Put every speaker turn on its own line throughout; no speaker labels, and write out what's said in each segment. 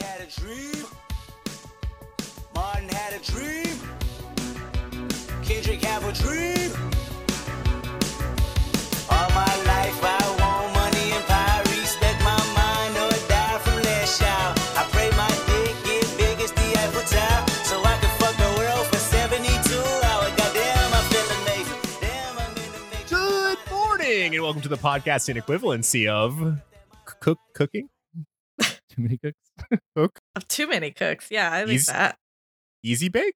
had a dream. Martin had a dream. Kendrick have a dream. All my life I want money and power. Respect my mind or die from that shout. I pray my dick get big as the Eiffel Tower. So I can fuck the world for 72 hours. Goddamn, I feel amazing. Damn, I'm in the matrix.
Good morning, and welcome to the podcast in equivalency of c- cook cooking.
Too many cooks.
Of too many cooks. Yeah, I like
Easy-
that.
Easy bake.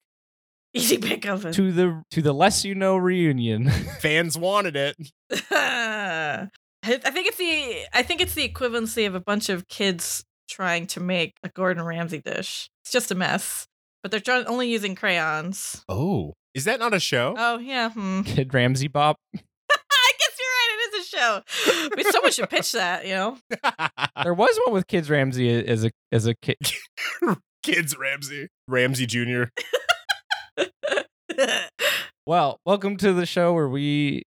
Easy bake oven.
To the to the less you know reunion.
Fans wanted it.
I I think it's the I think it's the equivalency of a bunch of kids trying to make a Gordon Ramsay dish. It's just a mess. But they're trying, only using crayons.
Oh, is that not a show?
Oh yeah. Hmm.
Kid Ramsey Bop.
I guess you're right. It is a show. We someone should pitch that. You know.
There was one with Kids Ramsey as a as a kid.
Kids Ramsey, Ramsey Jr.
Well, welcome to the show where we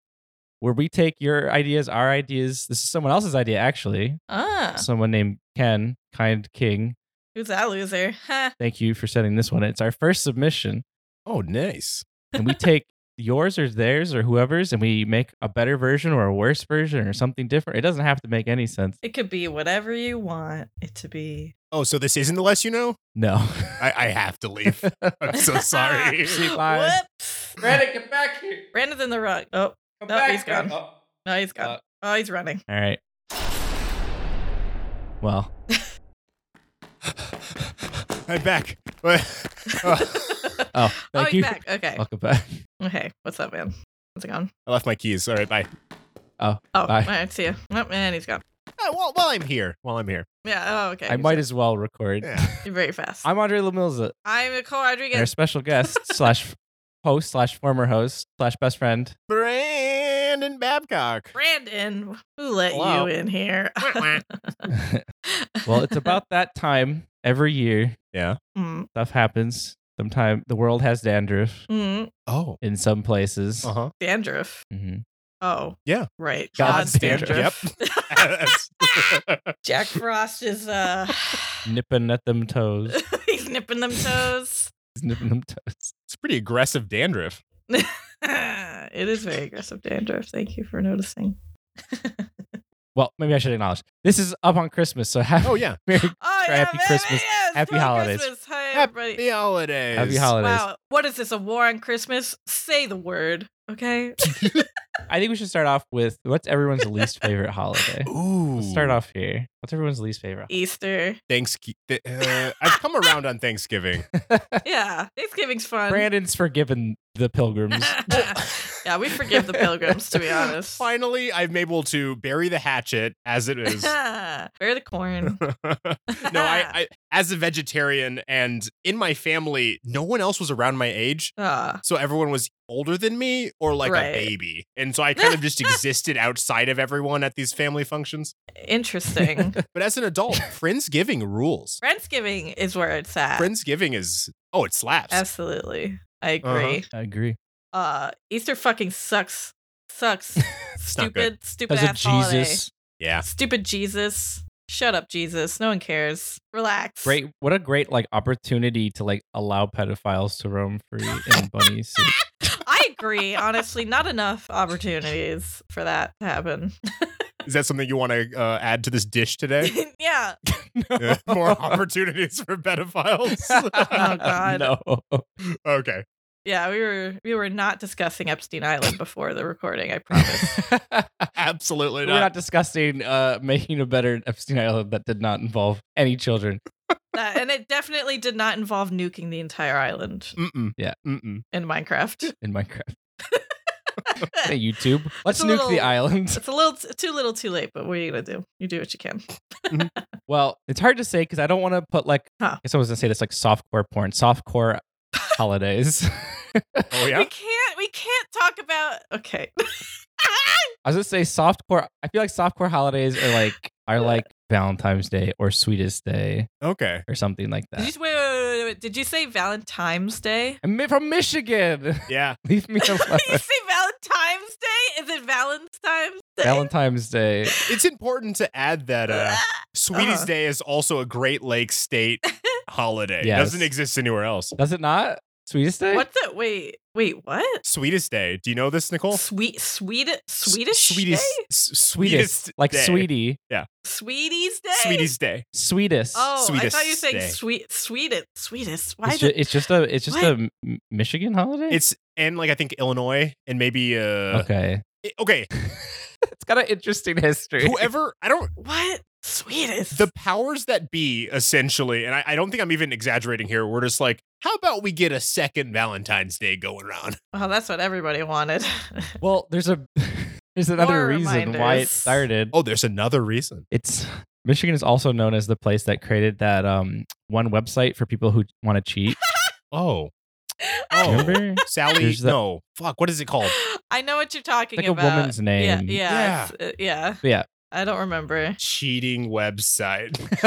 where we take your ideas, our ideas. This is someone else's idea actually.
ah,
Someone named Ken, kind king.
who's that loser? Huh.
Thank you for sending this one. It's our first submission.
Oh, nice.
and we take yours or theirs or whoever's and we make a better version or a worse version or something different. It doesn't have to make any sense.
It could be whatever you want it to be.
Oh, so this isn't the less you know.
No.
I, I have to leave. I'm so sorry.
See, bye.
Whoops.
Brandon, get back here.
Brandon's in the rug. Oh
Come
No, back he's here. gone. no, he's
Uh,
gone. Oh, he's running.
All right. Well,
I'm back. Oh,
oh,
oh,
thank
he's
you.
back. Okay.
Welcome back.
Okay. What's up, man? What's it going?
I left my keys. All right, bye.
Oh,
Bye.
all right. See you. Oh, and he's gone.
Uh, while, while I'm here, while I'm here.
Yeah. Oh, okay.
I might as well record.
Yeah.
You're very fast.
I'm
I'm,
Andre Lamilza,
Nicole
our
Rodriguez.
special guest slash host slash former host slash best friend.
Brandon Babcock.
Brandon, who let
Hello.
you in here?
well, it's about that time every year
Mm,
stuff happens. Sometime the world has dandruff
mm,
Oh.
in some places.
Oh.
Uh huh.
dandruff.
hmm
Oh.
Yeah.
Right.
God's
Yep.
Jack Frost is uh
Nipping at them toes.
he's nipping them toes.
He's nipping them toes.
It's pretty aggressive dandruff.
it is very aggressive dandruff. Thank you for noticing.
Well, maybe I should acknowledge this is up on Christmas, so happy,
Oh yeah.
Oh yeah,
Happy
baby,
Christmas.
yes,
Happy
Merry
holidays.
Christmas. Hi everybody.
Happy holidays.
happy holidays.
Wow, what is this? A war on Christmas? Say the word, okay?
I think we should start off with what's everyone's least favorite holiday.
Ooh.
Let's start off here. What's everyone's least favorite?
Easter.
Thanksgiving. Uh, I've come around on Thanksgiving.
Yeah, Thanksgiving's fun.
Brandon's forgiven the pilgrims.
yeah, we forgive the pilgrims, to be honest.
Finally, I'm able to bury the hatchet as it is.
Bear the corn.
no, I, I as a vegetarian and in my family, no one else was around my age.
Ah,
So everyone was older than me or like a
Right.
baby. And so I kind of just existed outside of everyone at these family functions.
interesting.
But as an adult, Friendsgiving rules.
Friendsgiving is where it's at.
Friendsgiving is oh, it slaps.
Absolutely. I agree.
I agree.
uh Easter fucking sucks. Sucks.
not good.
stupid, stupid
Because of
ass holiday.
Jesus.
yeah.
Stupid Jesus. Shut up, Jesus. No one cares. Relax.
Great. What a great like opportunity to like allow pedophiles to roam free in bunny suits.
I agree. Honestly, not enough opportunities for that to happen.
Is that something you want to uh, add to this dish today?
yeah.
Yeah, More opportunities for pedophiles.
Oh, God.
No.
okay.
Yeah, we were we were not discussing Epstein Island before the recording, I promise.
Absolutely
We're
not.
not discussing uh, making a better Epstein Island that did not involve any children.
That- and it definitely did not involve nuking the entire island
Mm-mm.
Yeah.
Mm-mm.
in Minecraft.
in Minecraft. Hey, YouTube. Let's
a
nuke
little-
the island.
It's a little t- too little, too late, but what are you gonna do? You do what you can.
Well, it's hard to say because I don't want to put like,
Huh.
I guess I was going to say this like softcore porn, softcore holidays.
Oh
We
yeah.
can't. We can't talk about. Okay.
I was going to say softcore. I feel like softcore holidays are like, are like Valentine's Day or Sweetest Day
Okay.
or something like
Did you,
that.
wait, wait, wait, wait, wait. Did you say Valentine's Day?
I'm mi- from Michigan.
Yeah.
Leave me
Did you say
alone.
Valentine's Day? Is it Valentine's Day?
Valentine's Day.
It's important to add that uh, Sweetie's
Uh-huh.
Day is also a Great Lakes state holiday.
Yes.
Doesn't exist anywhere else.
Does it not? Sweetest day?
What the? Wait, wait, what?
Sweetest day. Do you know this, Nicole?
Sweet, sweet,
S-
Swedish,
Sweetest.
day?
s-
Sweetest.
Sweetest.
like
day.
sweetie.
Sweeties day,
Sweetie's day.
Sweetest.
Oh, I thought you were
Sweetest
saying
day.
sweet, sweetest, sweetest. Why?
it's,
The,
ju- it's just a it's just
What?
a M- Michigan holiday?
It's and like I think Illinois and maybe uh
okay.
i- okay.
It's got an interesting history.
Whoever I don't
what? Sweetest.
the powers that be essentially, and I, I don't think I'm even exaggerating here. We're just like, how about we get a second Valentine's Day going around?
well, that's what everybody wanted.
Well, there's a there's another
More
reason why it
reminders.
started.
Oh, there's another reason.
It's Michigan is also known as the place that created that um one website for people who want to cheat.
Oh, oh,
Remember?
Sally,
There's that-
no, fuck, what is it called?
I know what you're talking
like a
about.
woman's
Yeah,
name.
yeah, it's- uh, yeah,
Yeah.
I don't remember.
Cheating website.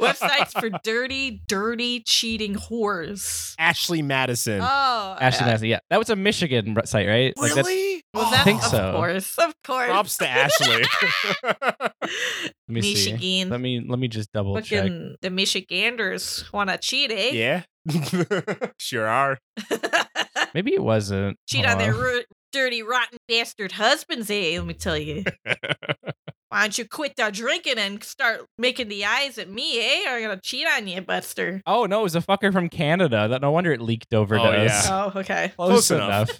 Websites for dirty, dirty, cheating whores.
Ashley Madison.
Oh,
Ashley
yeah.
Madison. Yeah, that was a Michigan r- site, right? Like, that's-
really?
Well,
Oh,
that's,
think
of
so.
course, of course.
Props to Ashley.
let me see.
Michigan.
Let me let me just double check.
Fucking the Michiganders want to cheat, eh?
yeah. sure are.
Maybe it wasn't.
cheat
Hold
on their ru- dirty, rotten bastard husbands, eh? Let me tell you. Why don't you quit the drinking and start making the eyes at me, eh? Or I'm gonna cheat on you, Buster.
Oh no, it was a fucker from Canada. That no wonder it leaked over
Oh,
to us.
yeah.
Oh, okay.
Close,
Close
enough.
enough.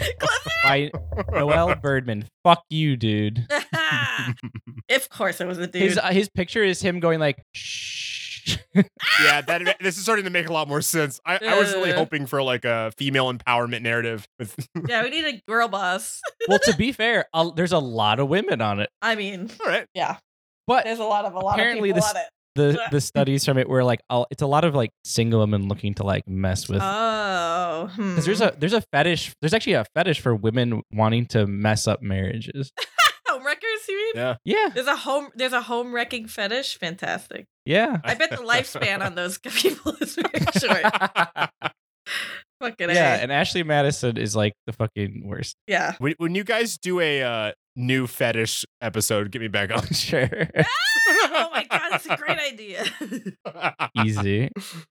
By Noel Birdman. Fuck you, dude.
of course, it was a dude.
His uh, his picture is him going like shh.
yeah, that this is starting to make a lot more sense. I, I was really
Uh.
hoping for like a female empowerment narrative with
yeah, we need a girl boss.
well, to be fair, uh, there's a lot of women on it,
I mean,
all right.
but
there's a lot of a lot
Apparently
of people
this-
on it.
the the studies from it were like all, it's a lot of like single women looking to like mess with.
Oh,
because there's a there's a fetish there's actually a fetish for women wanting to mess up marriages.
home wreckers. You mean?
Yeah.
Yeah,
There's a home. There's a home wrecking fetish. Fantastic.
yeah.
I bet the lifespan on those people is very short. Fucking
Yeah,
A.
and Ashley Madison is like the fucking worst.
yeah.
when, when you guys do a uh, new fetish episode, get me back on.
sure.
Oh my god, that's a great idea.
Easy.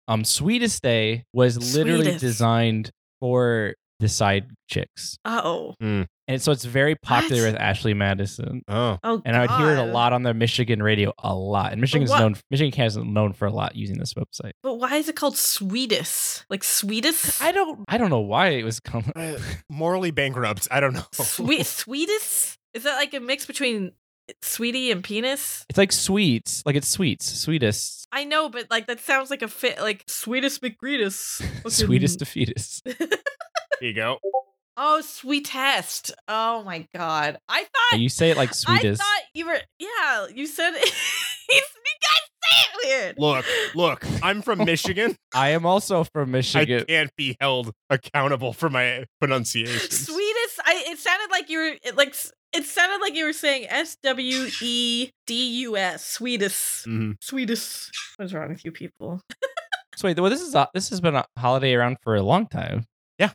Um Sweetest Day was literally
Sweetest.
designed for the side chicks.
oh.
And so it's very popular
What?
with Ashley Madison.
oh,
Oh.
And I would hear it a
God.
lot on the Michigan radio, a lot. And Michigan's
what-
known Michigan Canada's known for a lot using this website.
But why is it called Sweetest? Like Sweetest?
I don't I don't know why it was coming.
Uh, morally bankrupt. I don't know.
Sweet Sweetest? Is that like a mix between sweetie and penis?
It's like sweets. Like it's sweets. Sweetest.
I know, but like that sounds like a fit like sweetest McGreetus. Fucking-
Sweetest to fetus.
There you go.
Oh, sweetest. Oh my god. I
But
thought
You say it like sweetest.
I thought you were yeah, you said it. you guys say it weird.
Look, look. I'm from Michigan.
I, am also from
I
Michigan.
can't be held accountable for my pronunciation.
sweetest i it sounded like you were it like s- it sounded like you were saying E s-w-e-d-u-s sweetest
Mm-hmm. Mm.
sweetest what's wrong with you people
So wait, well, this is a, this has been a holiday around for a long time.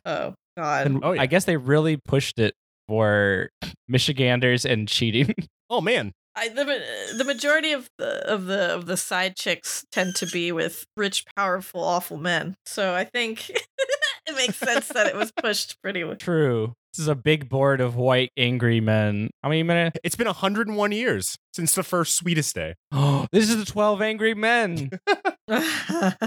oh god
And uh,
Oh, yeah.
I guess they really pushed it for Michiganders and cheating.
Oh man,
I, the, ma- the majority of the of the of the side chicks tend to be with rich powerful awful men so i think it makes sense that it was pushed pretty well
True. This is a big board of white angry men. How many men?
it's been 101 years since the first sweetest day.
Oh, this is the twelve angry men.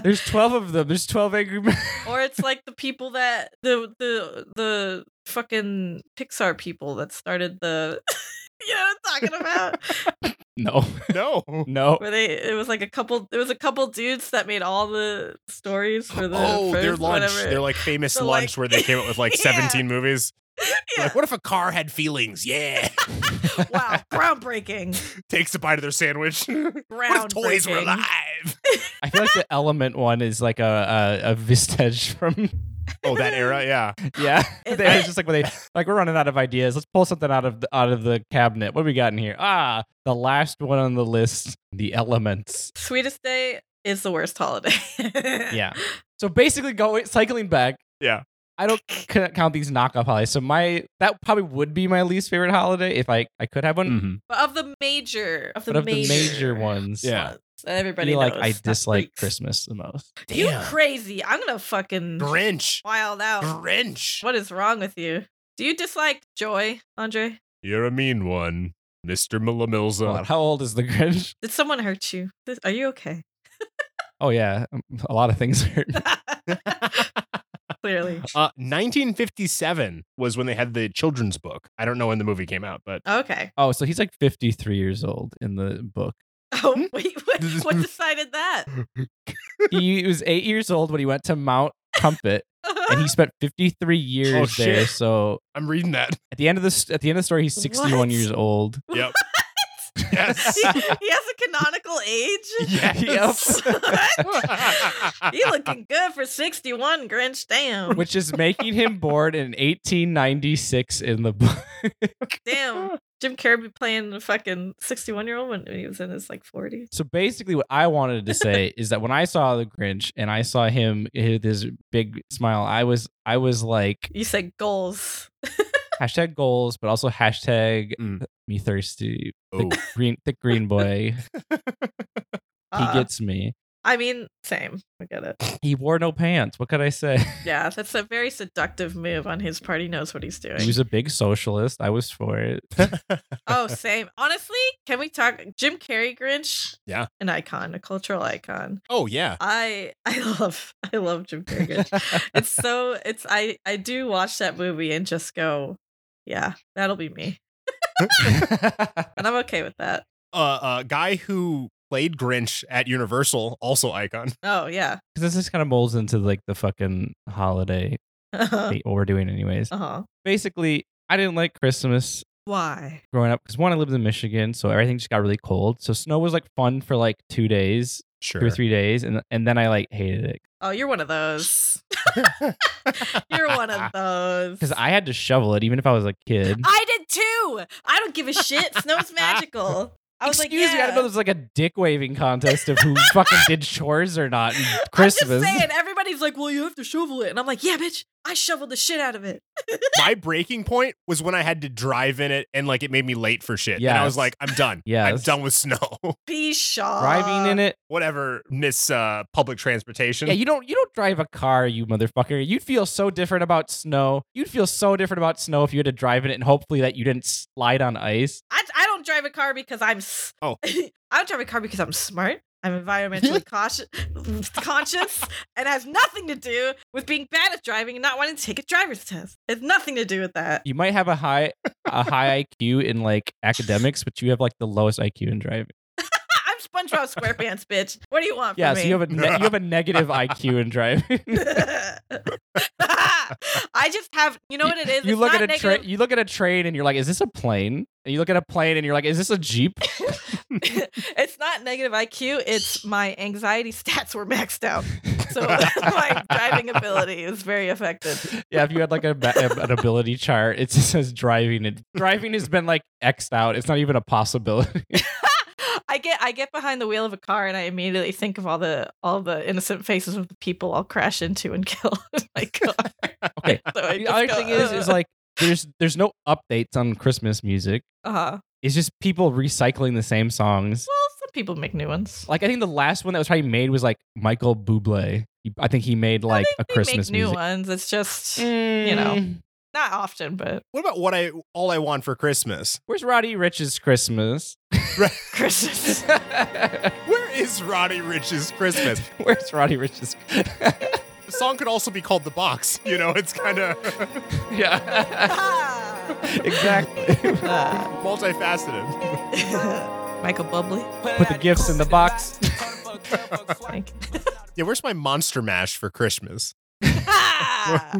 There's twelve of them. There's twelve angry men.
or it's like the people that the the the fucking pixar people that started the you know what i'm talking about
No,
No.
no.
where they it was like a couple it was a couple dudes that made all the stories for the
oh,
for
their lunch.
whatever.
Their like famous
The,
lunch
like-
where they came up with like
Yeah.
17 movies.
yeah.
Like, what if a car had feelings? Yeah.
wow groundbreaking
Takes a bite of their sandwich. what if toys were
Groundbreaking.
alive?
I feel like the element one is like a a, a vistage from
Oh, that era, yeah.
yeah.
Is
They- it's
it-
just like when they like we're running out of ideas. Let's pull something out of the, out of the cabinet. What do we got in here? Ah, the last one on the list, the elements.
sweetest day is the worst holiday
Yeah. So basically, going cycling back.
Yeah.
I don't c- count these knockoff holidays. So my that probably would be my least
Mm-hmm.
Hmm.
favorite holiday if I I could have one.
but of the major of the
But of the
major,
major ones,
Yeah.
So everybody
Be like
knows
I
that
dislike
week's-
Christmas the most.
You crazy. I'm gonna fucking
Grinch.
wild out.
Grinch.
What is wrong with you? Do you dislike joy, Andre?
You're a mean one, Mr.
God,
Millamilza.
how old is the Grinch?
Did someone hurt you? This- Are you okay?
Oh yeah, um, a lot of things hurt.
Clearly.
Uh, 1957 was when they had the children's book. I don't know when the movie came out, but
Okay.
Oh, so he's like 53 years old in the book. Hmm?
Oh wait, what, what decided that?
He was eight years old when he went to Mount Crumpet, and he spent 53 years
Oh, shit.
there. So
I'm reading that.
at the end of the st- at the end of the story, he's 61
What?
years old.
Yep.
he,
Yes.
he has a canonical age.
yes.
What? you looking good for 61, Grinch. Damn.
Which is making him born in 1896 in the book.
Damn. Jim Carrey be playing a fucking 61 year old when he was in his like 40s.
So basically, what I wanted to say is that when I saw the Grinch and I saw him eh, with his big smile, I was I was like
You said goals.
hashtag goals, but also hashtag
Mm.
me thirsty.
Oh.
The green the green boy.
Uh,
he gets me.
I mean, same. I get it.
He wore no pants. What could I say?
Yeah, that's a very seductive move on his part. He knows what he's doing.
he was a big socialist. I was for it.
oh, same. Honestly, can we talk Jim Carrey Grinch?
Yeah.
An icon, a cultural icon.
Oh yeah.
I I love I love Jim Carrey Grinch. it's so it's I I do watch that movie and just go, yeah, that'll be me. And I'm okay with that.
uh, uh, guy who played Grinch at Universal, also icon.
Oh yeah.
Because this just kind of molds into like the fucking holiday
Uh-huh.
thing, what we're doing, anyways.
uh-huh.
Basically, I didn't like Christmas
Why?
growing up because one, I lived in Michigan, so everything just got really cold. So snow was like fun for like two days,
Sure.
two or three days, and and then I like hated it
Oh, you're one of those. You're one of those.
because I had to shovel it, even if I was a kid.
I did too. I don't give a shit. Snow's magical. I was
Excuse
like,
me, I
yeah.
didn't know there was like a dick waving contest of who fucking did chores or not. in Christmas.
I'm just saying, everybody's like, well, you have to shovel it. And I'm like, yeah, bitch, I shoveled the shit out of it.
My breaking point was when I had to drive in it, and like it made me late for shit. And I was
Yes.
like, I'm done. I'm
Yes.
done with snow.
Be Shaw.
Driving in it.
Whatever, Miss uh, Public Transportation.
Yeah, you don't you don't drive a car, you motherfucker. You'd feel so different about snow. You'd feel so different about snow if you had to drive in it and hopefully that you didn't slide on ice.
I, I don't drive a car because I'm. S-
Oh.
I don't drive a car because I'm smart. I'm environmentally cautious, conscious, and has nothing to do with being bad at driving and not wanting to take a driver's test. It's nothing to do with that.
You might have a high a high IQ in like academics, but you have like the lowest IQ in driving.
I'm SpongeBob SquarePants, bitch. What do you want
Yeah,
from
so
me?
you have a ne- you have a negative IQ in driving.
I just have. You know what it is.
You
It's
look
not
at a train.
negative-
You look at a train, and you're like, "Is this a plane?" And you look at a plane, and you're like, "Is this a jeep?"
it's not negative IQ. It's my anxiety stats were maxed out, so my driving ability is very affected.
yeah, if you had like a, ba- an ability chart, it just says driving. And driving has been like xed out. It's not even a possibility.
I get I get behind the wheel of a car and I immediately think of all the all the innocent faces of the people I'll crash into and kill. my God.
Okay.
So I
the
just
other
go,
thing is, is
"Ugh."
like there's there's no updates on Christmas music.
uh-huh.
It's just people recycling the same songs.
well, some people make new ones.
Like I think the last one that was probably made was like Michael Bublé. He- I think he made like a
They
Christmas
make new
music. Mm.
ones. It's just
Mm,
know. not often, but
What about what I all I want for Christmas?
where's Roddy Rich's Christmas?
Christmas.
Where is Roddy Rich's Christmas?
where's Roddy Rich's?
The song could also be called The Box. You know, it's kind of
yeah,
Ah.
exactly.
Ah.
multifaceted.
Michael Bubbly.
Put the gifts in the box.
Thank
Yeah, where's my Monster Mash for Christmas?
uh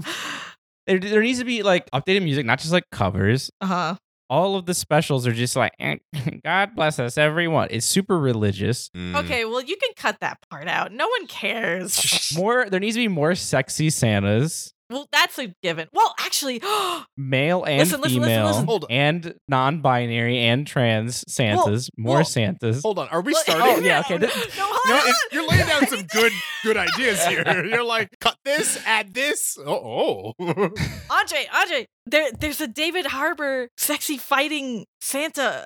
there, there needs to be like updated music, not just like covers.
huh.
all of the specials are just like "Eh, God bless us, everyone. It's super religious.
Okay, well you can cut that part out. No one cares.
More there needs to be more sexy Santas,
well, that's a given. Well, actually,
male and
Listen, listen, listen,
female,
listen.
Hold on.
and non-binary and trans Santas. more
well,
Santas.
Hold on, are we
Well,
starting?
Oh, yeah, okay,
No,
this-
no, hold
You know,
on.
it- you're laying down some good good ideas here. You're like, cut this, add this. Oh, oh.
Andre, Andre, there, there's a David Harbor sexy fighting Santa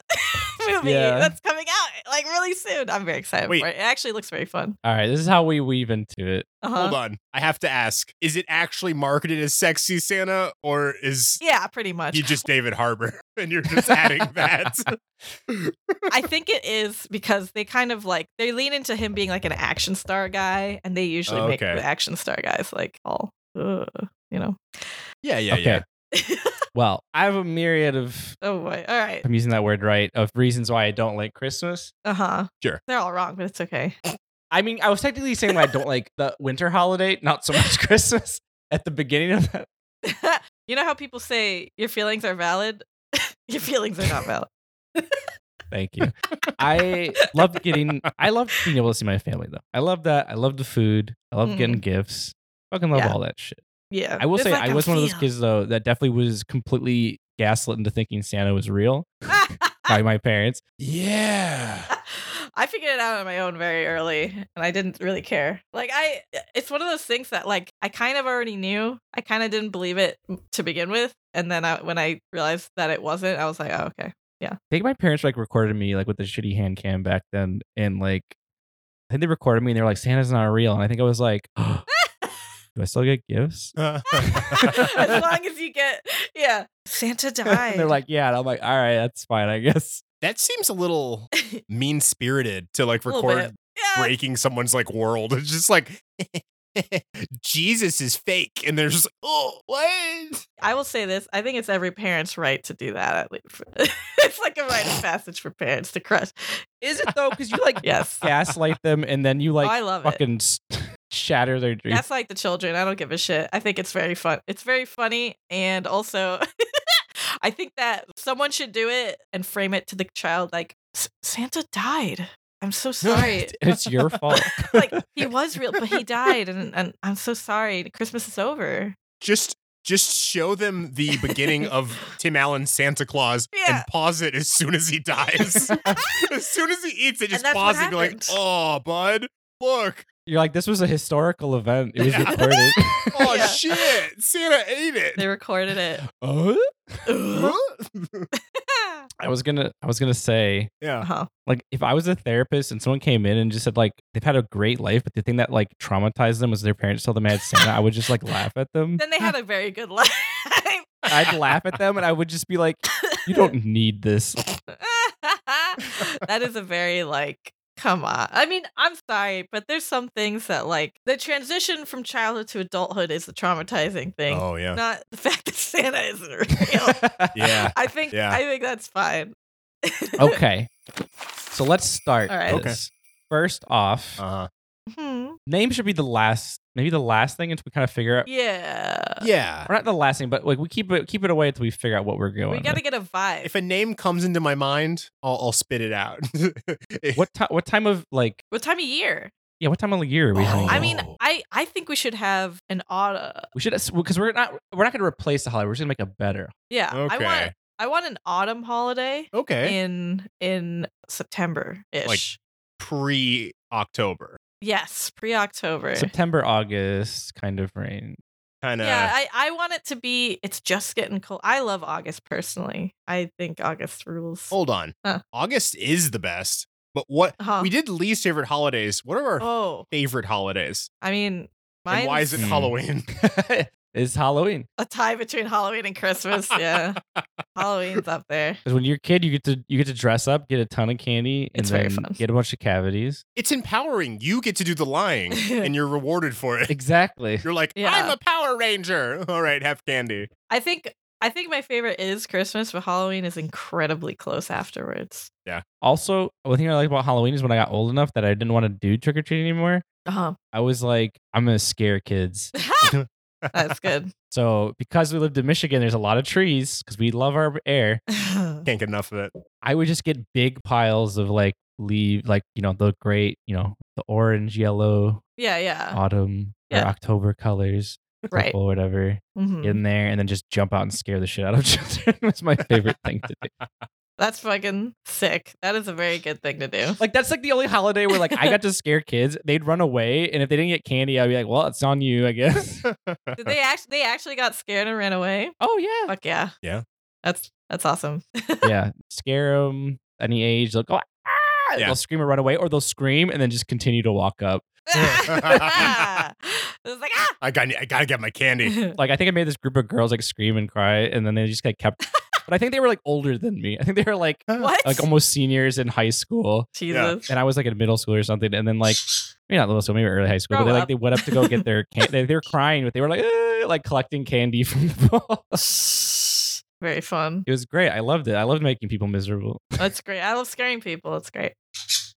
movie
Yeah.
that's coming out like really soon. I'm very excited
Wait.
for it. It actually looks very fun.
All right, this is how we weave into it.
Uh-huh.
Hold on. I have to ask is it actually marketed as Sexy Santa or is
Yeah, pretty much.
you just David Harbour and you're just adding that?
I think it is because they kind of like they lean into him being like an action star guy, and they usually
Oh,
make
okay.
the action star guys like all, uh, you know.
yeah, yeah,
okay. Well, I have a myriad of
oh boy. All right.
if I'm using that word right of reasons why I don't like Christmas.
Uh huh.
Sure.
They're all wrong, but it's okay.
I mean, I was technically saying why I don't like the winter holiday, not so much Christmas at the beginning of that.
you know how people say your feelings are valid? your feelings are not valid.
Thank you. I love getting I love being able to see my family though. I love that. I love the food. I love getting gifts. Fucking love
Yeah.
all that shit.
Yeah.
I will
It's
say
like
I
a
was one of those
feel.
kids though that definitely was completely gaslit into thinking Santa was real by my parents.
Yeah.
I figured it out on my own very early and I didn't really care. Like I it's one of those things that like I kind of already knew. I kind of didn't believe it to begin with and then I, when I realized that it wasn't, I was like, "Oh, okay."
I think my parents like recorded me like with the shitty hand cam back then, and like I think they recorded me and they were like Santa's not real, and I think I was like, do I still get gifts?
Uh.
as long as you get yeah, Santa died.
and they're like, yeah, and I'm like, all right, that's fine, I guess.
that seems a little mean spirited to like
A little
record
bit. yeah.
breaking someone's like world. It's just like Jesus is fake, and there's just, oh what?
I will say this. I think it's every parent's right to do that at least. it's like a rite of passage for parents to crush.
Is it though? Because you like
Yes.
gaslight them, and then you
oh,
like
I love it.
fucking s shatter their dreams.
That's like the children. I don't give a shit. I think it's very fun. It's very funny. And also, I think that someone should do it and frame it to the child like, "S- Santa died. I'm so sorry.
And it's your fault.
like, he was real, but he died. And, and I'm so sorry. Christmas is over.
Just just show them the beginning of Tim Allen's Santa Claus
Yeah.
and pause it as soon as he dies. as soon as he eats it, just
that's what
pause it and be like,
happened.
oh bud, look.
You're like, this was a historical event. It was
Yeah.
recorded.
Oh
Yeah.
shit. Santa ate it.
They recorded it.
Uh?
Huh?
I was gonna, I was gonna say,
yeah.
uh-huh.
like, if I was a therapist and someone came in and just said, like, they've had a great life, but the thing that like traumatized them was their parents told them I had Santa, I would just like laugh at them.
Then they had a very good life.
I'd laugh at them, and I would just be like, you don't need this.
that is a very like come on i mean i'm sorry but there's some things that like the transition from childhood to adulthood is the traumatizing thing
Oh yeah.
not the fact that santa isn't real
Yeah.
i think
Yeah.
i think that's fine
okay, so let's start.
All right.
Okay.
this. First off,
Uh-huh.
Hmm.
name should be the last, maybe the last thing until we kind of figure out.
yeah
Yeah.
Or not the last thing, but like we keep it keep it away until we figure out what we're going.
we gotta
with.
get a vibe
If a name comes into my mind, I'll, I'll spit it out.
what time? What time of like?
what time of year
Yeah, what time of year are we?
Oh.
hanging
i
out?
mean
Oh.
i i think we should have an auto
we should because we're not we're not gonna replace the holiday. We're just gonna make it better.
yeah i want
Okay. Eh?
i want an autumn holiday
Okay.
in in september ish
Pre October.
Yes, pre October.
September, August kind of rain.
Kind of.
Yeah, I, I want it to be. It's just getting cold. I love August personally. I think August rules.
Hold on.
Huh.
August is the best. But what
Uh-huh.
we did least favorite holidays. What are our
oh,
favorite holidays?
I mean,
and
mine's
why is it
Hmm.
Halloween?
it's Halloween
a tie between Halloween and Christmas. Yeah, Halloween's up there.
because when you're a kid, you get to you get to dress up, get a ton of candy, and
It's
then
very fun.
get a bunch of cavities.
it's empowering. You get to do the lying and you're rewarded for it.
Exactly.
You're like,
Yeah.
I'm a Power Ranger. All right, have candy.
I think I think my favorite is Christmas, but Halloween is incredibly close afterwards.
Also, one thing I like about Halloween is when I got old enough that I didn't want to do trick or treating anymore.
Uh
I was like, I'm gonna scare kids.
huh. That's good.
So because we lived in Michigan, there's a lot of trees because we love our air.
Can't get enough of it.
I would just get big piles of like leave, like you know the great, you know the orange, yellow,
yeah, yeah,
autumn or
Uh, yeah.
October colors,
right.
purple, or whatever
Mhm.
in there, and then just jump out and scare the shit out of children. was my favorite thing to do.
That's fucking sick. That is a very good thing to do.
Like that's like the only holiday where like I got to scare kids. They'd run away, and if they didn't get candy, I'd be like, well, it's on you, I guess.
Did they actually? They actually got scared and ran away.
oh yeah,
Fuck yeah.
Yeah.
That's that's awesome.
yeah, scare them. any age, they'll go, ah!
Yeah.
They'll scream or run away, or they'll scream and then just continue to walk up.
it was like ah.
I got I gotta get my candy.
Like, I think I made this group of girls like scream and cry, and then they just like kept. but I think they were like older than me. I think they were like
what?
like almost seniors in high school,
Jesus.
and I was like in middle school or something. And then like maybe not middle school, maybe early high school. but
Grow
they
up.
like they went up to go get their can- they, they were crying, but they were like "Eh," like collecting candy from the ball.
Very fun.
it was great. I loved it. I loved making people miserable.
That's great. I love scaring people. It's great.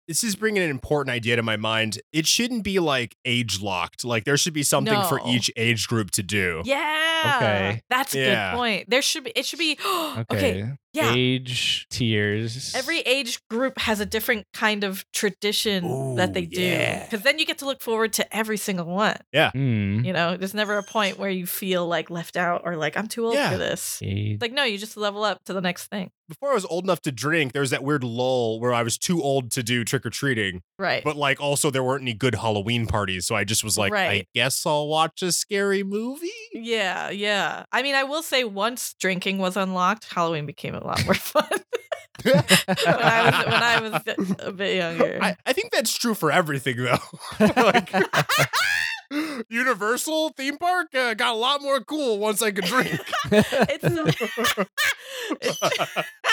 This is bringing an important idea to my mind. It shouldn't be like age locked. Like there should be something for
No.
each age group to do.
Yeah.
Okay.
That's a
Oh, Yeah.
good point. There should be. It should be. okay. Yeah.
Age tiers.
Every age group has a different kind of tradition
Ooh,
that they do.
yeah. Mm-hmm.
Because then you get to look forward to every single one.
Hmm.
You know, there's never a point where you feel like left out or like, I'm too old
Yeah.
for this.
Age-
Like, no, you just level up to the next thing.
Before I was old enough to drink, there was that weird lull where I was too old to do trick or treating,
Right.
but like also there weren't any good Halloween parties, so I just was like, I
Right.
guess I'll watch a scary movie.
yeah, yeah. I mean, I will say once drinking was unlocked, Halloween became a lot more fun when I was when I was a bit younger.
I, I think that's true for everything though. like, Universal theme park uh, got a lot more cool once I could drink.
it's, it's-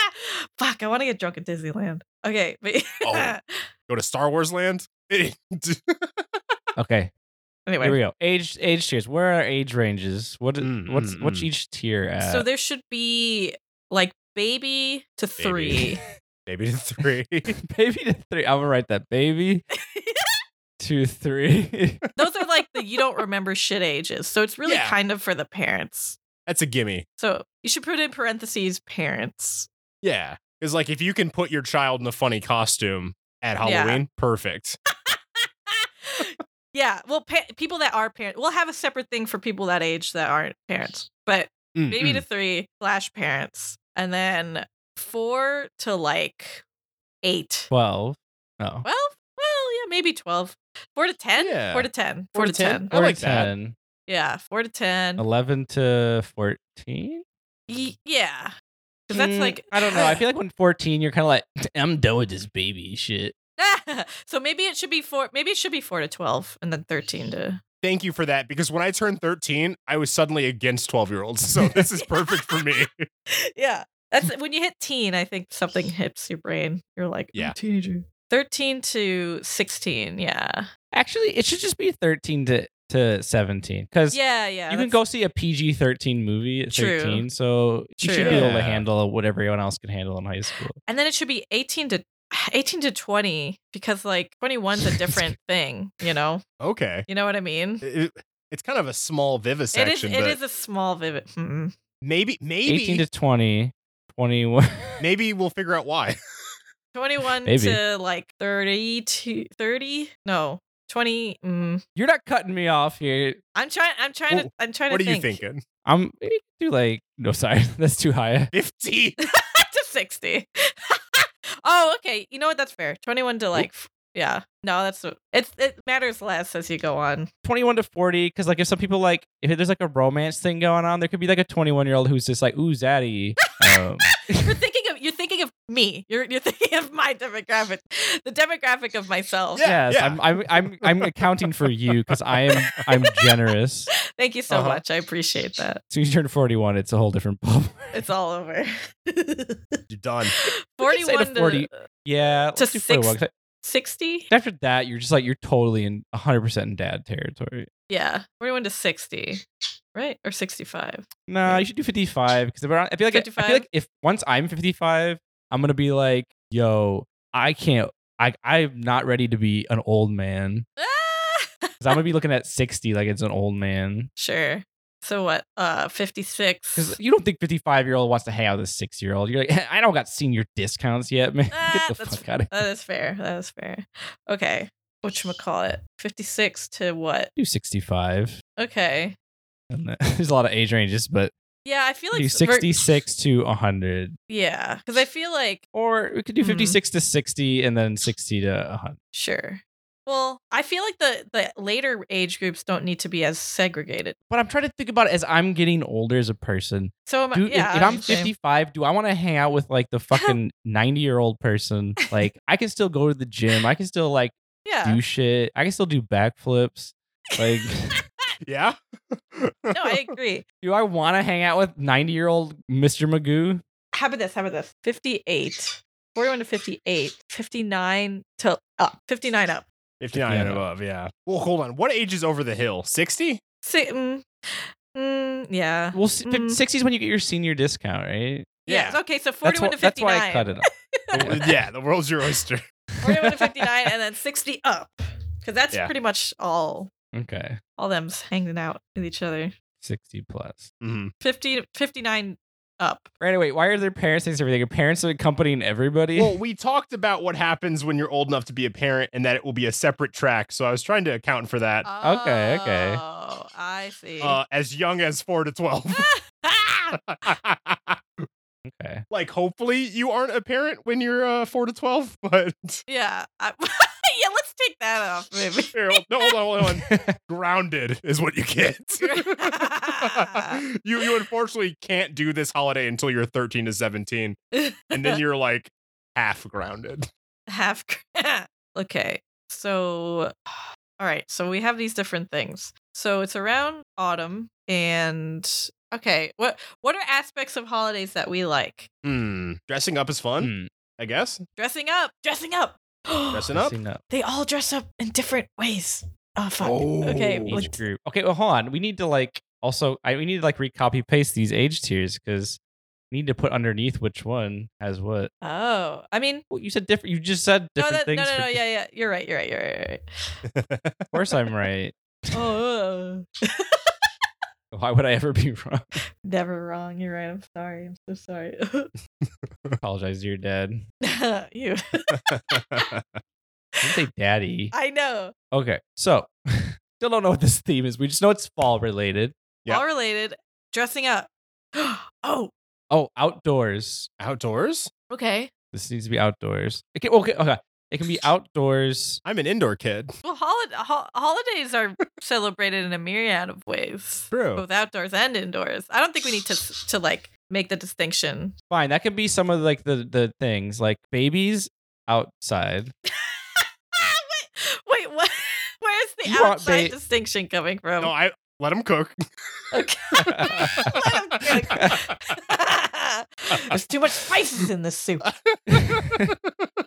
fuck. I want to get drunk at Disneyland. Okay, but
Oh. Go to Star Wars Land.
okay.
anyway,
Here we go. Age age tiers. Where are age ranges? What
Mm,
what's
mm,
what's
mm.
each tier at?
so there should be like baby to
Baby.
three.
Maybe to three.
baby to three. I'm gonna write that. Baby to three.
Those are like the you don't remember shit ages. So it's really
Yeah.
kind of for the parents.
That's a gimme.
So you should put in parentheses parents.
Yeah. It's like if you can put your child in a funny costume at
Yeah.
Halloween, perfect.
yeah. Well, pa- people that are parents, we'll have a separate thing for people that age that aren't parents, but
Mm,
baby
mm.
to three slash parents, and then four to like eight.
Twelve. No.
Well, well, yeah, maybe twelve. Four to ten.
Yeah.
Four to ten.
Four
Four,
to
to
10?
ten.
I like that.
ten.
Yeah, four to ten.
Eleven to fourteen.
Y- yeah, because that's
Mm,
like
I don't know. I feel like when fourteen, you're kind of like I'm done with this baby shit.
so maybe it should be four. Maybe it should be four to twelve, and then thirteen to.
Thank you for that because when I turned 13, I was suddenly against 12 year olds. So this is perfect for me.
yeah, that's when you hit teen. I think something hits your brain. You're like,
Yeah.
yeah, teenager. Thirteen to sixteen. Yeah,
Actually, it should just be thirteen to to seventeen because
yeah, yeah.
you can
that's-
go see a PG thirteen movie at
True.
thirteen, so you should
True.
be able
Yeah.
to handle what everyone else can handle in high school.
and then it should be eighteen to. 18 to 20 because like 21's a different thing you know
Okay.
you know what i mean
It- it's kind of a small
it is
vivisection,
it
but
is a small vivid hmm.
maybe,
Eighteen
maybe,
to 20, 21.
maybe we'll figure out why.
21
Maybe.
to like 30 to 30 no 20 mm,
you're not cutting me off here.
i'm trying i'm trying to
Well,
i'm trying
What are
to
you
think
thinking?
I'm maybe do like no, sorry, that's too high.
50.
to 60 oh okay you know what that's fair 21 to like f- yeah no that's it's it matters less as you go on
Twenty-one to forty, because like if some people like if there's like a romance thing going on, there could be like a twenty-one-year-old who's just like ooh zaddy. Um,
you're thinking of you're thinking of me you're, you're thinking of my demographic the demographic of myself
Yeah,
yes,
yeah.
I'm, I'm I'm I'm accounting for you because I am I'm generous. As
thank you so
Uh-huh.
much i appreciate that
soon as you turn forty-one, it's a whole different bubble.
it's all over
You're done.
41 to,
40. yeah,
To
let's do 41, 'cause
60. 60
I- After that, you're just like you're totally in 100 percent in dad territory.
yeah 41 to 60 right or 65
Nah, you should do 55 because I feel like I
55?
feel like if once I'm 55, I'm gonna be like, yo, I can't. I, I'm not ready to be an old man
Ah!
because I'm gonna be looking at 60 like it's an old man.
Sure. So what? Uh, fifty
Because
six.
you don't think 55 year old wants to hang out with a six year old. You're like, I don't got senior discounts yet, man.
Ah,
Get the
that's-
fuck out of here.
That is fair. That is fair. Okay. What call it? Fifty six to what?
Do 65.
Okay.
And that- there's a lot of age ranges, but
Yeah, I feel like
do
s- ver-
66 to 100.
yeah, because I feel like
Or we could do
Mhm.
56 to 60 and then 60 to 100.
sure. Well, I feel like the the later age groups don't need to be as segregated.
But I'm trying to think about it as I'm getting older as a person.
So am I,
Do, if-
yeah,
if, I'm
the same.
55, do I want to hang out with like the fucking 90 year old person? Like, I can still go to the gym. I can still like
Yeah.
do shit. I can still do backflips. Like,
Yeah.
No, I agree.
do I want to hang out with 90 year old Mr. Magoo?
How about this? How about this? 58. 41 to 58. 59 to up. 59 up.
59 and
Yeah.
above, yeah. Well, hold on. What age is over the hill? 60?
Si- mm, mm, yeah.
Well, si- fif-
Mm.
60 is when you get your senior discount, right?
Yeah.
Yes, Okay, so
That's,
41
wh-
to
that's
59.
why I cut it off.
Well, yeah, the world's your oyster.
41 to 59 and then 60 up. Cuz that's
Yeah.
pretty much all
Okay.
all them's hanging out with each other.
60 plus.
Mhm.
50 to 59 up.
Right away, why are their parents saying everything? Your parents are accompanying everybody.
Well, we talked about what happens when you're old enough to be a parent and that it will be a separate track. So I was trying to account for that
Okay, okay.
Oh, I see.
uh, as young as 4 to 12.
Ah!
okay.
like, hopefully you aren't a parent when you're uh, 4 to 12, but
Yeah. I- yeah, let's take that off, maybe.
Here, hold- no, hold on, hold on. Grounded is what you get. you you unfortunately can't do this holiday until you're 13 to 17, and then you're like half grounded.
Half. cra- okay. So, all right. So we have these different things. So it's around autumn, and okay, what what are aspects of holidays that we like?
Hmm. Dressing up is fun,
Hmm.
I guess.
Dressing up, dressing up.
Dressing up.
Dressing up.
they all dress up in different ways. Oh fuck. Okay.
Oh.
let's-
each group. Okay, well, hold on. We need to like also I we need to like recopy paste these age tiers because we need to put underneath which one has what.
Oh, I mean,
Well, you said different. You just said different
no, that,
things.
no, no,
for
no.
di-
Yeah, yeah. You're right. You're right. You're right. You're right.
Of course, I'm right.
Oh. uh.
Why would I ever be wrong?
Never wrong. You're right. I'm sorry. I'm so sorry.
Apologize to your dad.
you.
I didn't say daddy.
I know.
Okay, so still don't know what this theme is. We just know it's fall related.
Yep.
All related. Dressing up. oh.
Oh, outdoors.
Outdoors.
Okay.
This needs to be outdoors. It can, okay, okay. It can be outdoors.
I'm an indoor kid.
Well, holi- ho- holidays are celebrated in a myriad of ways,
True.
both outdoors and indoors. I don't think we need to to like make the distinction.
Fine, that could be some of like the the things like babies outside.
Ah, wait, wait, what? Where's the
You want
outside
ba-
distinction coming from?
No, I let them cook.
Okay. There's too much spices in this soup. What are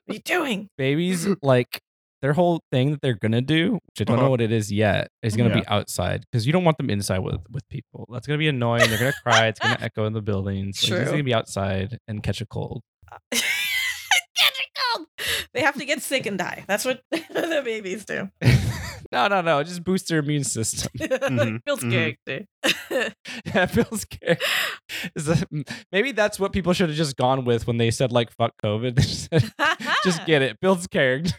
you doing?
babies like their whole thing that they're gonna do, which I don't
Uh-huh.
know what it is yet, is gonna be outside because you don't want them inside with with people. That's gonna be annoying. They're gonna cry. It's gonna echo in the buildings. Like,
True.
it's gonna be outside and catch a cold.
Get it cold. They have to get sick and die. That's what the babies do.
no, no, no. Just boost their immune system. Mm-hmm.
Mhm,
Builds
mhm.
character.
that feels scary. Is that- Maybe that's what people should have just gone with when they said like "fuck COVID." They just said, just get it. Builds character.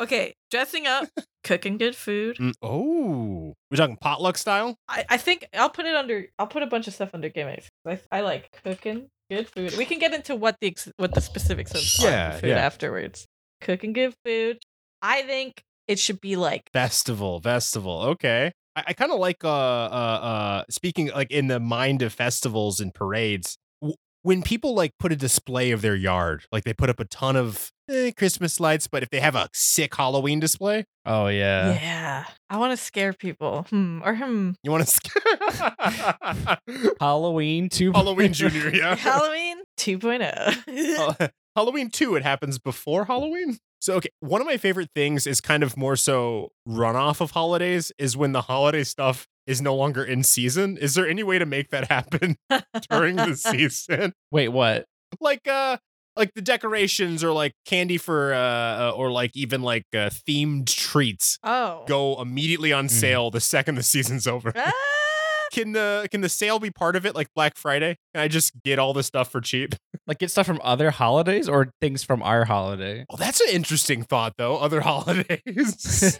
Okay, dressing up, cooking good food.
Mm, Oh, we're talking potluck style.
I, I think I'll put it under. I'll put a bunch of stuff under gimmicks. I, I like cooking good food. We can get into what the ex- what the specifics of are for
Yeah,
food
yeah.
afterwards. Cooking good food. I think it should be like
Festival, festival. Okay. I, I kind of like uh, uh uh speaking like in the mind of festivals and parades w- when people like put a display of their yard, like they put up a ton of eh, Christmas lights, but if they have a sick Halloween display,
Oh
yeah. I want to scare people. Hmm. Or hmm.
you want to
Halloween two.
Halloween Junior, yeah.
Halloween oh. 2.0.
Hal- Oh, Halloween 2, it happens before Halloween. So, okay, one of my favorite things is kind of more so runoff of holidays is when the holiday stuff is no longer in season. Is there any way to make that happen during the season?
Wait, what?
Like, uh, like the decorations or like candy for, uh, uh, or like even like uh, themed treats
oh.
go immediately on
Mhm.
sale the second the season's over.
Ah,
Can the can the sale be part of it, like Black Friday? Can I just get all the stuff for cheap?
Like get stuff from other holidays or things from our holiday?
Well, that's an interesting thought, though. Other holidays,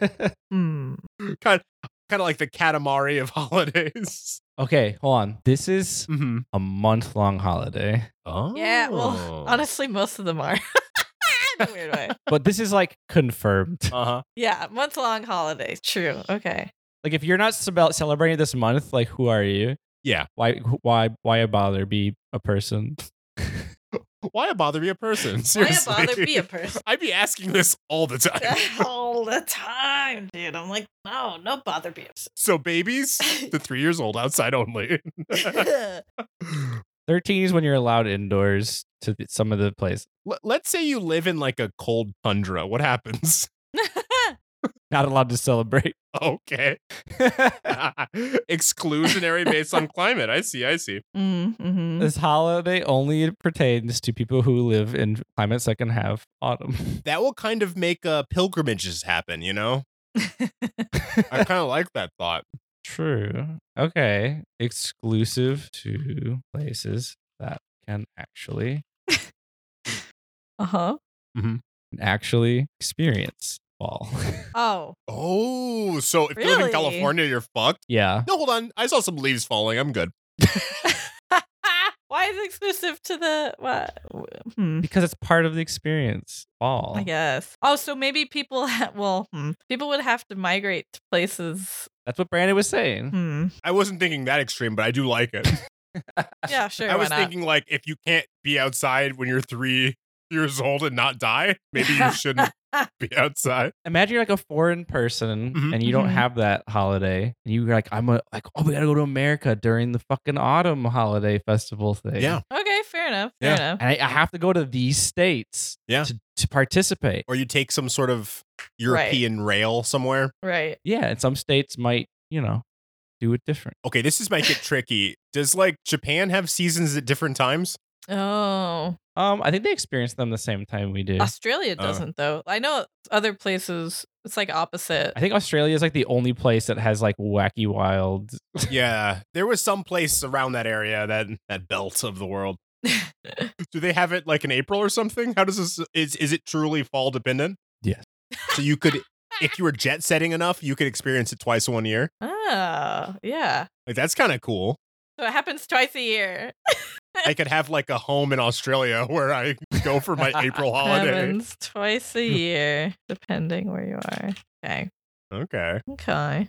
hmm.
kind of, kind of like the Katamari of holidays.
okay, hold on. This is
Mm-hmm.
a month long holiday.
Oh,
Yeah. Well, honestly, most of them are. in a weird way.
but this is like confirmed.
Uh huh.
Yeah, month long holiday. True. Okay.
Like if you're not cel- celebrating this month, like who are you?
Yeah.
Why wh- why why bother be a person?
Why bother be a person? Seriously.
Why bother be a person?
I'd be asking this all the time.
All the time, dude. I'm like, no, no bother Mm-hmm. be a person.
so babies, the three years old outside only.
Thirteen is when you're allowed indoors to th- some of the places.
L- let's say you live in like a cold tundra. What happens?
Not allowed to celebrate.
Okay. Exclusionary based on climate. I see. I see.
mm-hmm.
This holiday only pertains to people who live in climates that can have autumn.
That will kind of make uh, pilgrimages happen, you know? I kind of like that thought.
True. Okay. Exclusive to places that can actually
Uh huh.
actually experience fall.
Oh.
Oh, so if you live in
Really?
California, you're fucked.
yeah.
No, hold on. I saw some leaves falling. I'm good.
Why is it exclusive to the what?
Mm-hmm.
Hmm.
Because it's part of the experience. Fall.
I guess. Oh, so maybe people. Ha- well, hmm. people would have to migrate to places.
That's what Brandon was
Mm.
saying.
Hmm.
I wasn't thinking that extreme, but I do like it.
Yeah, sure.
I was
why not?
thinking like if you can't be outside when you're three years old and not die, maybe you shouldn't be outside.
Imagine you're like a foreign person
Mhm.
and you don't
Mhm.
have that holiday. And you're like, I'm a, like, oh, we gotta go to America during the fucking autumn holiday festival thing.
Yeah.
Okay, fair enough. Fair
Yeah.
enough.
And I, I have to go to these states
Yeah.
to, to participate.
Or you take some sort of European rail somewhere.
Right.
Yeah. And some states might, you know, do it different.
Okay, this is might get tricky. Does like Japan have seasons at different times?
Oh,
Um, I think they experience them the same time we do.
Australia
Oh.
doesn't though. I know other places. It's like opposite.
I think Australia is like the only place that has like wacky wild.
yeah, there was some place around that area that that belt of the world. Do they have it like in April or something? How does this is is it truly fall dependent?
Yes.
So you could if you were jet setting enough, you could experience it twice in one year.
Oh, yeah.
Like that's kind of cool.
So it happens twice a year.
I could have like a home in Australia where I go for my April holiday.
Happens twice
Hmm.
a year, depending where you are. Okay.
Okay.
Okay. I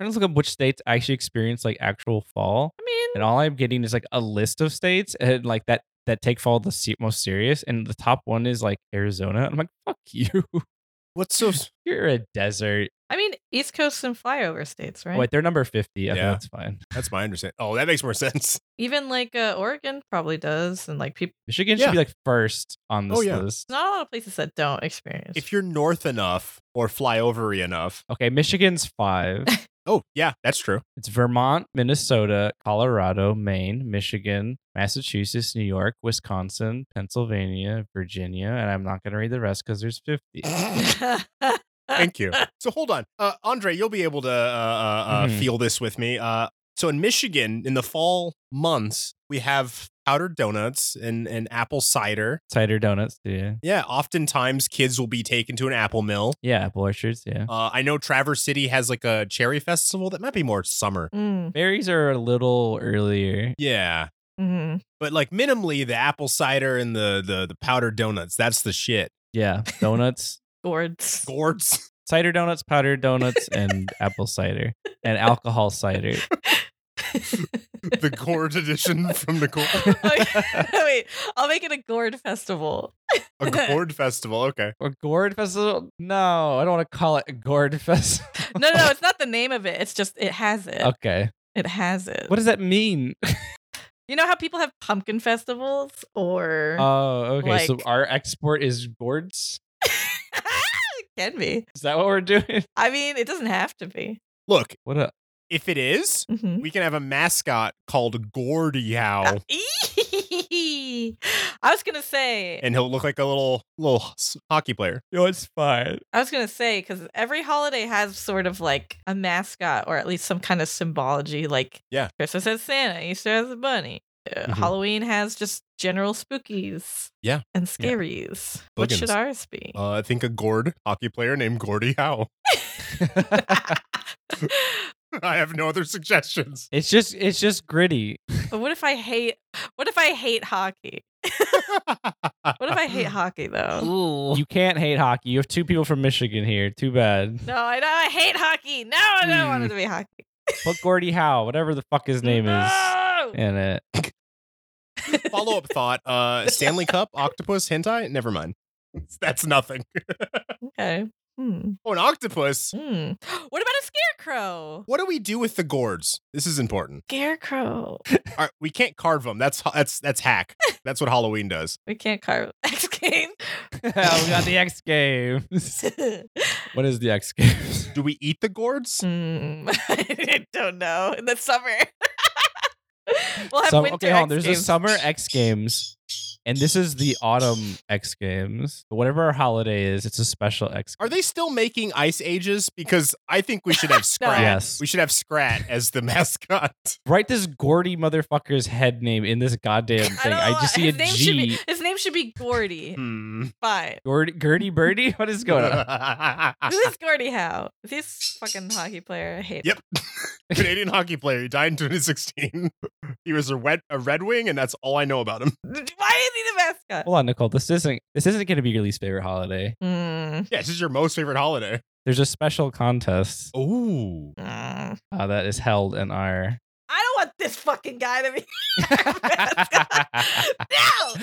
I'm just looking up which states actually experience like actual fall,
mean,
and all I'm getting is like a list of states and like that that take fall the se- most serious, and the top one is like Arizona. I'm like, fuck you,
What's so
you're a desert.
I mean, East Coast and flyover states, right?
Wait, they're number fifty. I think
Yeah.
that's fine.
That's my understanding. Oh, that makes more sense.
Even like uh, Oregon probably does, and like people.
Michigan
Yeah.
should be like first on this
Oh, yeah.
list.
Not a lot of places that don't experience.
If you're north enough or flyovery enough.
Okay, Michigan's five.
Oh, yeah, that's true.
It's Vermont, Minnesota, Colorado, Maine, Michigan, Massachusetts, New York, Wisconsin, Pennsylvania, Virginia, and I'm not going to read the rest because there's 50.
Thank you. So hold on. Uh, Andre, you'll be able to uh, uh, uh,
Mhm.
feel this with me. Uh, so in Michigan, in the fall months, we have powdered donuts and, and apple cider.
Cider donuts, yeah.
Yeah, oftentimes kids will be taken to an apple mill.
Yeah, apple orchards, yeah.
Uh, I know Traverse City has like a cherry festival that might be more summer.
Mm,
Berries are a little earlier.
Yeah.
mhm.
But like minimally the apple cider and the the the powdered donuts, that's the shit.
Yeah, donuts,
Gourds.
Gourds.
cider donuts, powdered donuts, and apple cider and alcohol cider.
The gourd edition from the gourd,
Okay, Oh, Wait, I'll make it a gourd festival.
a gourd festival. Okay.
Or gourd festival? No, I don't want to call it a gourd festival.
No, no, it's not the name of it. It's just it has it.
Okay.
It has it.
What does that mean?
you know how people have pumpkin festivals or
Uh
Oh, okay. so
Like-
our export is gourds?
it can be.
Is that what we're doing?
I mean, it doesn't have to be.
Look,
What a
if it is,
Mhm.
we can have a mascot called Gordy Howe,
Uh, I was gonna say.
and he'll look like a little little s- hockey player.
No, it's fine.
I was gonna say because every holiday has sort of like a mascot or at least some kind of symbology. Like
Yeah. Mm-hmm.
Christmas has Santa, Easter has a bunny, uh,
Mhm.
Halloween has just general spookies.
Yeah.
and
Yeah.
scaries. What should
Boogans.
ours be?
Uh, I think a gourd hockey player named Gordy Howe. I have no other suggestions.
it's just it's just gritty.
But what if I hate? What if I hate hockey? What if I hate hockey though?
Ooh.
You can't hate hockey. You have two people from Michigan here. Too bad.
No, I know I hate hockey. No, I don't want it to be hockey.
Put Gordie Howe, whatever the fuck his name is,
No!
in it.
Follow up thought: uh, Stanley Cup, octopus, hentai. Never mind. That's nothing.
Okay. Hmm.
Oh, an octopus.
Hmm. What about a scarecrow?
What do we do with the gourds? This is important.
Scarecrow.
All right, we can't carve them. That's that's that's hack. That's what Halloween does.
We can't carve X Games.
we got the X Games. what is the X Games?
Do we eat the gourds?
Hmm. I don't know. In the summer. we'll have
Some-
winter
okay, hold on.
X
There's
Games.
the summer X Games, and this is the autumn X Games. Whatever our holiday is, it's a special X.
Are they still making ice ages? Because I think we should have Scrat.
Yes.
We should have Scrat as the mascot.
Write this Gordy motherfucker's head name in this goddamn
I
thing.
don't
I,
know.
just see a
his
G.
name should be his name should be Gordy.
Hmm.
Fine.
Gordy, Gertie Birdie? What is going on? Ah,
Who is Gordy Howe? Is he a fucking hockey player? I hate
Yep. Canadian hockey player. He died in 2016. He was a red a Red Wing, and that's all I know about him.
him. Why is he the mascot?
Hold on, Nicole. This isn't this isn't gonna be your least favorite holiday.
Hmm.
Yeah, this is your most favorite holiday.
There's a special contest
Ooh.
Mm.
uh, that is held in our
I don't want this fucking guy to be our mascot. No!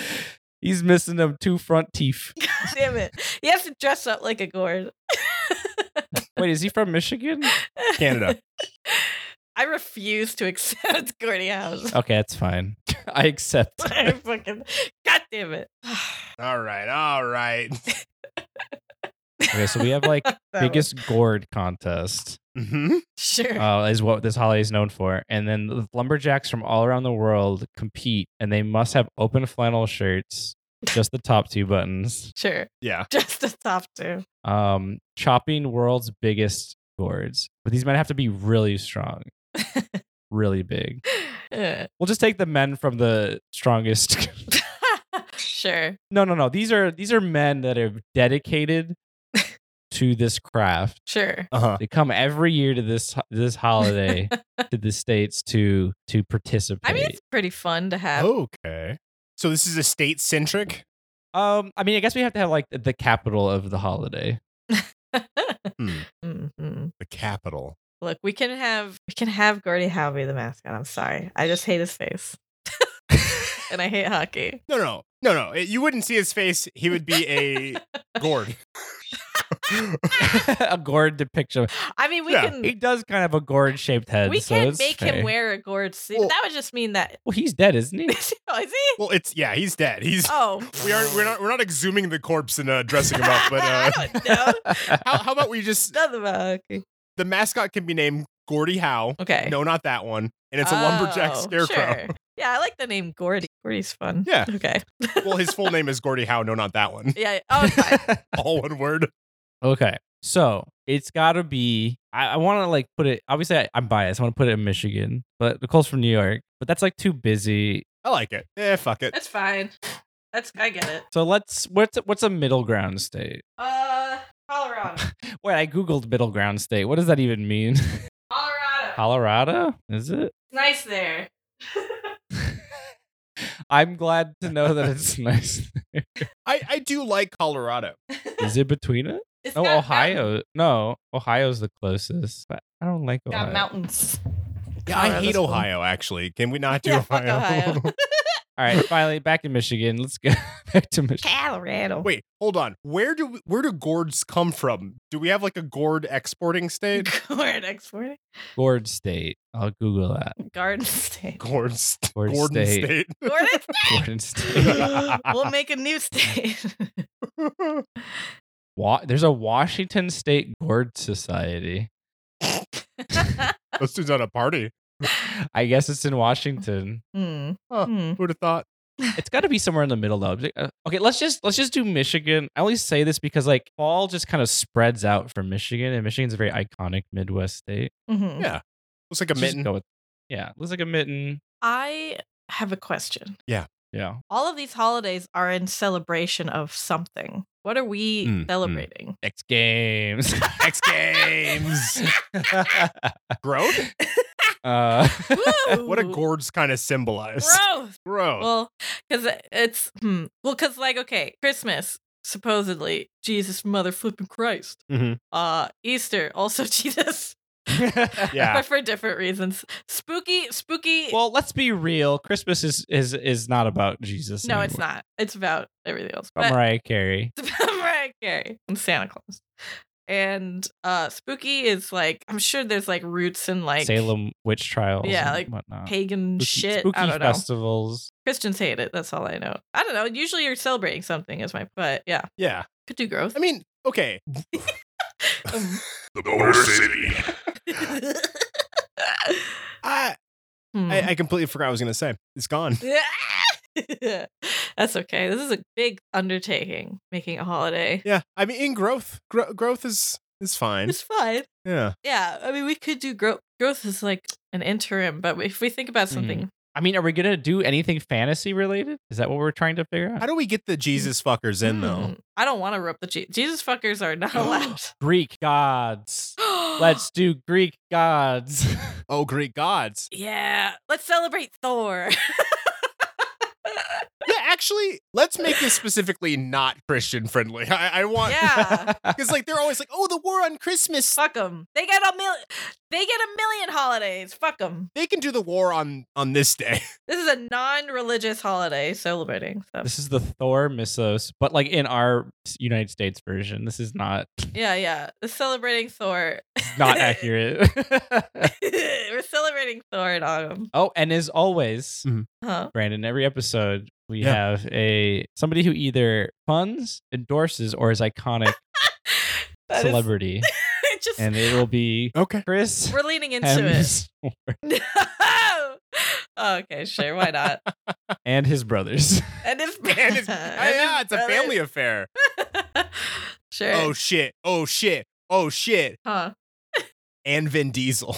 He's missing them two front teeth.
Damn it. He has to dress up like a gourd.
Wait, is he from Michigan?
Canada.
I refuse to accept Gordy House.
Oh.
Okay, that's fine. I accept.
I fucking God damn it.
All right. All right.
Okay, so we have like
That
biggest gourd contest
hmm
was- sure.
uh, is what this holiday is known for, and then the lumberjacks from all around the world compete, and they must have open flannel shirts, just the top two buttons.
sure.
Yeah.
Just the top two.
Um, chopping world's biggest gourds, but these might have to be really strong, really big.
Uh,
We'll just take the men from the strongest.
sure.
no, no, no. These are these are men that are dedicated to this craft.
Sure.
Uh huh.
They come every year to this this holiday to the states to to participate.
I mean, it's pretty fun to have.
Okay. So this is a state centric.
um, I mean, I guess we have to have like the capital of the holiday.
Oh. Hmm.
Mhm.
The capital.
Look, we can have we can have Gordy Howe be the mascot. I'm sorry. I just hate his face. and I hate hockey.
No, no, no, no. It- You wouldn't see his face. He would be a gourd.
a gourd depiction.
I mean, we
Yeah.
can
He does kind of have a gourd shaped head.
Hmm. we
so
can't
it's
make
fair.
him wear a gourd suit.
Well-
that would just mean that
Well, he's dead, isn't he?
is he? Oh, is he?
Well, it's yeah. He's dead. He's.
Oh,
We aren't. We're not. We're not exhuming the corpse and uh, dressing him up. But
I
uh,
don't know.
how, how about we just
Nothing about hockey.
the mascot can be named Gordy Howe.
Okay.
No, not that one. And it's a lumberjack
Oh,
scarecrow.
sure. Yeah, I like the name Gordy. Gordy's fun.
Yeah.
Okay.
Well, his full name is Gordy Howe. No, not that one.
Yeah. Oh, it's fine.
All one word.
okay, so it's got to be. I, I want to like put it. Obviously, I, I'm biased. I want to put it in Michigan, but Nicole's from New York. But that's like too busy.
I like it. Eh, fuck it.
That's fine. That's I get it.
So let's. What's what's a middle ground state?
Uh, Colorado.
Wait, I googled middle ground state. What does that even mean?
Colorado.
Colorado? Is it?
nice there.
I'm glad to know that it's nice.
I, I do like Colorado.
Is it between it?
It's
Oh,
got
Ohio. No, Ohio's the closest. But I don't like
Mountains. Got
Ohio.
mountains.
Yeah, I
Colorado's
hate
cool.
Ohio, actually. Can we not do
Yeah, fuck
Ohio?
Ohio.
All right, finally back to Michigan. Let's go back to Michigan.
Colorado.
Wait, hold on. Where do we, where do gourds come from? Do we have like a gourd exporting state?
Gourd exporting.
Gord State. I'll Google that.
Garden state.
Gourd, st-
Gourd
Gordon
state.
state.
Gordon
Gordon State.
state. we'll make a new state.
Wa- There's a Washington State Gord Society.
Let's do that at a party.
I guess it's in Washington.
Hmm.
Huh.
Hmm.
Who'd have thought?
It's got to be somewhere in the middle though. Uh, Okay, let's just let's just do Michigan. I only say this because like fall just kind of spreads out from Michigan, and Michigan's a very iconic Midwest state.
Mhm.
Yeah. Looks like a
Let's just
mitten.
go with- yeah, looks like a mitten.
I have a question.
Yeah,
All of these holidays are in celebration of something. What are we
Mm, mm.
celebrating?
X Games.
X Games. Growth?
Uh,
What a Oh.
Woo!
gourds kind of symbolize.
Gross.
Bro.
Well, because it's hmm. well, because like okay, Christmas supposedly Jesus mother flipping Christ.
Mhm.
Uh, Easter also Jesus,
yeah.
but for different reasons. Spooky, spooky.
well, let's be real. Christmas is is is not about Jesus.
no, it's
anymore.
not. It's about everything else.
About
But
Mariah Carey.
it's about Mariah Carey and Santa Claus. And uh, spooky is like I'm sure there's like roots in like
Salem witch trials.
Yeah,
and
like,
whatnot.
pagan
Spooky-
shit.
Spooky
I don't know.
festivals.
Christians hate it. That's all I know. I don't know. Usually you're celebrating something, is my but yeah,
Yeah.
could do growth.
I
Um,
mean, okay.
The Motor City.
I
Hmm.
I, I completely forgot what I was gonna say. It's gone.
That's okay. This is a big undertaking making a holiday.
Yeah. I mean, in growth, gro- growth is is fine.
It's fine.
Yeah.
Yeah, I mean, we could do growth. Growth is like an interim, but if we think
Mm-hmm,
about something,
I mean, are we gonna do anything fantasy related? Is that what we're trying to figure out?
How do we get the Jesus fuckers in though?
Hmm, I don't want to rope the Je- Jesus fuckers are not allowed.
Greek gods. Let's do Greek gods.
Oh, Greek gods.
yeah, let's celebrate Thor.
Yeah, actually, let's make this specifically not Christian friendly. I, I want
yeah,
because like they're always like, oh, the war on Christmas.
fuck them. They get a million. They get a million holidays. Fuck them.
They can do the war on on this day.
This is a non-religious holiday celebrating. So
this is the Thor mythos, but like in our United States version, this is not
yeah, yeah, It's celebrating Thor.
not accurate.
We're celebrating Thor in autumn.
oh, and as always,
Huh.
Brandon, every episode we
Yeah.
have a somebody who either funds, endorses, or is iconic
That is-
celebrity,
it just
and it will be
Okay.
Chris.
we're leaning into
Hems
it. okay, sure, why not?
and his brothers.
And if
And it's, yeah, it's a family affair.
family. sure.
Oh shit. Oh shit. Oh shit.
huh.
And Vin Diesel.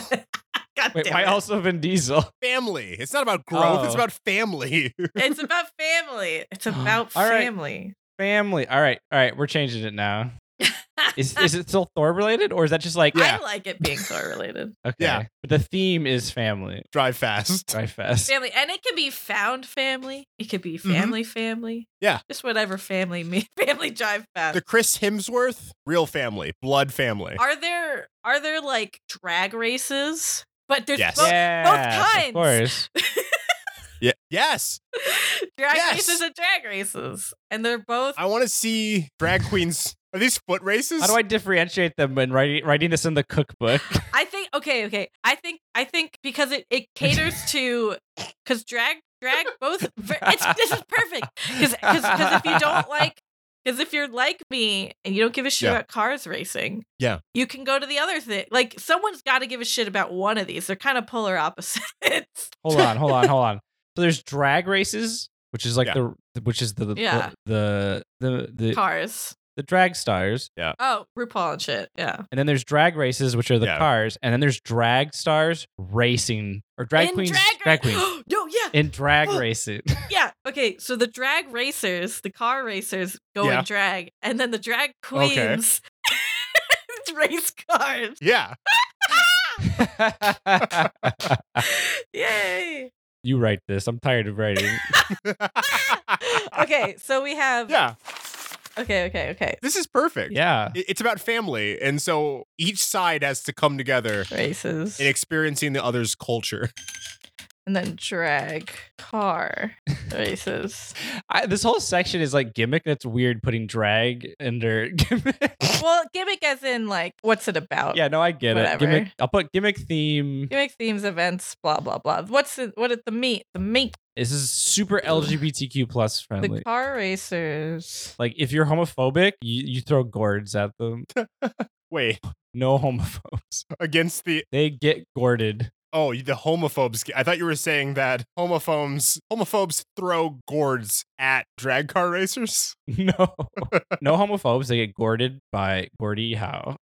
God
Wait,
damn
why
it.
also Vin Diesel?
family. It's not about growth. It's
Oh.
about family.
it's about family. It's about
All right.
family.
Family. All right, all right. We're changing it now. Is is it still Thor related, or is that just like
I like it being Thor related.
Okay.
Yeah.
But the theme is family.
Drive fast.
Dry fest.
Family. And it can be found family. It could be
Mhm.
family family.
Yeah.
Just whatever family me family drive fast.
The Chris Hemsworth, real family, blood family.
are there are there like drag races? But there's
Yes.
both
yeah.
kinds.
Of course.
Yeah. Yes.
drag
Yes.
races and drag races. And they're both
I want to see drag queens. Are these foot races?
How do I differentiate them when writing writing this in the cookbook?
I think okay, okay. I think I think because it, it caters to because drag drag both ver- it's this is perfect because if you don't like because if you're like me and you don't give a shit
Yeah.
about cars racing
Yeah.
you can go to the other thing like someone's got to give a shit about one of these they're kind of polar opposites
hold on, hold on, hold on. So there's drag races, which is like
Yeah.
the which is the
Yeah.
the the the, the,
cars
the drag stars,
oh RuPaul and shit yeah
and then there's drag races, which are the
Yeah.
cars, and then there's drag stars racing or drag
And
queens,
drag,
drag queens
no yeah
in drag
Fuck.
racing.
yeah okay so the drag racers the car racers go
Yeah.
in drag and then the drag
Okay.
queens race cars
Yeah.
Yay!
you write this. I'm tired of writing.
okay, so we have.
yeah.
Okay, okay, okay.
This is perfect.
yeah.
I- It's about family. And so each side has to come together
Races.
in experiencing the other's culture.
And then drag. Car. Races.
I, this whole section is like gimmick. That's weird putting drag under gimmick.
well, gimmick as in, like, what's it about?
yeah, no, I get it. Gimmick.
Whatever.
I'll put gimmick theme.
Gimmick themes, events, blah, blah, blah. What's the, what is the meat? The meat.
This is super LGBTQ plus
The
friendly.
car racers.
Like if you're homophobic, you, you throw gourds at them.
Wait,
No homophobes.
against the
They get gourded.
Oh, the homophobes. I thought you were saying that homophobes homophobes throw gourds at drag car racers.
No, no homophobes. They get gourded by Gordy Howe,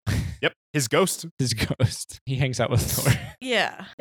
Yep, his ghost.
his ghost. He hangs out with Thor.
Yeah.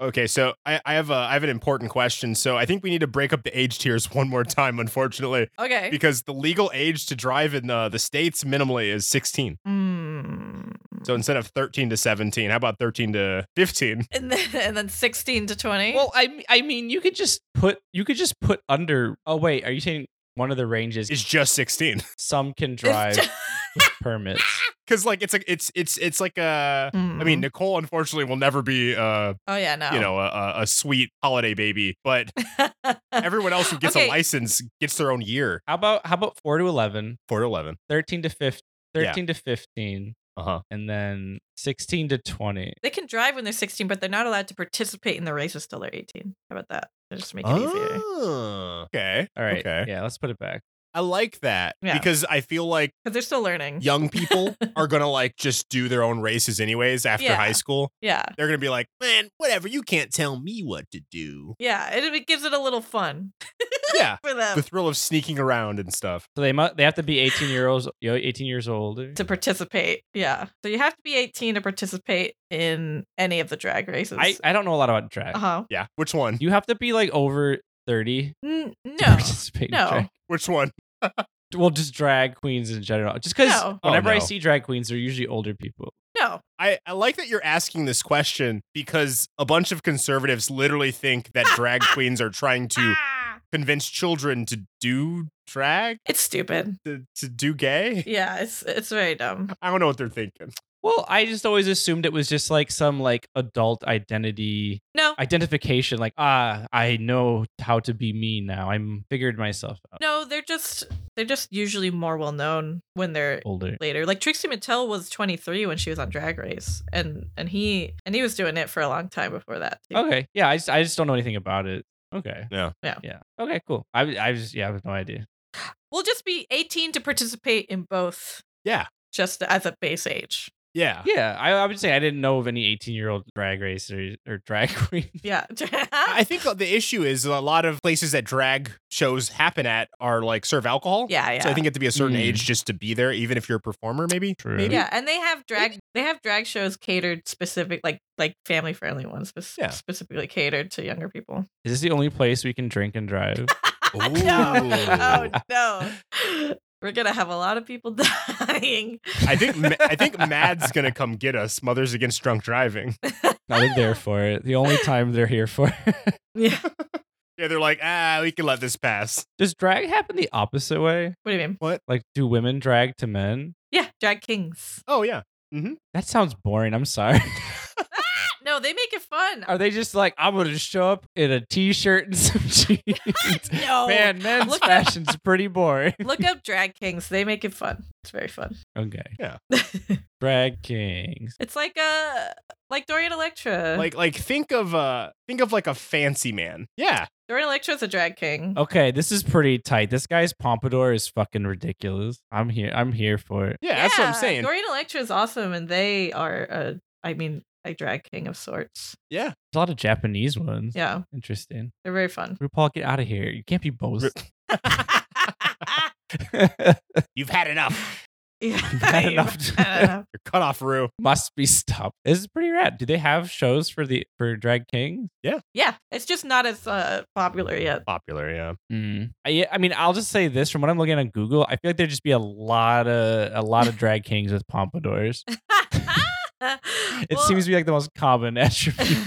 Okay, so I, I have a I have an important question. So I think we need to break up the age tiers one more time, unfortunately,
okay.
because the legal age to drive in the the states minimally is sixteen.
Mm.
So instead of 13 to 17, how about 13 to 15?
and then and then sixteen to twenty.
Well, I m- I mean, you could just put you could just put under. Oh wait, are you saying one of the ranges
It's just 16.
some can
It's
drive
just-
with permits?
Cuz like it's a it's it's it's like a I mean Nicole unfortunately will never be uh
Hmm. oh yeah, no.
you know a, a- a sweet holiday baby, but everyone else who gets
Okay.
a license gets their own year.
How about how about four to 11,
4 to 11.
13 to 15,
Yeah.
13 to 15,
Uh-huh.
and then 16 to 20.
they can drive when they're sixteen, but they're not allowed to participate in the races till they're eighteen. How about that? It'll Just make it easier.
Oh, okay.
All right.
Okay.
Yeah, let's put it back.
I like that
Yeah. Mm-hmm.
because I feel like
Because they're still learning.
young people are going to like just do their own races anyways after
Yeah.
high school.
Yeah.
They're going to be like, "Man, whatever, you can't tell me what to do."
Yeah. It, it gives it a little fun
yeah.
for them
The thrill of sneaking around and stuff.
So they must they have to be 18 years you know, 18 years old.
to participate. Yeah. So you have to be 18 to participate in any of the drag races.
I I don't know a lot about drag.
uh huh.
Yeah. Which one?
You have to be like over 30
N-
to
no.
participate in
No.
drag.
Which one?
Well, just drag queens in general. Just because
No.
Oh,
whenever I
no.
see drag queens, they're usually older people.
No.
I, I like that you're asking this question because a bunch of conservatives literally think that drag queens are trying to
Ah!
convince children to do drag,
It's stupid.
to, to do gay.
Yeah. It's it's very dumb.
I don't know what they're thinking.
Well, I just always assumed it was just like some like adult identity
No.
identification. Like, ah, I know how to be me now. I'm figured myself out.
No. They're just they're just usually more well known when they're
Older.
later. Like Trixie Mattel was 23 when she was on Drag Race, and and he and he was doing it for a long time before that. too.
Okay. Yeah. I just, I just don't know anything about it. Okay.
Yeah.
Yeah.
Yeah. Okay. Cool. I was- I was yeah I have no idea.
We'll just be 18 to participate in both.
Yeah.
Just as a base age.
Yeah.
Yeah. I, I would say I didn't know of any 18 year old drag racers or drag queen.
Yeah.
I think the issue is a lot of places that drag shows happen at are like serve alcohol.
Yeah, yeah.
So I think you have to be a certain
Mm.
age just to be there, even if you're a performer, maybe.
True.
Maybe.
Yeah, and they have drag they have drag shows catered specific like like family friendly ones spec-
Yeah.
specifically catered to younger people. Oh,
Is this the only place we can drink and drive?
no, oh, no, we're gonna have a lot of people dying.
I think Ma- I think Mad's gonna come get us. Mothers Against Drunk Driving.
No, they're there for it. The only time they're here for. it.
Yeah,
Yeah, they're like, ah, we can let this pass.
Does drag happen the opposite way?
what do you mean?
Like, do women drag to men?
Yeah, drag kings.
Oh yeah,
That sounds boring. I'm sorry.
No, they make it fun.
Are they just like, I'm going to show up in a t shirt and some jeans?
no,
Man, men's
Oh, Look at-
fashion's pretty boring.
look up drag kings. They make it fun. It's very fun.
Okay.
it's
Drag kings.
like uh like Dorian Electra.
like like think of uh think of like a fancy man. Yeah,
Dorian Electra's a drag king.
Okay, this is pretty tight. This guy's pompadour is fucking ridiculous. I'm here. I'm here for it.
yeah, that's what I'm saying.
Dorian Electra is awesome, and they are, uh, I mean, a drag king of sorts.
yeah,
There's a lot of Japanese ones.
Yeah,
Interesting.
they're very fun.
RuPaul, get out of here. You can't be both.
you've had enough.
Yeah,
Not enough.
I don't know.
You're cut off, Rue.
Must be stopped. This is pretty rad. Do they have shows for the for drag kings?
Yeah, it's just not as uh, popular yet.
Popular, yeah.
Mm. I, yeah, I mean, I'll just say this from what I'm looking at on Google. I feel like there'd just be a lot of a lot of drag kings with pompadours. It seems to be like the most common attribute.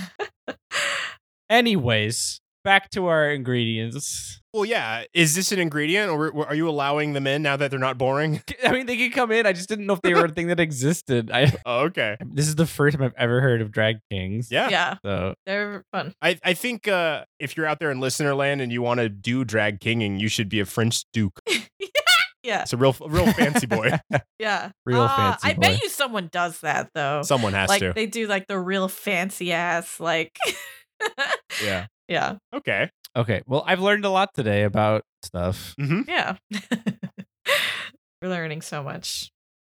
Anyways, back to our ingredients.
Well, yeah. Is this an ingredient, or are you allowing them in now that they're not boring?
I mean, they could come in. I just didn't know if they were a thing that existed. I
Oh, okay.
this is the first time I've ever heard of drag kings.
Yeah.
yeah,
So
they're fun.
I, I think uh, if you're out there in listener land and you want to do drag kinging, you should be a French duke.
Yeah,
It's a real, a real fancy boy.
yeah.
Real
Uh,
fancy
I
boy.
bet you someone does that though.
Someone has
like
to.
they do like the real fancy ass like.
yeah.
yeah,
Okay.
Okay. Well, I've learned a lot today about stuff.
Mm-hmm.
yeah. We're learning so much.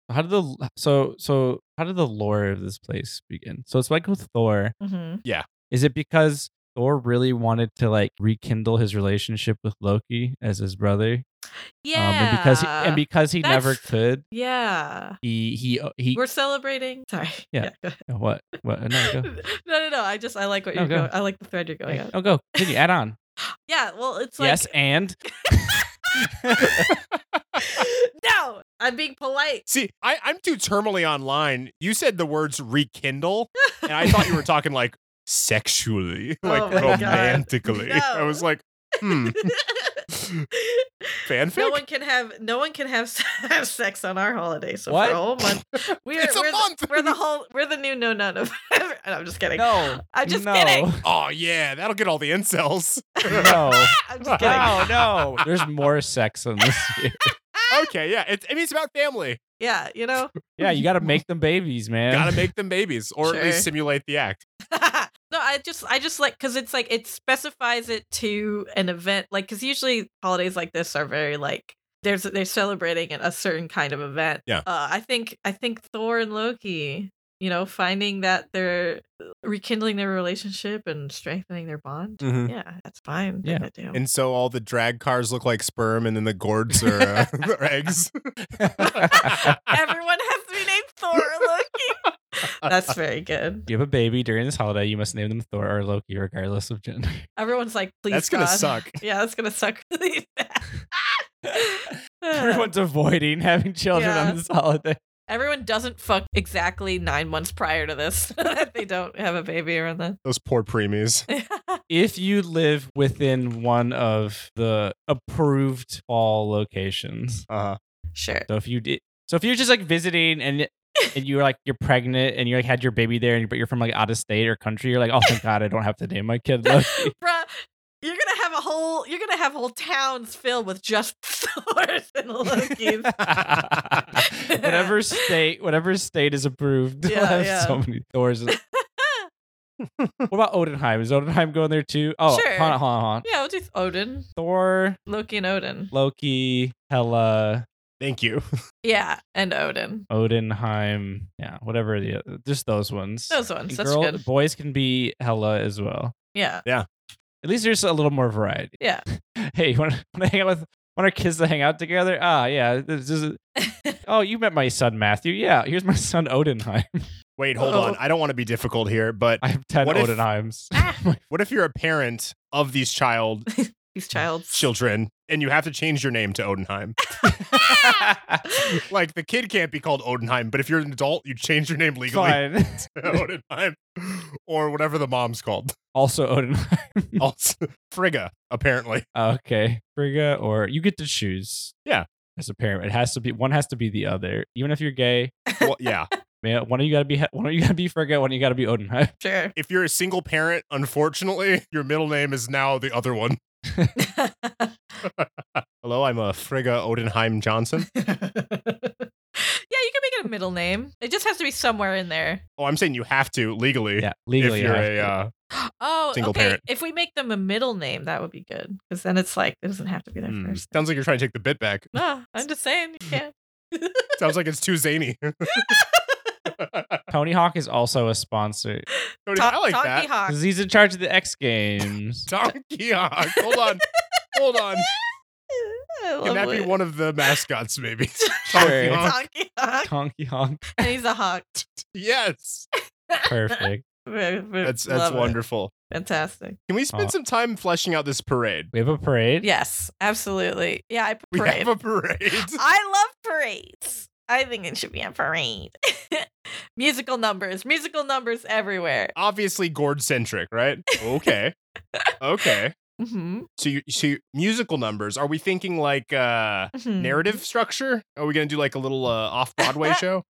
How did the so so how did the lore of this place begin? So it's like with Thor.
hmm
Is it because Thor really wanted to like rekindle his relationship with Loki as his brother? Um,
Yeah,
and because he, and because he never
That's-
could,
yeah.
he he uh, he
We're celebrating. Sorry.
Yeah.
go
what what Uh, no go.
ahead. no, no, no. I just I like what
No,
you're
go.
going. I like the thread you're going
Hey,
on.
oh go continue add on
Yeah. Well, it's like
yes and
no. I'm being polite.
See, I, I'm too terminally online. You said the words rekindle, and I thought you were talking like sexually,
Oh
like
my God.
romantically. I
No.
was like, hmm, fanfic.
no one can have no one can have, have sex on our holiday. So
What?
for a whole month, we're,
It's a
we're,
month.
The, we're the whole we're the new no none of. I'm just kidding.
No,
I'm just
no,
kidding.
oh yeah, that'll get all the incels.
No,
I'm just kidding.
no, no. There's more sex in this. Year.
okay, yeah. It's, I mean, it's about family.
Yeah, you know.
Yeah, you got to make them babies, man.
Gotta make them babies, or at
Sure.
least simulate the act.
no, I just I just like because it's like it specifies it to an event, like because usually holidays like this are very like there's they're celebrating a certain kind of event.
Yeah.
uh, I think I think Thor and Loki, you know, finding that they're rekindling their relationship and strengthening their bond.
Mhm.
Yeah, that's fine.
Yeah.
Gotta do.
And so all the drag cars look like sperm, and then the gourds are, uh, are eggs.
Everyone has to be named Thor or Loki. That's very good.
you have a baby during this holiday. You must name them Thor or Loki, regardless of gender.
Everyone's like, please.
That's gonna
God.
suck.
Yeah, that's gonna suck really bad.
Everyone's avoiding having children
Yeah.
on this holiday.
Everyone doesn't fuck exactly nine months prior to this. they don't have a baby around then.
Those poor preemies.
If you live within one of the approved fall locations,
Uh-huh.
sure.
so if you did, so if you're just like visiting and and you're like you're pregnant and you like had your baby there, and you- but you're from like out of state or country, you're like, oh thank God, I don't have to name my kid Loki.
Bruh, you're gonna have a whole you're gonna have whole towns filled with just Thors and Loki's.
whatever state, whatever state is approved. they'll
Yeah,
have
yeah.
So many Thors. what about Odenheim? Is Odenheim going there too? Oh,
Sure.
hold on, hold on, hold on.
yeah, we'll do Odin.
Thor,
Loki and Odin.
Loki, Hela,
Thank you.
Yeah, and Odin.
Odenheim. Yeah, whatever the oth- just those ones.
Those ones. That's
Girl-
good.
Boys can be Hela as well.
Yeah.
At least there's a little more variety.
Yeah.
Hey, you want to hang out with? Want our kids to hang out together? Ah, yeah. This is, oh, you met my son Matthew. Yeah, here's my son Odenheim.
Wait, hold on. I don't want to be difficult here, but
Oh. I have ten
What if-
Odenheims.
what if you're a parent of these child
Ah, These childs.
children and you have to change your name to Odenheim?
Ah,
like the kid can't be called Odenheim, but if you're an adult, you change your name legally
Fine.
to Odenheim or whatever the mom's called.
Also Odenheim. Ah,
Also, Frigga, apparently.
okay. Frigga or you get to choose.
Yeah.
As a parent, it has to be one has to be the other. Even if you're gay,
Well, yeah.
man, one of you gotta be one of you gotta be Frigga, one of you gotta be Odenheim.
Sure.
If you're a single parent, unfortunately, your middle name is now the other one. Hello, I'm a Frigga Odenheim Johnson.
Yeah, you can make it a middle name. It just has to be somewhere in there.
Oh, I'm saying you have to legally.
Yeah,
If
legally.
you're
I-
a uh,
Oh,
Single
okay.
parent.
If we make them a middle name, that would be good because then it's like it doesn't have to be their
hmm,
first.
sounds like you're trying to take the bit back.
No, I'm just saying you can't.
Sounds like it's too zany.
Tony Hawk is also a sponsor
Tony, e- I like
Donkey
that.
Hawk.
because he's in charge of the X Games.
Donkey Hawk. Hold on. Hold on.
I love
Can that be
it.
one of the mascots, maybe?
Sure.
Donkey Hawk.
Donkey Hawk.
Donkey Hawk,
And he's a hawk.
Yes.
perfect.
that's
That's that's wonderful.
Fantastic.
Can we spend
Aw.
some time fleshing out this parade?
We have a parade.
Yes, absolutely. Yeah, I
We
parade.
have a parade.
I love parades. I think it should be a parade. musical numbers, musical numbers everywhere.
Obviously gourd centric, right? Okay. Okay.
hmm
So you so you- musical numbers. Are we thinking like uh
Mm-hmm.
narrative structure? Are we gonna do like a little uh, off Broadway show?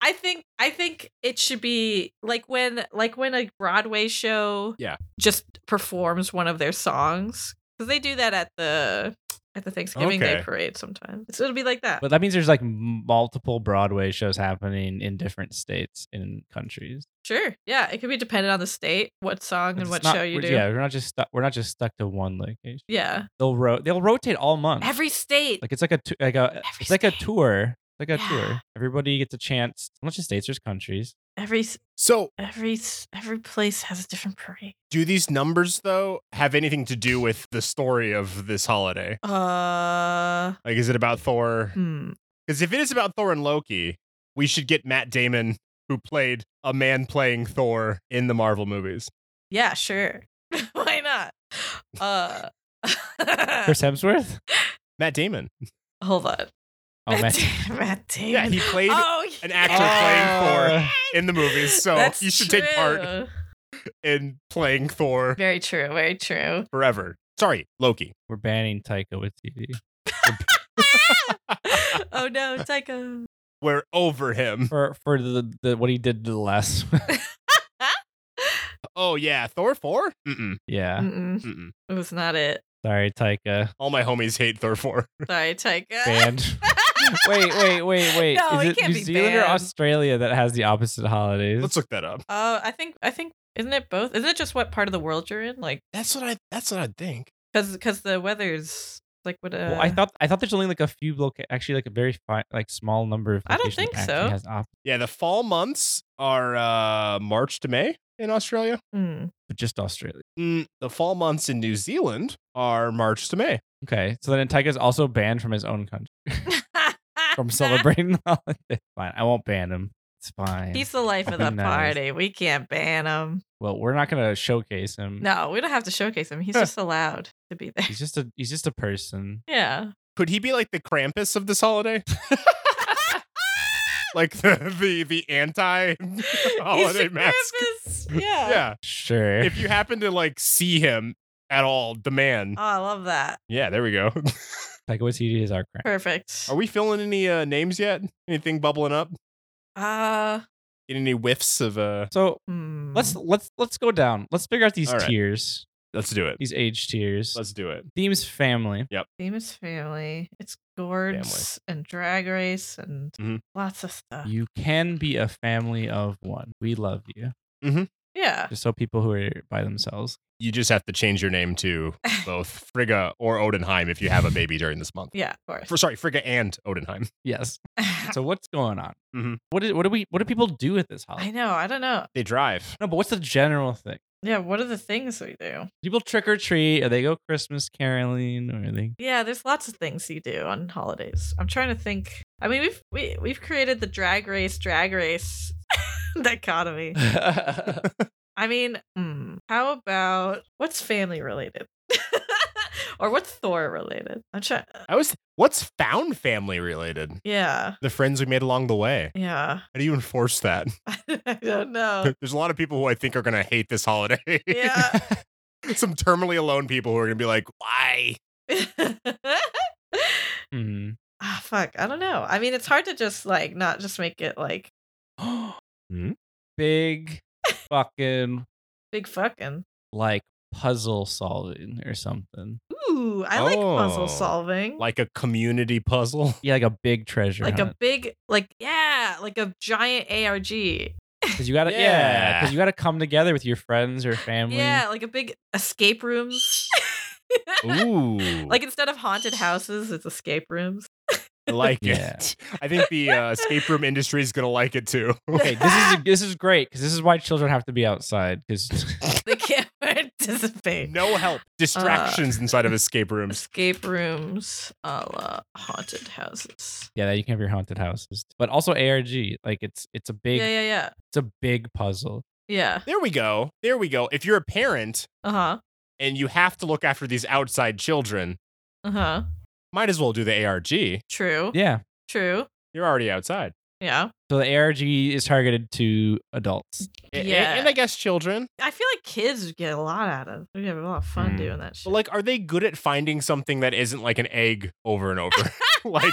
I think I think it should be like when like when a Broadway show
Yeah.
just performs one of their songs because they do that at the at the Thanksgiving Day
Okay.
parade sometimes. So it'll be like that.
But that means there's like multiple Broadway shows happening in different states and countries.
sure, yeah, it could be dependent on the state, what song and
It's
what
not-
show you
we're-
do.
Yeah,
Yeah,
we're not just stuck. We're not just stuck to one location. They'll ro- they'll rotate all month.
every state.
like it's like a tu- like a
Every
it's like a
state.
tour. Like a
Yeah.
tour. Everybody gets a chance. How much of states there's countries?
Every s-
So
every s- every place has a different parade.
do these numbers though have anything to do with the story of this holiday?
Uh,
Like is it about Thor?
hmm.
Because if it is about Thor and Loki, we should get Matt Damon, who played a man playing Thor in the Marvel movies.
Yeah, sure. Why not? Uh.
Chris Hemsworth.
Matt Damon.
Hold on.
Oh man.
Damon. Matt Damon.
Yeah, he played
oh,
an actor playing Thor in the movies, so
That's
you should take part
true.
in playing Thor
Very true. Very true.
forever. Sorry, Loki.
We're banning Taika with TV.
oh no, Taika.
We're over him.
For for the, the what he did to the last
Oh yeah, Thor four. Mm-mm,
Yeah.
Mm-mm.
mm-mm.
It was not it.
Sorry, Taika.
All my homies hate Thor four.
Sorry, Taika.
Banned. wait, wait, wait, wait.
No,
Is
it
it,
can't
New
be
Zealand or
banned.
Australia that has the opposite holidays?
Let's look that up.
Oh, I think I think isn't it both? Isn't it just what part of the world you're in? Like,
That's what I. That's what I think.
cause because the weather's like what? Uh,
Well, I thought I thought there's only like a few loca- actually like a very fi- like small number of.
I don't
locations
think
that actually
so.
Has op-
Yeah, the fall months are uh March to May in Australia.
Mm.
but just Australia.
Mm, the fall months in New Zealand are March to May.
Okay, so then Taika's also banned from his own country from celebrating the holiday. Fine, I won't ban him. It's fine.
He's the life of
Who
the
knows?
party. We can't ban him.
well, we're not gonna showcase him.
No, we don't have to showcase him. He's
Huh.
just allowed to be there.
he's just a he's just a person.
Yeah.
Could he be like the Krampus of this holiday? like the the, the anti holiday
He's the
mask.
Krampus. Yeah.
Yeah.
Sure.
If you happen to like see him at all, the man.
Oh, I love that.
Yeah, there we go.
Taika Waititi is our crap.
Perfect.
Are we filling any uh, names yet? Anything bubbling up?
Uh,
Getting any whiffs of uh
So
hmm.
let's let's let's go down. Let's figure out these
All right.
tiers,
Let's do it.
these age tiers.
Let's do it.
Themes family.
famous family. It's gourds and drag race and
Mhm.
lots of stuff.
You can be a family of one. We love you.
yeah.
Just so people who are by themselves.
You just have to change your name to both Frigga or Odenheim if you have a baby during this month.
Yeah, of course.
For, sorry, Frigga and Odenheim.
Yes.
Ah.
So what's going on?
Mhm.
What do- what do we what do people do with this holiday?
I know. I don't know.
They drive.
No, but what's the general thing?
Yeah. What are the things we do?
People trick or treat, or they go Christmas caroling, or they
Yeah, there's lots of things you do on holidays. I'm trying to think. I mean, we've we, we've created the drag race, drag race dichotomy. I mean, hmm, how about what's family related, or what's Thor related? I'm trying.
I was what's found family related?
Yeah,
The friends we made along the way.
yeah.
How do you enforce that?
I don't know.
There's a lot of people who I think are gonna hate this holiday.
Oh. Yeah.
Some terminally alone people who are gonna be like, why?
ah,
Hmm.
fuck. I don't know. I mean, it's hard to just like not just make it like
big fucking
big fucking.
like puzzle solving or something.
Ooh, I like
Oh,
puzzle solving.
Like a community puzzle.
Yeah, like a big treasure.
like a big like yeah like a giant arg
because you gotta yeah,
Yeah.
because you gotta come together with your friends or family.
yeah like a big escape rooms
Ooh.
like instead of haunted houses it's escape rooms
I like
Yeah.
it. I think the uh, escape room industry is gonna like it too.
Okay, this is this is great because this is why children have to be outside because
they can't participate
no help,
Uh.
distractions inside of escape rooms.
escape rooms a la haunted houses
yeah, you can have your haunted houses, but also ARG. Like it's it's a big
yeah yeah yeah
it's a big puzzle.
yeah
There we go. There we go. If you're a parent
uh-huh
and you have to look after these outside children,
uh-huh
might as well do the ARG. You're
true
Yeah,
true
already outside.
yeah
so the ARG is targeted to adults.
A- a-
Yeah.
and I guess children.
i feel like kids get a lot out of we have a lot of fun
Hmm.
doing that shit
But like, are they good at finding something that isn't like an egg over and over? like,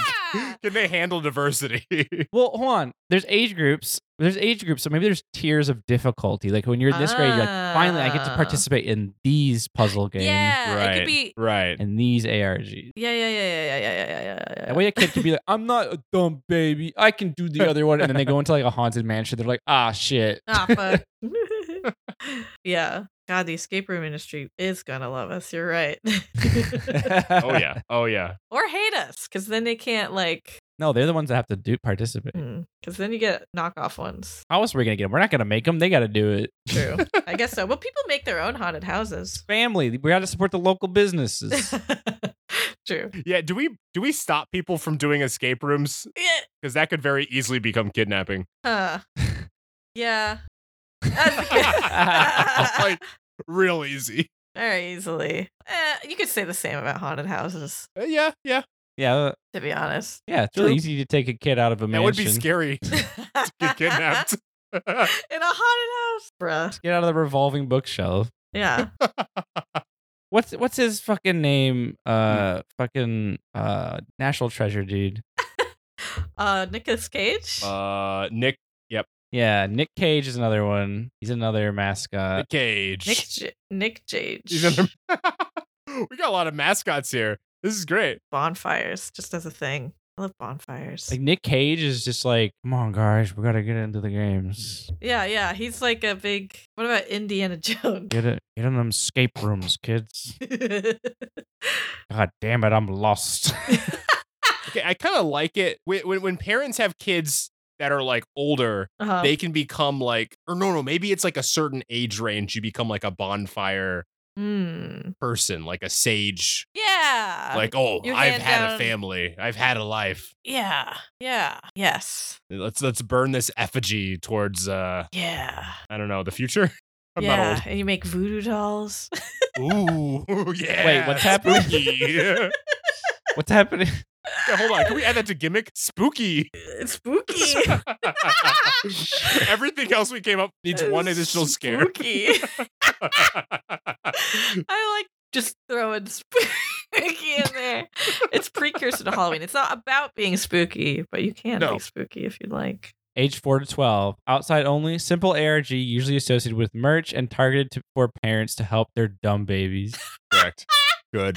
can they handle diversity?
Well, hold on. There's age groups. There's age groups, so maybe there's tiers of difficulty. Like when you're this grade, you're like, finally, I get to
Ah.
participate in these puzzle games
yeah it
Right.
could be
right.
and these ARGs.
Yeah, yeah, yeah, yeah, yeah, yeah, yeah, yeah, yeah, yeah.
That way a kid can be like, I'm not a dumb baby. I can do the other one. And then they go into like a haunted mansion. They're like, ah, shit.
Ah, fuck. yeah. God, the escape room industry is gonna love us. You're right.
Oh yeah. Oh yeah.
or hate us, because then they can't like,
No, they're the ones that have to do participate.
because then you get knockoff ones.
How else are we going to get them? We're not going to make them. They got to do it.
True. I guess so. Well, people make their own haunted houses.
Family. We got to support the local businesses.
True.
Yeah. Do we do we stop people from doing escape rooms?
Yeah.
Because that could very easily become kidnapping.
Huh. Yeah.
like real easy.
Very easily. Eh, you could say the same about haunted houses.
Uh, yeah. Yeah.
Yeah,
to be honest.
yeah, it's really
True.
easy to take a kid out of a mansion.
That would be scary to get kidnapped.
in a haunted house, bruh.
Get out of the revolving bookshelf.
Yeah,
What's what's his fucking name?
Hmm.
Uh, fucking uh, National Treasure dude.
uh, Nicolas Cage.
uh, Nick,
Yeah, Nick Cage is another one. He's another mascot.
Nick Cage.
Nick J- Nick Cage.
He's another- we got a lot of mascots here. This is great.
bonfires, just as a thing. I love bonfires.
Like Nick Cage is just like, come on, guys, we gotta get into the games.
yeah, yeah. He's like a big. What about Indiana Jones?
Get it, get in them escape rooms, kids. God damn it, I'm lost.
Okay, I kind of like it when, when when parents have kids that are like older.
Uh-huh.
They can become like, or no, no, maybe it's like a certain age range. You become like a bonfire
Mm.
person, like a sage.
Yeah.
like, oh,
you
I've
hand
had a
down-
family. I've had a life.
Yeah. Yeah. Yes.
Let's let's burn this effigy towards uh,
Yeah.
I don't know, the future. I'm
yeah.
not old.
And you make voodoo dolls.
Ooh, yeah.
what's happening?
Spooky. yeah,
What's happening?
hold on. Can we add that to gimmick? Spooky.
it's spooky.
Everything else we came up needs one additional scare.
Spooky. I like just throwing spooky in there. It's precursor to Halloween. It's not about being spooky, but you can
No.
be spooky if you'd like.
Age four to twelve, outside only. Simple ARG, usually associated with merch and targeted to, for parents to help their dumb babies.
Correct. Good.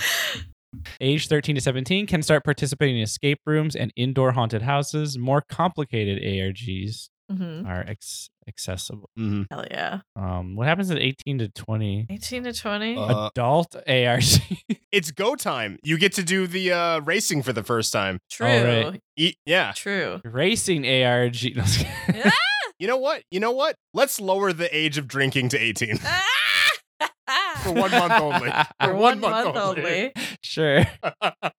Age 13 to 17 can start participating in escape rooms and indoor haunted houses. More complicated ARGs
hmm
are ex- accessible.
Mhm.
Hell yeah.
Um, what happens at 18 to 20?
18 to 20.
Uh,
Adult ARG.
It's go time. You get to do the uh, racing for the first time.
true.
all
E- yeah.
True.
Racing ARG. No, I'm just kidding.
You know what? You know what? Let's lower the age of drinking to 18 for one month only.
For
one
one
month
month only.
sure.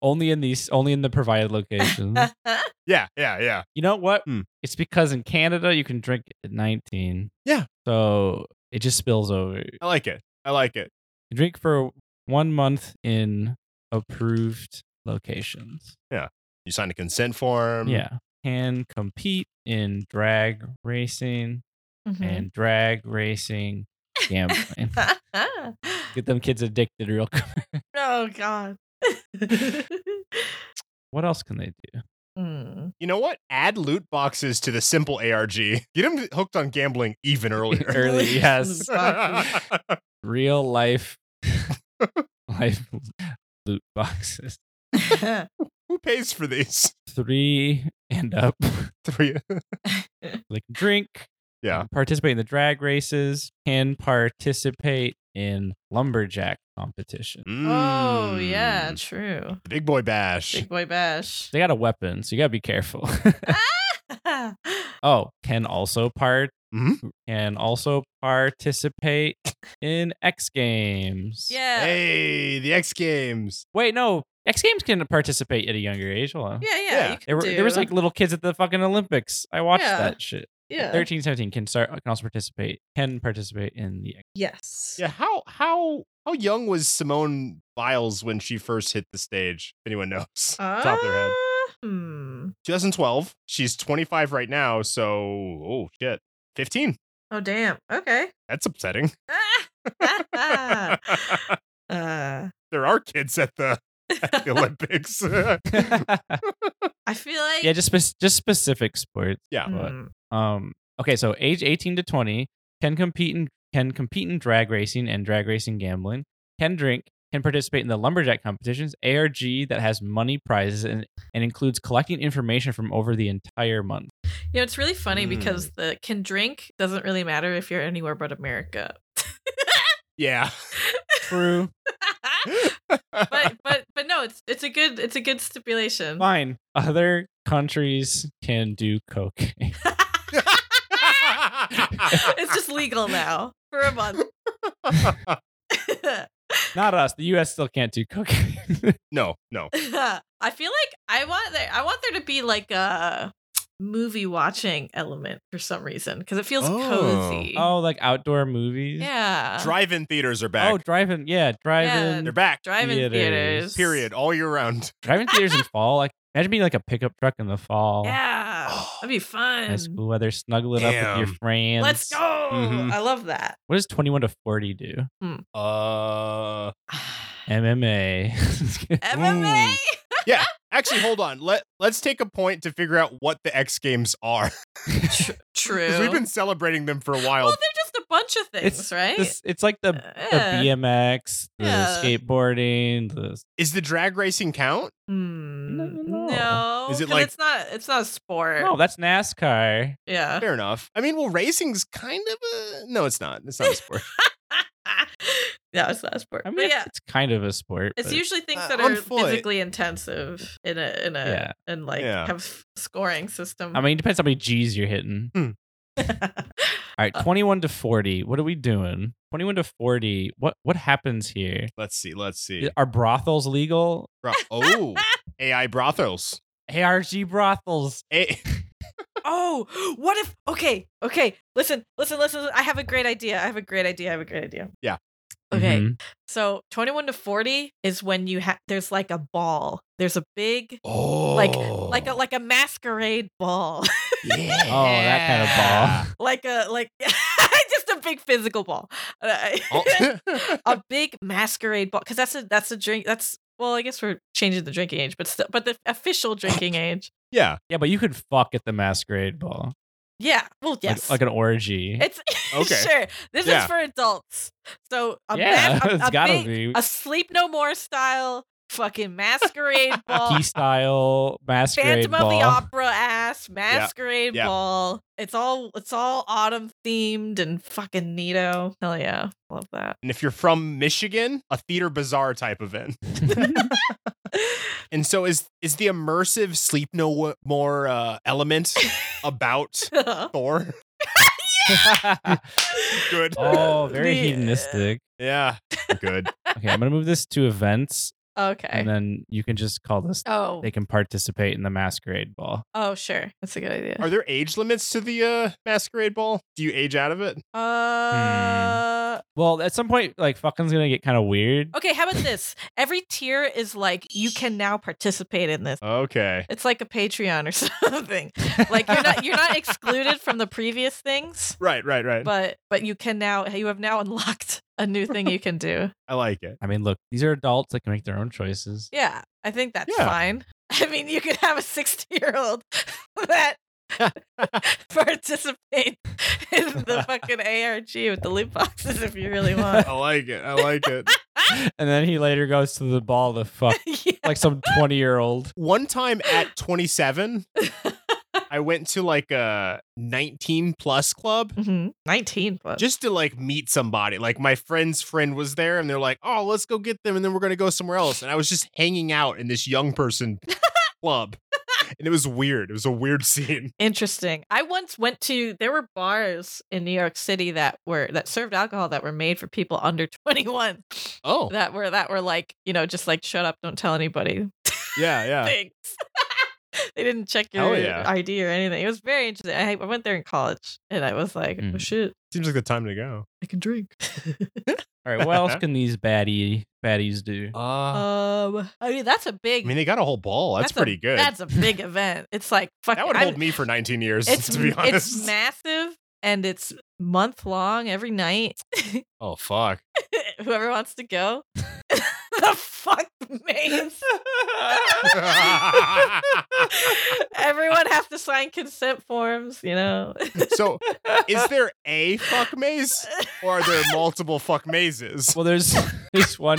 only in these only in the provided locations.
Yeah, yeah, yeah.
you know what?
Hmm.
It's because in Canada you can drink at 19.
Yeah.
So it just spills over.
I like it. I like it.
drink for one month in approved locations.
You sign a consent form.
yeah. Can compete in drag racing
Mm-hmm.
Mhm.
and drag racing gambling. Get them kids addicted real quick.
oh, God.
What else can they do?
Mm.
You know what? Add loot boxes to the simple ARG. Get them hooked on gambling even earlier.
Early, yes.
boxes.
real life, life loot boxes.
Who pays for these?
Three and up.
Three.
Like drink.
Yeah.
Participate in the drag races. Can participate in lumberjack competition.
Oh, yeah.
Mm.
True.
Big boy bash.
Big boy bash.
They got a weapon, so you gotta be careful.
oh,
oh, can also part
Mm-hmm.
Mhm.
can also participate in X Games.
yeah.
Hey, the X Games.
Wait, no, X Games can participate at a younger age. Hold on.
Yeah, yeah.
Yeah.
You could
There, were, there was
do.
like little kids at the fucking Olympics. I watched
Yeah.
that shit.
yeah.
13, 17 can start uh, can also participate can participate in the X-
yes.
Yeah, how how how young was Simone Biles when she first hit the stage? If anyone knows. Top of their head.
Uh, hmm.
2012. She's 25 right now, so oh shit. 15.
Oh damn. Okay.
That's upsetting.
Ah! uh,
there are kids at the, at the Olympics.
I feel like
Yeah, just spec- just specific sports.
Yeah.
but-
Hmm.
Um. Okay. So age eighteen to twenty can compete in can compete in drag racing and drag racing gambling. Can drink. Can participate in the lumberjack competitions. ARG that has money prizes and, and includes collecting information from over the entire month.
You know, it's really funny
Hmm.
because the can drink doesn't really matter if you're anywhere but America.
yeah.
True.
but but but no, it's it's a good it's a good stipulation.
Fine. Other countries can do cocaine.
it's just legal now for a month.
Not us. The U.S. still can't do cocaine.
no, no.
I feel like I want there I want there to be like a movie watching element for some reason because it feels
Oh.
cozy.
Oh, like outdoor movies.
yeah.
Drive-in theaters are back.
Oh, driving. Yeah, driving.
They're back.
Drive-in
theaters.
theaters.
Period. All year round.
Driving theaters in fall. Like imagine being like a pickup truck in the fall.
Yeah. That'd be
Nice
fun.
school weather, snuggling up with your
Damn.
friends.
Let's go.
Mhm.
I love that.
What does twenty-one to forty do?
Uh,
Oh.
MMA.
MMA.
actually, hold on. Let Let's take a point to figure out what the X Games are.
True.
Because we've been celebrating them for a while.
well, they're just a bunch of things,
It's
right?
This- it's like the the
Yeah.
BMX, the
Yeah.
skateboarding, the
Is the drag racing count?
Hmm,
No.
no,
Is it
'cause
like-
it's not? It's not a sport.
oh, that's NASCAR.
yeah.
Fair enough. I mean, well, racing's kind of a no. It's not. It's not a sport.
no, it's not a sport.
I mean,
but yeah,
it's- it's kind of a sport.
it's
but-
usually things
Uh,
that
on
are
foot.
physically intensive in a in a
Yeah.
and like
Yeah.
have f- scoring system.
I mean, it depends how many G's you're hitting. All right,
Uh,
twenty-one to forty. What are we doing? Twenty-one to forty. What what happens here?
let's see. Let's see.
I- Are brothels legal?
Bro- oh, AI brothels.
ARG brothels.
A-
oh, what if? Okay, okay. Listen, listen, listen. listen. I have a great idea. I have a great idea. I have a great idea.
Yeah.
Okay.
Mhm.
So 21 to 40 is when you have there's like a ball. There's a big
oh,
like like a like a masquerade ball.
yeah.
Oh, that kind of ball.
like a like just a big physical ball. Uh,
Oh.
a big masquerade ball cuz that's a that's a drink that's well, I guess we're changing the drinking age, but still, but the official drinking age.
yeah.
Yeah, but you could fuck at the masquerade ball.
Yeah. Well,
Like-
yes.
Like, an orgy.
it's
Okay.
sure. This
Yeah.
is for adults. So a
yeah,
mas- a,
it's
a
gotta
big-
be.
a sleep no more style fucking masquerade ball.
Key style masquerade
Phantom
ball.
of the Opera ass masquerade
Yeah.
ball. It's all it's all autumn themed and fucking neato. Hell yeah, love that.
And if you're from Michigan, a theater bazaar type event. And so is is the immersive sleep no more uh, element about Thor? Good.
oh, very
Yeah.
hedonistic.
Yeah. Good.
Okay, I'm gonna move this to events,
okay.
and then you can just call this.
oh,
They can participate in the masquerade ball.
oh, sure. That's a good idea.
Are there age limits to the uh, masquerade ball? Do you age out of it?
Uh,
Well, at some point, like fucking's gonna get kind of weird.
okay. How about this? Every tier is like you can now participate in this.
Okay.
It's like a Patreon or something. Like you're not you're not excluded from the previous things,
Right, right, right.
but but you can now you have now unlocked a new thing you can do.
I like it.
I mean, look, these are adults that can make their own choices.
Yeah, I think that's
Yeah.
fine. I mean, you could have a 60 year old that participate in the fucking ARG with the loot boxes if you really want.
I like it. I like it.
and then he later goes to the ball to fuck
yeah.
like some 20 year old.
One time at 27, I went to like a 19 plus club
Mhm. 19 plus.
just to like meet somebody. Like my friend's friend was there and they're like, oh, let's go get them. And then we're going to go somewhere else. And I was just hanging out in this young person club. And it was weird. It was a weird scene.
Interesting. I once went to there were bars in New York City that were that served alcohol that were made for people under 21
Oh,
that were that were like, you know, just like shut up, don't tell anybody
yeah, yeah.
things. they didn't check
Uh. Hell
your
yeah.
ID or anything. It was very interesting. I, I went there in college and I was like,
Mm.
oh, shit,
Seems like the time to go.
I can drink.
All right, what else can these baddie baddies do?
Oh.
Uh,
um, I mean, that's a
I
big.
mean, they got a whole ball. That's,
a-
pretty good.
That's a big event. It's like fuck.
that would
I'm-
hold me for 19 years,
It's
to be honest.
it's massive and it's month long every night.
oh, fuck.
Whoever wants to go, the fuck mains. Everyone has to sign consent forms. You know.
so, is there a fuck maze or are there multiple fuck mazes?
Well, there's there's one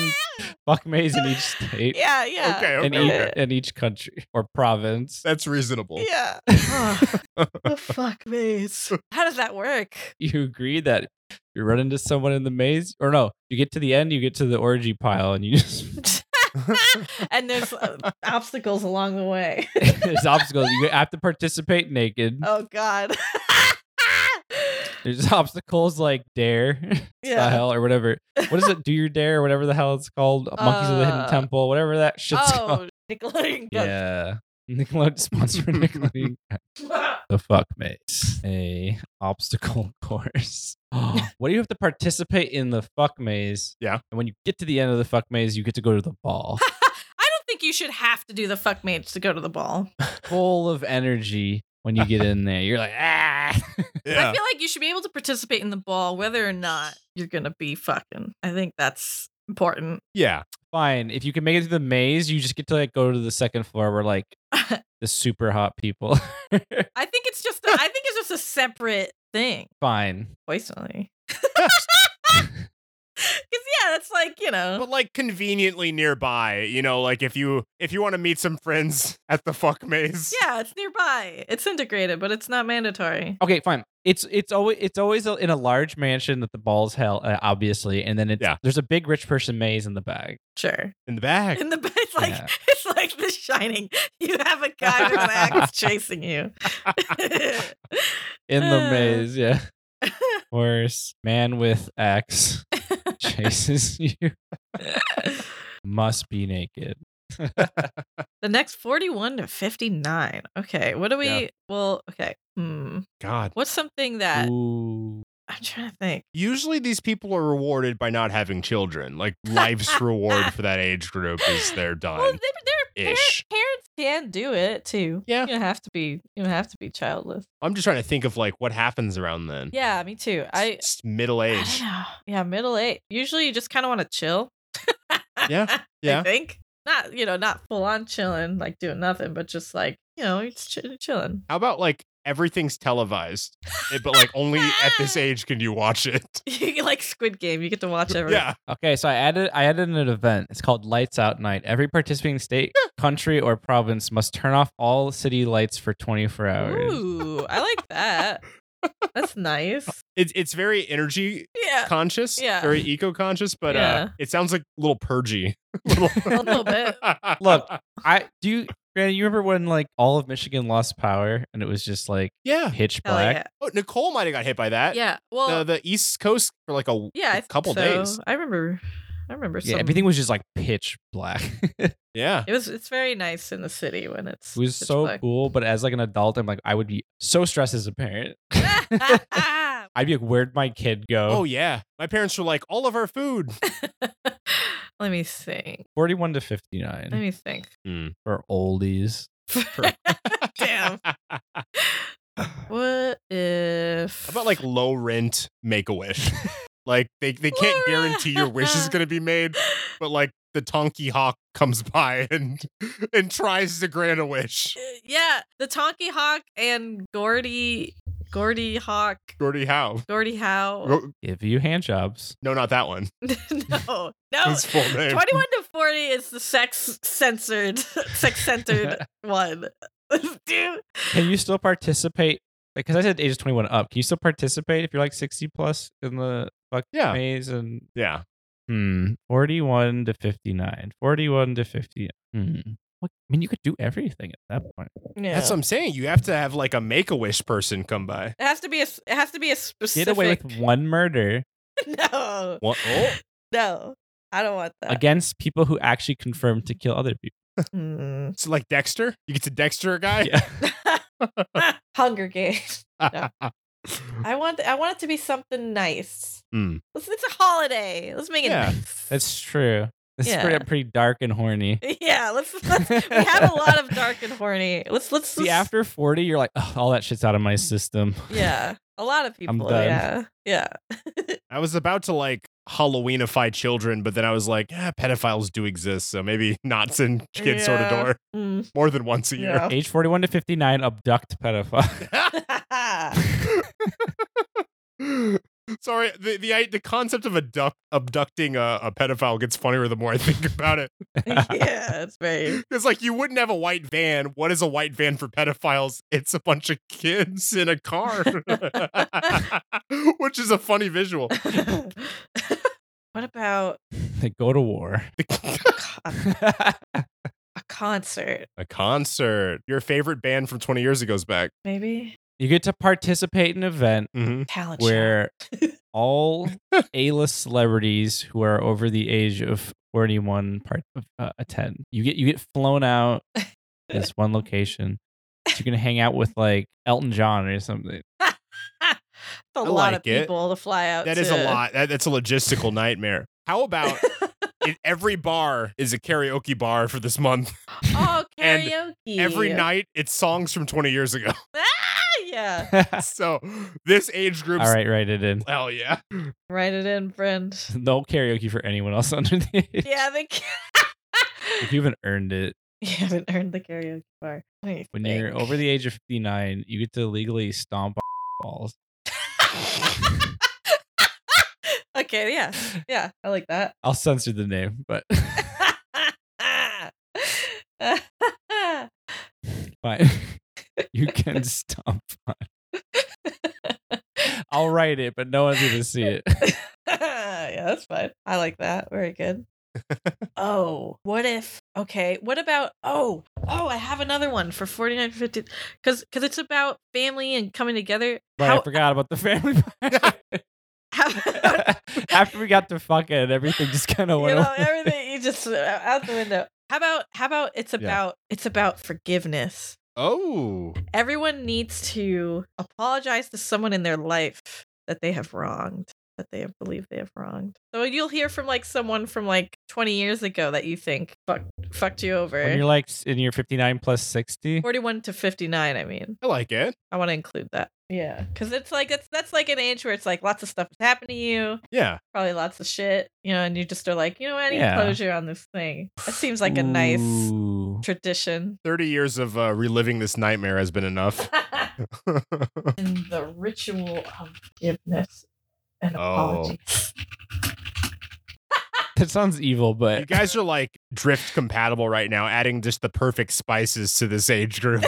fuck maze in each state.
yeah, yeah.
Okay,
In,
okay,
each,
okay.
in each country or province,
That's reasonable.
Yeah. the fuck maze. How does that work?
you agree that you run into someone in the maze, or no, you get to the end, you get to the orgy pile, and you just
and there's uh, obstacles along the way.
there's obstacles. You have to participate naked.
Oh god.
There's obstacles like dare
yeah.
style or whatever. What is it? Do your dare or whatever the hell it's called? Monkeys of the Hidden
Uh,
Temple, whatever that shit's called.
Oh, Nickelodeon.
Yeah. Nickelodeon sponsor Nickelodeon.
Yeah.
the fuck maze, a obstacle course. what do you have to participate in the fuck maze?
Yeah.
And when you get to the end of the fuck maze, you get to go to the ball.
I don't think you should have to do the fuck mage to go to the ball.
Full of energy when you get in there. You're like, ah.
I feel like you should be able to participate in the ball whether or not you're gonna be fucking. I think that's important.
yeah.
Fine. If you can make it through the maze, you just get to like go to the second floor where like the super hot people.
I think it's just I think it's just a separate thing.
Fine.
Personally. Cause yeah, that's like, you know.
But like conveniently nearby, you know, like if you if you want to meet some friends at the fuck maze.
Yeah, it's nearby. It's integrated, but it's not mandatory.
Okay, fine. It's it's always it's always a- in a large mansion that the ball's hell uh, obviously, and then it's
Yeah.
there's a big rich person maze in the back.
Sure.
In the back.
In the it's like
Yeah.
it's like the shining. You have a guy with an axe chasing you.
In the
Uh.
maze, yeah. Worse, man with axe chases you. Must be naked.
the next 41 to 59. Okay. What do we
Yeah.
well, okay. Hmm.
God.
What's something that
Ooh.
I'm trying to think.
Usually these people are rewarded by not having children. Like life's reward for that age group is they're done.
Well, they, their parent,
Ish.
parents can do it too.
Yeah.
you don't have to be. You don't have to be childless.
I'm just trying to think of like what happens around then.
Yeah, me too. I,
It's middle
I
age.
don't know. Yeah, middle age. Usually, you just kind of want to chill.
Yeah,
I
yeah.
think not. You know, not full on chilling, like doing nothing, but just like you know, it's ch- chilling.
How about like everything's televised, eh, but like only at this age can you watch it?
like Squid Game, you get to watch every.
Yeah.
Okay, so I added I added an event. It's called Lights Out Night. Every participating state, country, or province must turn off all city lights for 24 hours.
Ooh, I like that. That's nice.
It's it's very energy
Yeah,
conscious,
Uh, Yeah.
very eco conscious, but uh,
Yeah.
it sounds like little purgy. little.
a little bit.
Look. I do you Brandon, you remember when like all of Michigan lost power and it was just like
Yeah.
pitch
Hell
black?
yeah.
Oh, Nicole might have got hit by that.
Yeah. Well,
The, the East Coast for like a,
yeah, I
Eh, a
think
couple
so.
days.
I remember. I remember.
Yeah,
some-
everything was just like pitch black. it
Yeah.
It was. It's very nice in the city when it's.
was
pitch
so
black.
cool, but as like an adult, I'm like, I would be so stressed as a parent. I'd be like, where'd my kid go?
Oh yeah. My parents were like, all of our food.
Let me think.
41 to
Let
59
me think.
for oldies.
Damn. What if?
How about like low rent make a wish? like they, they can't guarantee your wish is gonna be made, but like the Tonky Hawk comes by and and tries to grant a wish.
uh, Yeah, the Tonky Hawk and Gordy, Gordy Hawk,
Gordy Howe.
Gordy Howe.
Go-
Give you hand jobs.
No, not that one.
no, no.
His full name.
Oh, Twenty-one to forty is the sex censored, sex centered one. Dude,
Can you still participate? Like, because I said ages 21 up. Can you still participate if you're like 60 plus in the fuck
Yeah.
maze and
Yeah.
Hmm. 41 to 59. 41 to 50. Hmm. What, I mean, you could do everything at that point.
yeah.
That's what I'm saying. You have to have like a make a wish person come by.
it has to be a. s- It has to be a specific.
Get away with one murder
No.
What? Oh.
No, I don't want that.
against people who actually confirmed to kill other people.
Mm.
So like Dexter? You get to Dexter a guy?
Yeah.
Hunger Games. Yeah.
Mm.
I want. I want it to be something nice.
yeah.
Hmm.
Let's, it's a holiday. Let's make it
Yeah,
nice.
That's true. This is
Yeah.
pretty, pretty dark and horny.
yeah. Let's, let's. We have a lot of dark and horny. Let's. Let's.
See,
let's-
after 40, you're like, "Ugh, all that shit's out of my system.
Yeah. A lot of people.
done.
Yeah.
I was about to like Halloweenify children, but then I was like, ah, pedophiles do exist, so maybe not send kids sort of
Yeah.
door
Yeah. Mm.
more than once a year.
Age 41 to 59, abduct pedophile.
Sorry, the the I- the concept of abduct, abducting a, a pedophile gets funnier the more I think about it.
yeah. It's very.
Because like you wouldn't have a white van. What is a white van for pedophiles? It's a bunch of kids in a car, which is a funny visual.
what about
they go to war.
a concert?
A concert. Your favorite band from 20 years ago's back.
Maybe
you get to participate in an event
Mm-hmm.
talent show.
where all A-list celebrities who are over the age of 41 part uh, attend. You get you get flown out to this one location So you can hang out with like Elton John or something.
a
I
lot
like
of
it.
people to fly out.
That is
to-
a lot. That, that's a logistical nightmare. How about in every bar is a karaoke bar for this month?
oh,
And
karaoke
Every night it's songs from 20 years ago.
Ah, yeah,
All
so this age group's
right, write it in.
hell yeah.
write it in, friend.
No karaoke for anyone else under the age.
Yeah, the. ca-
If you haven't earned it,
you haven't earned the karaoke bar. What do you
when you're
think?
over the age of 59, you get to legally stomp on balls.
okay, yeah, yeah, I like that.
I'll censor the name, but fine. you can stomp on. I'll write it, but no one's going to see it.
yeah, that's fine. I like that. Very good. oh, what if? Okay, what about? Oh, oh, I have another one for forty nine fifty because because it's about family and coming together.
Right, I
How,
forgot about the family part.
how about-
After we got to fucking everything just kind of
you
went
know
away.
everything you just uh, out the window. How about how about it's about it's about forgiveness.
Oh.
everyone needs to apologize to someone in their life that they have wronged that they have believed they have wronged so you'll hear from like someone from like 20 years ago that you think fuck, fucked you
When you're
over
like s- in your 59 plus 60.
41 to 59 i mean
I like it.
i want to include that yeah because it's like that's that's like an age where it's like lots of stuff has happened to you
Yeah.
probably lots of shit you know and you just are like you know what i need
Yeah.
closure on this thing that seems like a nice
Ooh.
tradition
30 years of uh, reliving this nightmare has been enough.
in the ritual of forgiveness and
Oh.
apologies.
That sounds evil, but
you guys are like drift compatible right now, adding just the perfect spices to this age group.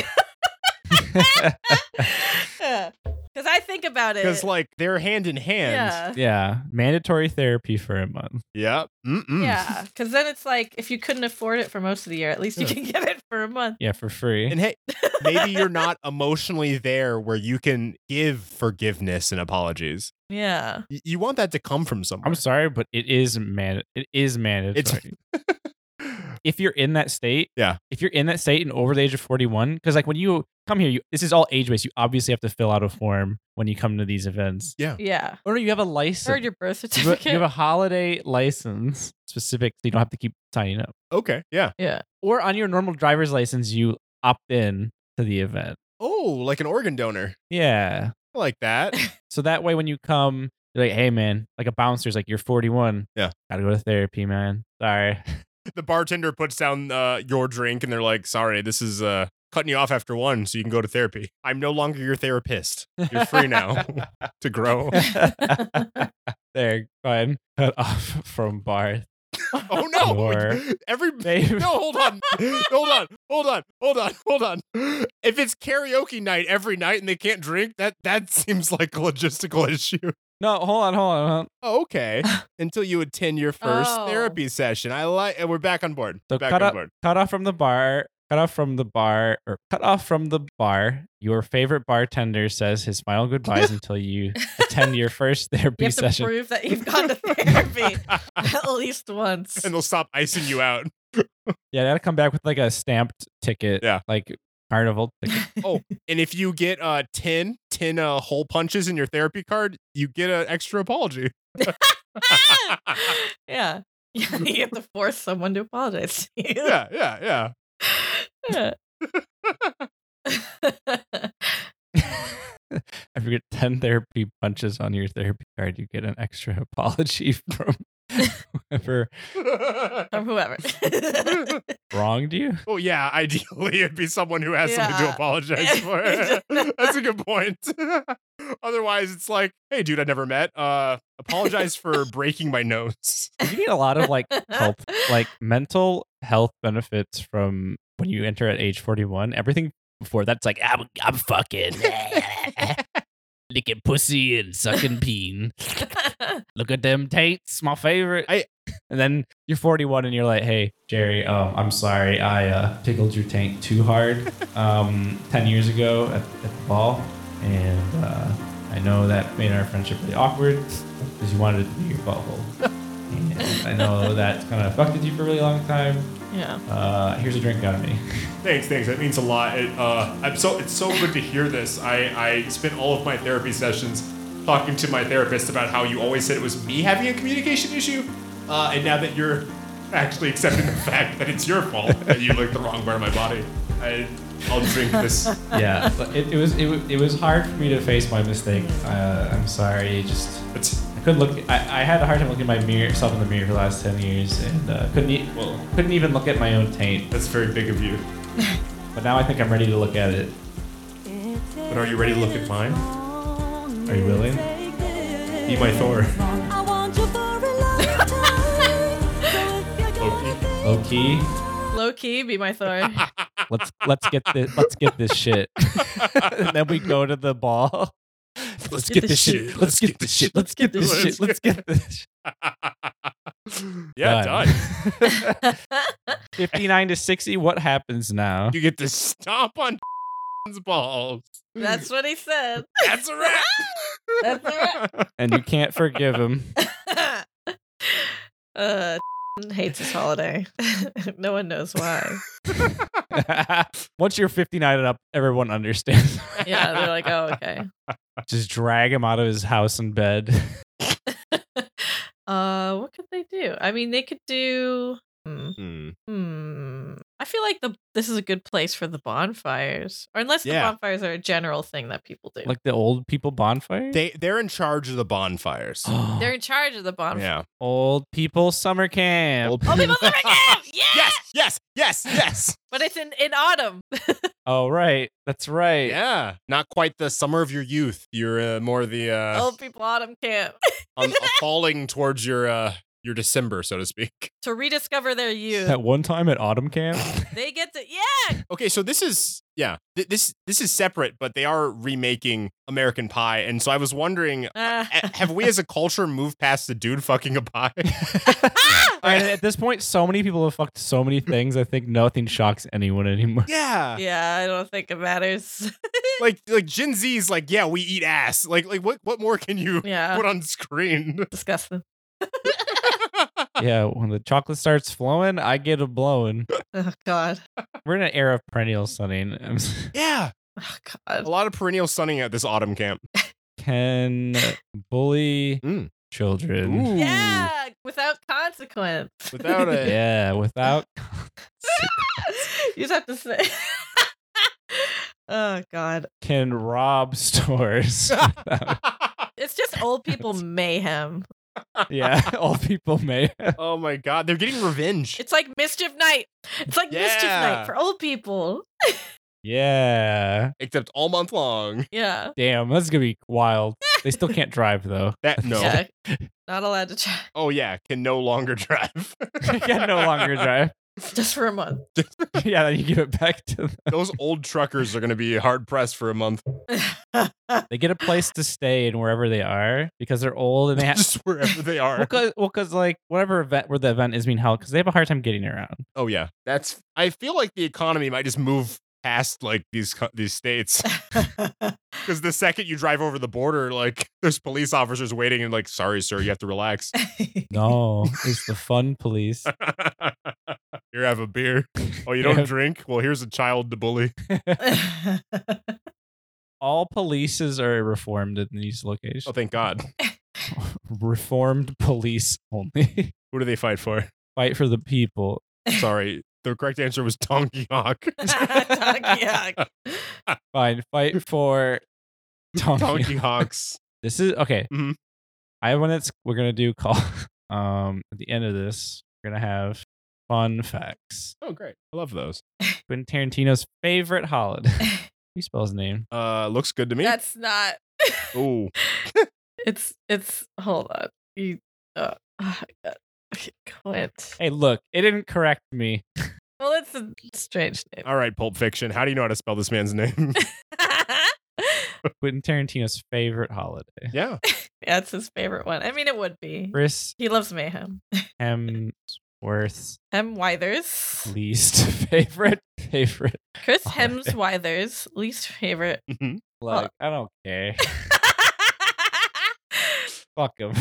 Because I think about it.
Because like they're hand in hand.
yeah.
yeah, mandatory therapy for a month.
Yeah.
Mm.
Mm-mm.
Yeah. Because then it's like if you couldn't afford it for most of the year, at least you
Yeah.
can get it for a month.
Yeah, for free.
And hey, maybe you're not emotionally there where you can give forgiveness and apologies.
Yeah.
Y- you want that to come from someone.
I'm sorry, but it is man. It is mandatory. if you're in that state,
Yeah.
If you're in that state and over the age of 41, because like when you come here, you this is all age based. You obviously have to fill out a form when you come to these events,
Yeah.
or you have a
Or
license.
your birth
You have,
certificate.
a, you have a holiday license specific, so you don't have to keep signing up.
okay. Yeah.
yeah.
Or on your normal driver's license, you opt in to the event.
Oh, like an organ donor.
Yeah.
I like that.
So that way, when you come, you're like, hey, man, like a bouncer's like, you're 41.
Yeah.
Gotta go to therapy, man. Sorry.
the bartender puts down uh, your drink and they're like, sorry, this is uh, cutting you off after one, so you can go to therapy. I'm no longer your therapist. You're free now to grow.
there, fine. Cut off from bar.
Oh no!
Or-
Every
Maybe.
no, hold on, hold on, hold on, hold on, hold on. If it's karaoke night every night and they can't drink, that that seems like a logistical issue.
No, hold on, hold on. Hold on.
Oh, okay, until you attend your first
Oh.
therapy session. I like. We're back on board.
So
back
cut
on
up-
board.
Cut off from the bar. Cut off from the bar, or cut off from the bar. Your favorite bartender says his final goodbyes until you attend your first
You
therapy
have to
session.
prove that you've gone to therapy at least once.
and they'll stop icing you out.
yeah, they gotta come back with like a stamped ticket.
Yeah.
like carnival ticket.
And if you get uh 10, 10 uh, hole punches in your therapy card, you get an extra apology.
yeah. you have to force someone to apologize to you.
yeah, yeah, yeah.
Yeah.
if you get 10 therapy punches on your therapy card, you get an extra apology from whoever
or whoever.
wronged you.
oh yeah, ideally it'd be someone who has something to
Yeah.
apologize for. That's a good point. Otherwise, it's like, hey, dude, I never met. Uh, apologize for breaking my nose.
You get a lot of like help, like mental health benefits from when you enter at age 41. Everything before that's like, I'm, I'm fucking licking pussy and sucking peen. Look at them taints, my favorite.
I-
and then you're 41 and you're like, hey, Jerry, um, I'm sorry. I uh, tickled your taint too hard um, 10 years ago at, at the ball. And uh, I know that made our friendship really awkward because you wanted it to be your butthole. and I know that's kind of affected you for a really long time.
Yeah.
Uh, here's a drink on me.
Thanks, thanks. That means a lot. It, uh, I'm so it's so good to hear this. I, I spent all of my therapy sessions talking to my therapist about how you always said it was me having a communication issue, uh, and now that you're actually accepting the fact that it's your fault that you licked the wrong part of my body, I, I'll drink this.
yeah, but it, it was it, wa- it was hard for me to face my mistake. Uh, I'm sorry, just
It's,
I couldn't look. I, I had a hard time looking at my mirror, self in the mirror for the last ten years, and uh, couldn't e- well couldn't even look at my own taint.
that's very big of you.
But now I think I'm ready to look at it.
But are you ready to look at mine?
Are you willing?
Be my Thor,
I want you for a lifetime.
Loki.
Okay,
Low key, be my Thor.
let's let's get this let's get this shit, and then we go to the ball.
Let's
get this shit.
Let's get this shit.
Let's get this
this
shit.
shit.
Let's get this.
Yeah,
Done.
done.
Fifty nine to sixty. What happens now?
You get to stomp on balls.
That's what he said.
That's a wrap.
That's a
And you can't forgive him.
wrap. uh, hates his holiday. no one knows why.
Once you're fifty nine and up, everyone understands.
Yeah, they're like, oh, okay.
just drag him out of his house and bed.
Uh, what could they do? I mean, they could do. Hmm. hmm. I feel like the this is a good place for the bonfires, or unless
Yeah.
the bonfires are a general thing that people do.
like the old people bonfire?
They they're in charge of the bonfires.
Oh,
They're in charge of the bonfire.
yeah.
old people summer camp.
Old
Oh, people summer camp! Yeah!
yes, yes, yes, yes.
But it's in, in autumn.
oh right, that's right.
Yeah, not quite the summer of your youth. You're uh, more the uh,
Old people autumn camp.
on, uh, falling towards your uh, your December, so to speak.
to rediscover their youth.
That one time at autumn camp.
They get to yeah.
Okay, so this is yeah, th- this this is separate, but they are remaking American Pie, and so I was wondering,
Ah.
a- have we as a culture moved past the dude fucking a pie?
and at this point, so many people have fucked so many things. I think nothing shocks anyone anymore.
yeah.
yeah, I don't think it matters.
Like like Gen Z's like yeah we eat ass like like what what more can you
yeah,
put on screen?
disgusting.
yeah, when the chocolate starts flowing, I get a blowing.
Oh god.
We're in an era of perennial sunning. I'm s-
yeah,
Oh
a
god.
lot of perennial sunning at this autumn camp.
Can bully
Mm.
children.
Yeah, without consequence.
without a
Yeah, without
you just have to say. oh god.
can rob stores.
It's just old people mayhem.
yeah, old people may.
Oh my god, they're getting revenge.
It's like mischief night. It's like mischief
Yeah.
night for old people.
Yeah.
Except all month long.
Yeah.
Damn, that's gonna be wild. They still can't drive though.
That no.
Yeah. Not allowed to try
Oh yeah, can no longer drive.
They can no longer drive.
just for a month.
Yeah, then you give it back to them.
Those old truckers are gonna be hard pressed for a month.
They get a place to stay in wherever they are because they're old and they have.
Just wherever they
Well,
are.
cause, well, 'cause, like whatever event where the event is being held, because they have a hard time getting around.
Oh yeah. That's I feel like the economy might just move past like these co- these states because the second you drive over the border like there's police officers waiting and like sorry sir you have to relax
No, it's the fun police.
here have a beer oh you don't drink well here's a child to bully
All polices are reformed in these locations.
oh thank god
Reformed police only
who do they fight for
fight for the people.
Sorry. The correct answer was Donkey Hawk.
Donkey Hawk.
Fine, fight for Donkey
Donkey Hawks.
This is okay.
Mhm.
I have one that's we're gonna do call. Um, at the end of this, we're gonna have fun facts.
Oh, great. I love those.
Quentin Tarantino's favorite holiday. How you spell his name?
Uh, looks good to me.
That's not.
Ooh.
It's it's. Hold on. You. Uh, oh my God. Quit.
Hey, look, it didn't correct me.
Well, it's a strange name.
All right, Pulp Fiction. How do you know how to spell this man's name?
Quentin Tarantino's favorite holiday.
yeah.
That's his favorite one. I mean, it would be.
Chris
He loves mayhem.
Hemsworth's
Hem Withers.
least favorite favorite.
Chris
Oh,
Hems Withers, least favorite.
Mm-hmm.
Look, I don't care. Fuck him.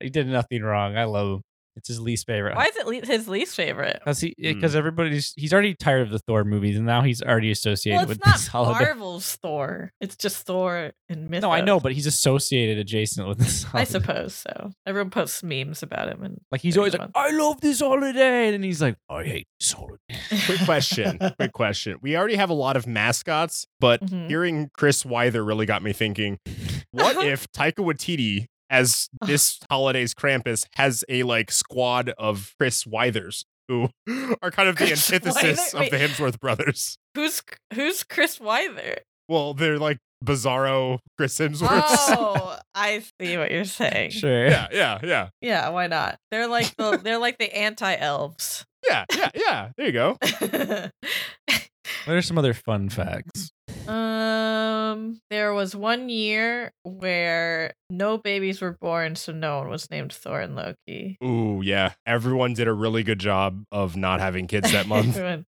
he did nothing wrong. I love him. It's his least favorite.
Why is it le- his least favorite?
Because he, because eh, everybody's, he's already tired of the Thor movies, and now he's already associated
Well,
with
it's
this
not
holiday.
Marvel's Thor. It's just Thor and Mythos.
No, I know, but he's associated adjacent with this.
I
Holiday.
suppose so. Everyone posts memes about him, and
Like he's
Fair
always like,
enough.
I love this holiday, and he's like, I hate this holiday.
Quick question. quick question. We already have a lot of mascots, but
Mhm.
hearing Chris Wyther really got me thinking what if Taika Waititi, as this holiday's Krampus, has a like squad of Chris Wythers who are kind of the
Chris
antithesis
Wyther?
of the Hemsworth brothers?
who's who's Chris Wyther?
Well, they're like bizarro Chris Hemsworths.
Oh, I see what you're saying.
Sure.
Yeah, yeah, yeah.
Yeah, why not? They're like the they're like the anti elves.
Yeah, yeah, yeah. There you go.
What are some other fun facts?
um, there was one year where no babies were born, so no one was named Thor and Loki.
Ooh, yeah. Everyone did a really good job of not having kids that month.
Everyone-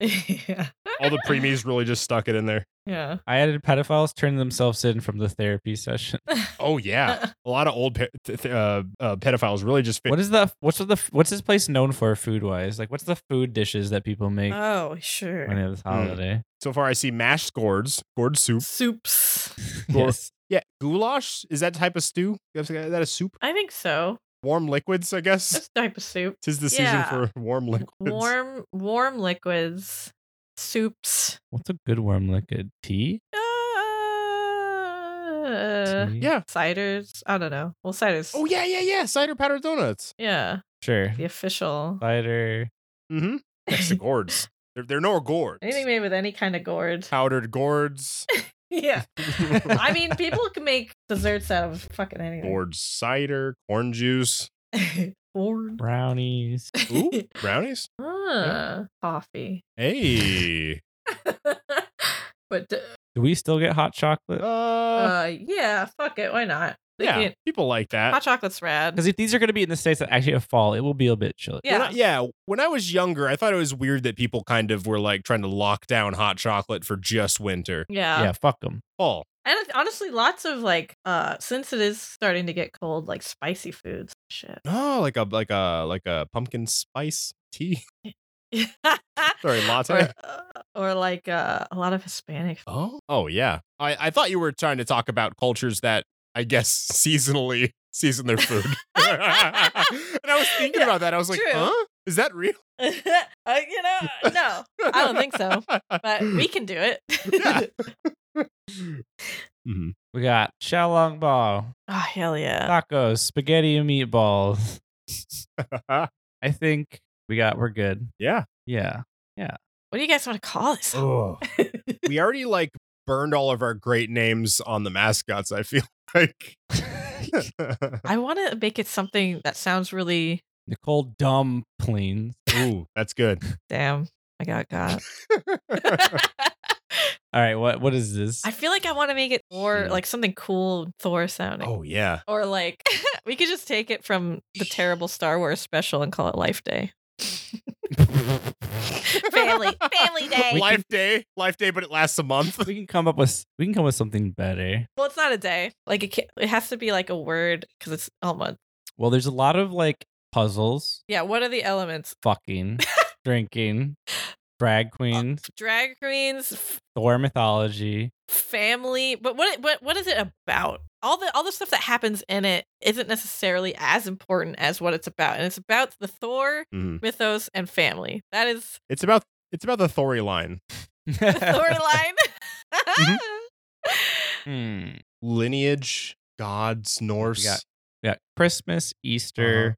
yeah,
All the preemies really just stuck it in there.
yeah.
I added pedophiles turning themselves in from the therapy session.
Oh yeah, a lot of old pe- th- th- uh, uh, pedophiles really just fit.
What is the what's the what's this place known for food wise? Like, what's the food dishes that people make
Oh,
when
sure.
they have this holiday?
so far, I see mashed gourds, gourd soup.
Soups.
Or-
yes.
Yeah, goulash is that type of stew. Is that a soup?
I think so.
Warm liquids, I guess.
This type of soup.
Tis the
Yeah.
season for warm liquids.
Warm, warm liquids, soups.
What's a good worm liquid? Tea.
Uh,
Tea?
Yeah.
ciders. I don't know. Well, ciders.
Oh yeah, yeah, yeah. Cider powdered donuts.
yeah.
Sure.
The official.
Cider.
Mm-hmm. Next to gourds, there, there are no gourds.
Anything made with any kind of gourd.
powdered gourds,
yeah. I mean, people can make desserts out of fucking anything.
gourd cider, corn juice.
Gourd.
Brownies.
Ooh, brownies.
Ah, coffee.
Hey.
but uh,
Do we still get hot chocolate?
Uh,
uh, yeah, fuck it. Why not? They
yeah, Uh,
can't-
people like that.
Hot chocolate's rad.
Because if these are going to be in the states that actually have fall, it will be a bit chilly.
Yeah.
When I, yeah. When I was younger, I thought it was weird that people kind of were like trying to lock down hot chocolate for just winter.
Yeah.
Yeah. fuck them.
Fall.
And it's- honestly, lots of like, uh, since it is starting to get cold, like spicy foods. and Shit.
Oh, like a like a like a pumpkin spice tea. Sorry, latte.
or, or like uh, a lot of Hispanic. food.
oh. Oh yeah. I I thought you were trying to talk about cultures that I guess seasonally season their food. and I was thinking
Yeah,
about that. I was like,
true.
huh? Is that real?
uh, you know, uh, no, I don't think so, but we can do it.
Yeah. Mhm.
We got Xiaolong Bao,
oh hell yeah!
tacos, spaghetti and meatballs. I think we got we're good.
Mm-hmm. Yeah.
Yeah.
What do you guys want to call this?
Oh. we already like burned all of our great names on the mascots. I feel like.
I want to make it something that sounds really
Nicole dumplings.
Ooh, that's good.
damn. I got got.
All right, what what is this?
I feel like I want to make it more
Yeah.
like something cool Thor sounding.
oh yeah.
Or like we could just take it from the terrible Star Wars special and call it Life Day. family, family day.
Life day, life day, but it lasts a month.
we can come up with we can come up with something better.
Well, it's not a day. Like it, can it has to be like a word because it's all month.
Well, there's a lot of like puzzles,
Yeah. What are the elements?
fucking, drinking, drag queens,
Drag queens, f-
Thor mythology.
family. But what what what is it about? All the all the stuff that happens in it isn't necessarily as important as what it's about, and it's about the Thor mythos and family. That is
Mm-hmm. It's about it's about the Thori line.
the storyline.
Hmm.
Lineage, gods, Norse,
got- Yeah, Christmas, Easter,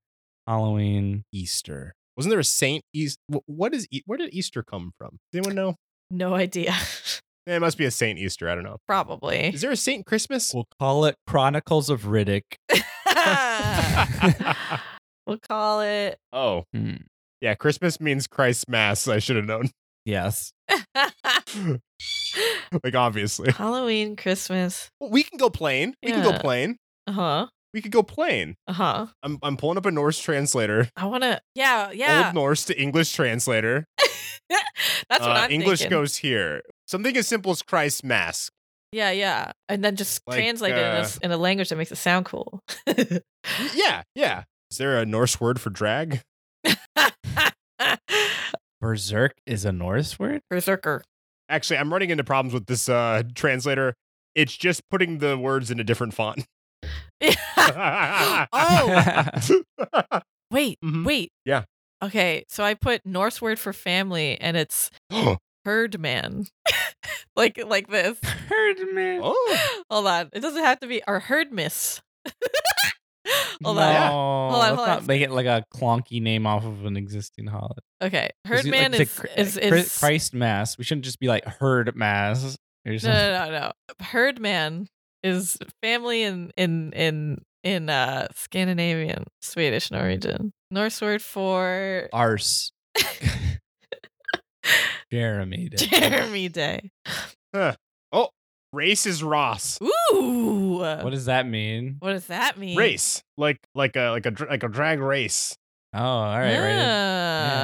Halloween.
Easter. Wasn't there a Saint East? What is E- where did Easter come from? Does anyone know?
no idea.
Eh, It must be a Saint Easter. I don't know.
Probably.
Is there a Saint Christmas?
We'll call it Chronicles of Riddick.
Uh. we'll call it.
oh,
Hmm.
yeah. Christmas means Christ's Mass. I should have known.
Yes.
like obviously,
Halloween, Christmas.
Well, we can go plain. We can go
Yeah.
plain.
Uh huh.
We could go plain.
Uh huh.
I'm I'm pulling up a Norse translator,
I want to. Yeah, yeah.
old Norse to English translator.
That's what
Uh,
I'm
English
thinking.
goes here. Something as simple as Christ's mask.
Yeah, yeah. And then just
Like,
translate it in a,
uh,
s- in a language that makes it sound cool.
yeah, yeah. Is there a Norse word for drag?
Berserk is a Norse word?
Berserker.
Actually, I'm running into problems with this uh, translator. It's just putting the words in a different font.
oh, wait,
Mhm.
wait.
Yeah.
Okay, so I put Norse word for family, and it's herdman, like like this.
Herdman.
oh.
Hold on, it doesn't have to be or herdmiss. Hold
no.
on.
Yeah.
on,
let's
hold
not
on.
make it like a clonky name off of an existing holiday.
Okay,
'Cause you-
herdman
like,
is,
to cr-
is
cr-
is
Christ Mass. We shouldn't just be like herd mass or
no
something.
no no no herdman is family in in in in uh Scandinavian Swedish Norwegian Norse word for
Arse. Jeremy. did.
Jeremy Day.
Race is Ross.
Ooh,
What does that mean?
What does that mean?
Race. Like like a like a dr- like a drag race.
Oh, all right, right. in.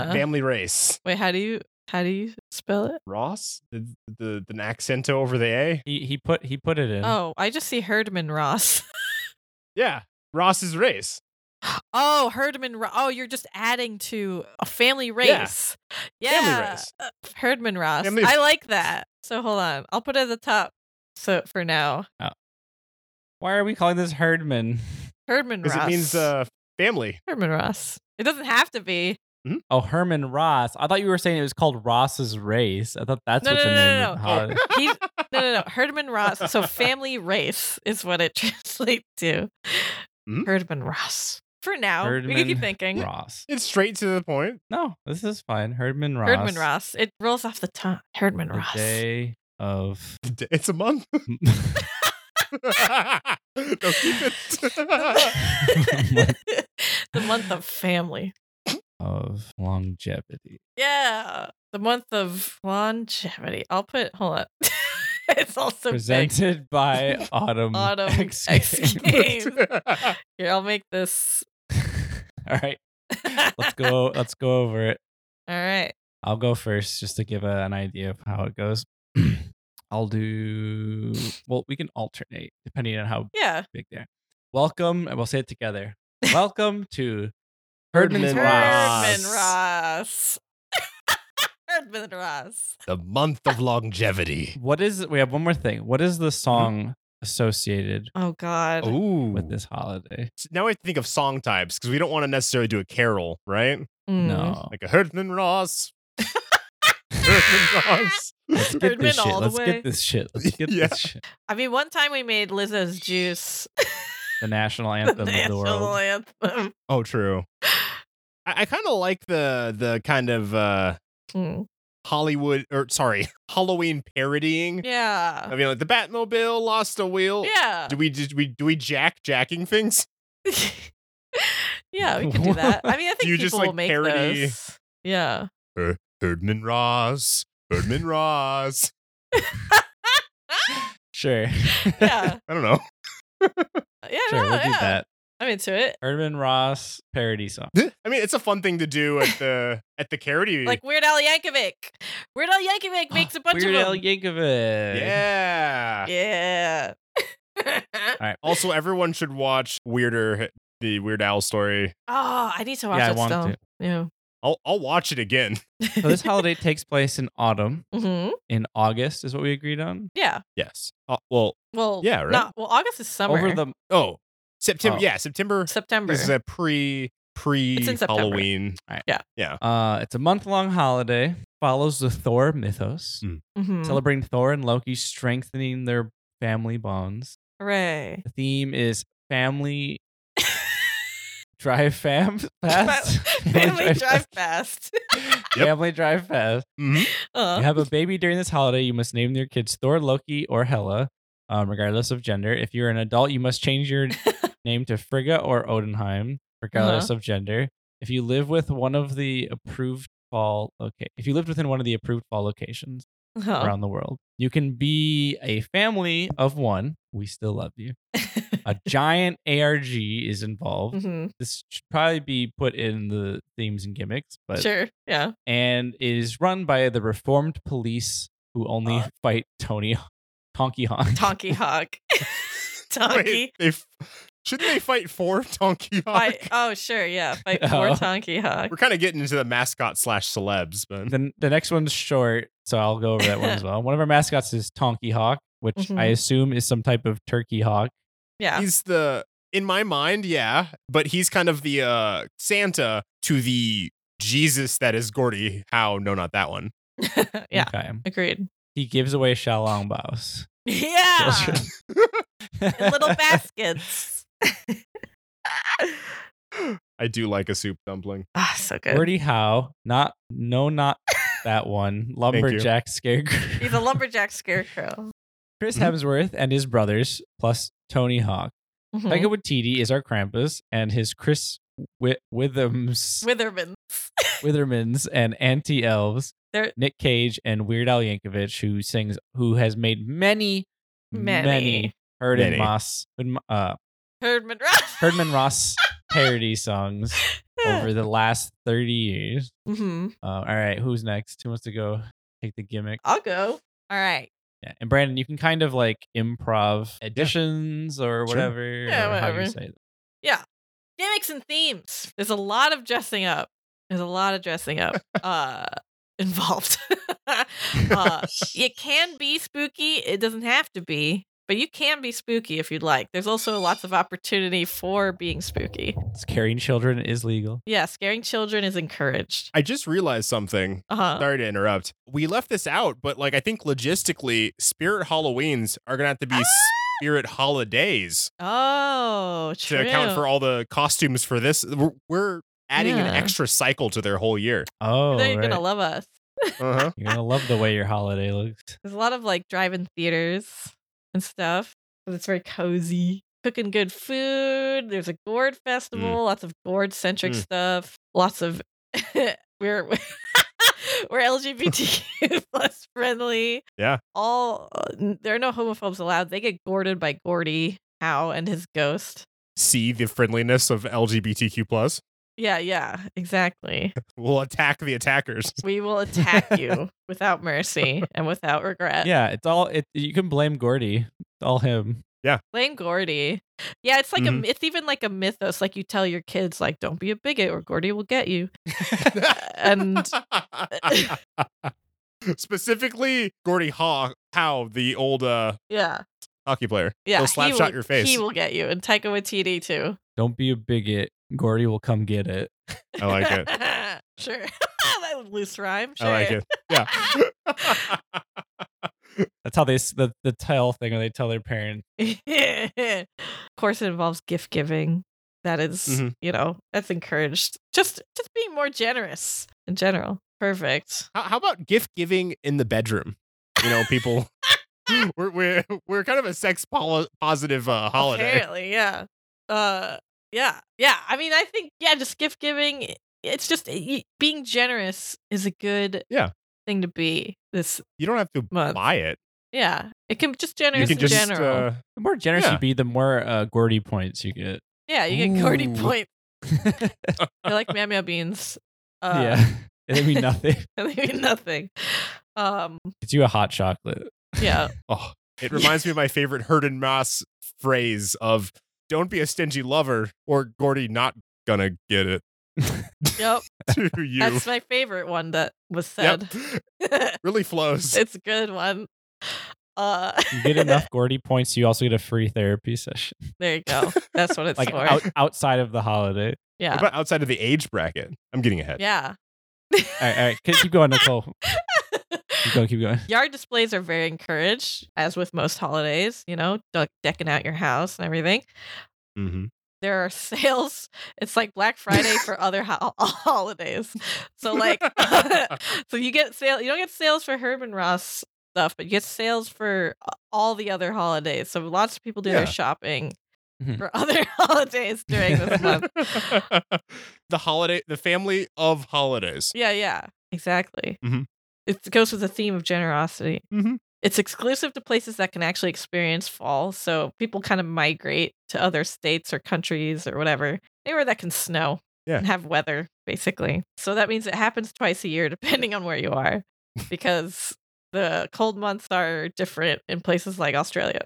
Ah.
Family race.
Wait, how do you how do you spell it?
Ross? The the, the accent over the A?
He he put he put it in.
Oh, I just see Herdman Ross.
Yeah. Ross is race.
Oh, Herdman. Ro- oh, you're just adding to a family
Yeah.
race. Yeah,
Family race.
Uh, Herdman Ross.
Family-
I like that. So hold on, I'll put it at the top. So for now,
Why are we calling this herdman?
Herdman
Because
Ross.
it means uh family.
Herdman Ross. It doesn't have to be.
Oh, Herman Ross. I thought you were saying it was called Ross's race. I thought that's
No,
what
no,
the
no,
name
no,
of
no. Oh,
the holiday.
He, no, no, no. Herdman Ross. So family race is what it translates to.
Hmm?
Herdman Ross. For now, we
Herdman
can keep thinking.
Ross.
It's straight to the point.
No, this is fine. Herdman Ross.
Herdman Ross. It rolls off the tongue. Herdman
The
Ross.
day of
It's a month. no, keep it.
the month of family.
of longevity.
Yeah. The month of longevity. I'll put, hold on. it's also big.
Presented by Autumn.
Autumn
X
X
Games.
Games. Here, I'll make this.
All right,
All
let's go. Let's go over it.
right.
I'll go first just to give a, an idea of how it goes. I'll do. Well, we can alternate depending on how
Yeah.
big there. Welcome, and we'll say it together. Welcome to Herdman's
Herdman Ross.
Ross.
Herdman Ross. Herdman Ross.
the month of longevity.
What is we have one more thing. What is
Mm-hmm.
the song associated
Oh, God.
Ooh.
with this holiday?
Now we have to think of song types because we don't want to necessarily do a carol, right?
Mm.
No.
Like a Herdman Ross. Herdman Ross.
Let's get
Herdman
this shit.
all the
Let's
way.
get this shit. Let's get
Yeah.
this shit.
I mean, one time we made Lizzo's Juice
The national
the
anthem of the
national
world.
anthem.
Oh, true. I, I kind of like the the kind of uh
Mm.
Hollywood or sorry, Halloween parodying.
Yeah.
I mean, like the Batmobile lost a wheel.
Yeah.
Uh, Do we do we do we jack jacking things?
yeah, we can do that. I mean, I think
You
people
just,
will
like,
make
parody-
those. Yeah.
Herdman Ross. Herdman Ross.
Sure.
Yeah.
I don't know.
Yeah,
sure,
no,
we'll do
yeah.
that.
I'm into it.
Herdman Ross parody song.
I mean, it's a fun thing to do at the at the parody.
Like Weird Al Yankovic. Weird Al Yankovic makes a bunch
Ah, Weird
of
Al
them.
eh?
Yankovic.
yeah.
yeah.
Also, everyone should watch Weirder, the Weird Owl story.
oh, I need to watch
Yeah, I
that
want
still.
to.
Yeah.
I'll I'll watch it again.
So this holiday takes place in autumn.
hmm
In August is what we agreed on.
Yeah.
Yes. Uh, well,
Well.
Yeah, right?
not- well, August is summer.
Over the
oh, September.
Oh.
Yeah, September
September.
is a pre pre
It's in September.
Halloween.
uh, it's a month long holiday. Follows the Thor mythos,
Mhm.
celebrating Thor and Loki strengthening their family bonds.
Hooray.
The theme is family. drive fam fast.
Family drive fast.
Yep.
Family drive fast.
Mhm.
Uh,
you have a baby during this holiday, you must name your kids Thor, Loki, or Hela, um, regardless of gender. If you're an adult, you must change your name to Frigga or Odenheim, regardless of gender. If you live with one of the approved fall okay, if you lived within one of the approved fall locations
uh-huh.
around the world, you can be a family of one. We still love you. A giant ARG is involved.
Mhm.
This should probably be put in the themes and gimmicks, but
Sure. Yeah.
and is run by the reformed police who only
Uh.
fight Tony Honky Honk.
Donkey Hawk. Donkey.
Wait, they f- Shouldn't they fight for Donkey Hawk?
Fight, oh, sure, yeah. Fight for
Oh.
Donkey Hawk.
We're kind of getting into the mascot slash celebs, but
the, the next one's short, so I'll go over that one as well. One of our mascots is Tonky Hawk, which I
Mhm.
assume is some type of turkey hawk.
Yeah.
he's the in my mind, yeah, but he's kind of the uh Santa to the Jesus that is Gordy How? No, not that one.
yeah.
Okay.
Agreed.
He gives away Shalong Baos.
Yeah. In little
bastard.
baskets.
I do like a soup dumpling.
Ah, so good.
Gordy Howe, not no, not that one. Lumberjack Scarecrow.
He's a Hmm? lumberjack scarecrow.
Chris
Mhm.
Hemsworth and his brothers, plus Tony Hawk.
Mhm.
Taika Waititi is our Krampus, and his Chris Wi- Withams,
Witherman.
Withermans, and anti elves,
They're-
Nick Cage and Weird Al Yankovic, who sings, who has made many,
Many.
many Herd
Many.
and Moss, uh,
Herdman
Herdman Ross parody songs over the last thirty years.
hmm
Uh, all right, who's next? Who wants to go take the gimmick?
I'll go. All right.
Yeah. And Brandon, you can kind of like improv additions or whatever.
Yeah,
or how you
whatever.
say it.
gimmicks and themes. There's a lot of dressing up. There's a lot of dressing up uh, involved. uh, it can be spooky. It doesn't have to be, but you can be spooky if you'd like. There's also lots of opportunity for being spooky.
It's carrying children is legal.
Yeah, scaring children is encouraged.
I just realized something.
Uh huh.
Sorry to interrupt. We left this out, but like I think logistically, spirit Halloweens are gonna have to
Ah!
be spirit holidays.
Oh,
to
true.
account for all the costumes for this. We're, we're adding
Yeah.
an extra cycle to their whole year.
Oh,
They're
right.
gonna love us.
Uh-huh.
you're gonna love the way your holiday looks.
There's a lot of like drive-in theaters and stuff, but it's very cozy. Cooking good food. There's a gourd festival. Lots of gourd-centric
Mm.
stuff. Lots of we're we're LGBTQ plus friendly.
Yeah.
All uh, there are no homophobes allowed. They get gourded by Gordy Howe and his ghost.
See the friendliness of LGBTQ plus.
Yeah, yeah, exactly.
We'll attack the attackers.
we will attack you without mercy and without regret.
Yeah, it's all. It you can blame Gordy. It's all him.
Blame Gordy. Yeah, it's like
Mhm.
a it's even like a mythos. Like you tell your kids, like, don't be a bigot or Gordy will get you. and
Specifically, Gordy Haw, Howe, the old uh,
yeah.
hockey player.
Yeah.
He'll
he
slap
will-
shot your face.
He will get you. And Taika Waititi too.
Don't be a bigot. Gordy will come get it.
I like it.
sure. that was loose rhyme. Sure.
I like it. Yeah.
That's how they s- the the tell thing, when they tell their parents.
of course it involves gift giving. That is,
Mhm.
you know, that's encouraged. Just just being more generous in general. Perfect.
how, how about gift giving in the bedroom? You know, people. we're, we're we're kind of a sex poli- positive uh, holiday.
Apparently, yeah. Uh, yeah, yeah. I mean, I think yeah, just gift giving. It's just y- being generous is a good
Yeah.
thing to be. This
You don't have to
Month.
buy it.
yeah, it can just generous
you can
in
just
general.
uh,
The more generous
Yeah.
you be, the more uh, Gordy points you get.
yeah, you get Gordy
Ooh.
point. They're like mamma beans. Uh,
yeah, it'd be nothing.
they mean nothing. Um,
Get you a hot chocolate.
yeah,
Oh, it reminds me of my favorite Herd and Moss phrase of "Don't be a stingy lover, or Gordy not gonna get it
yep.
to you."
That's my favorite one that was said.
Yep. really flows.
it's a good one. Uh,
You get enough Gordy points, you also get a free therapy session.
there you go. That's what it's
Like
for.
out, outside of the holiday.
yeah.
What about outside of the age bracket? I'm getting ahead.
Yeah.
All right, all right. Keep keep going, Nicole. Keep going, keep going.
Yard displays are very encouraged, as with most holidays, you know, de- decking out your house and everything.
Mm-hmm.
There are sales. It's like Black Friday for other ho- holidays. So, like, so you get sale. You don't get sales for Herman Ross stuff, but you get sales for a- all the other holidays. So lots of people do
Yeah.
their shopping
Mhm.
for other holidays during this month.
the holiday, the family of holidays.
Yeah, yeah, exactly.
Mhm.
It goes with the theme of generosity.
Mhm.
It's exclusive to places that can actually experience fall, so people kind of migrate to other states or countries or whatever, anywhere that can snow
Yeah.
and have weather, basically. So that means it happens twice a year, depending on where you are, because the cold months are different in places like Australia.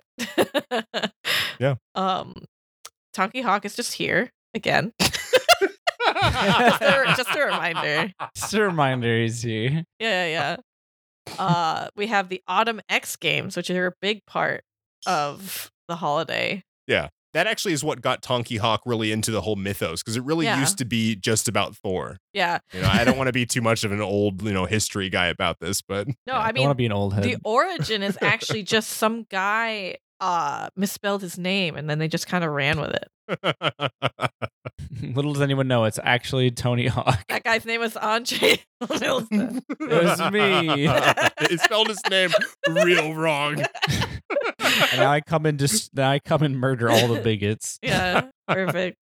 Yeah.
Um, Tonky Hawk is just here again. just, a, just a reminder.
Just a reminder he's here.
Yeah, yeah, yeah. Uh, we have the Autumn X Games, which are a big part of the holiday.
That actually is what got Tonky Hawk really into the whole mythos because it really
Yeah.
used to be just about Thor.
Yeah.
You know, I don't want to be too much of an old, you know, history guy about this, but
No,
Yeah,
I
don't want
mean
to be an old head.
the origin is actually just some guy uh misspelled his name and then they just kind of ran with it.
Little does anyone know, it's actually Tony Hawk.
That guy's name was Andre Milstead.
was me.
he spelled his name real wrong.
And now I come and dis- now I come and murder all the bigots.
yeah, perfect.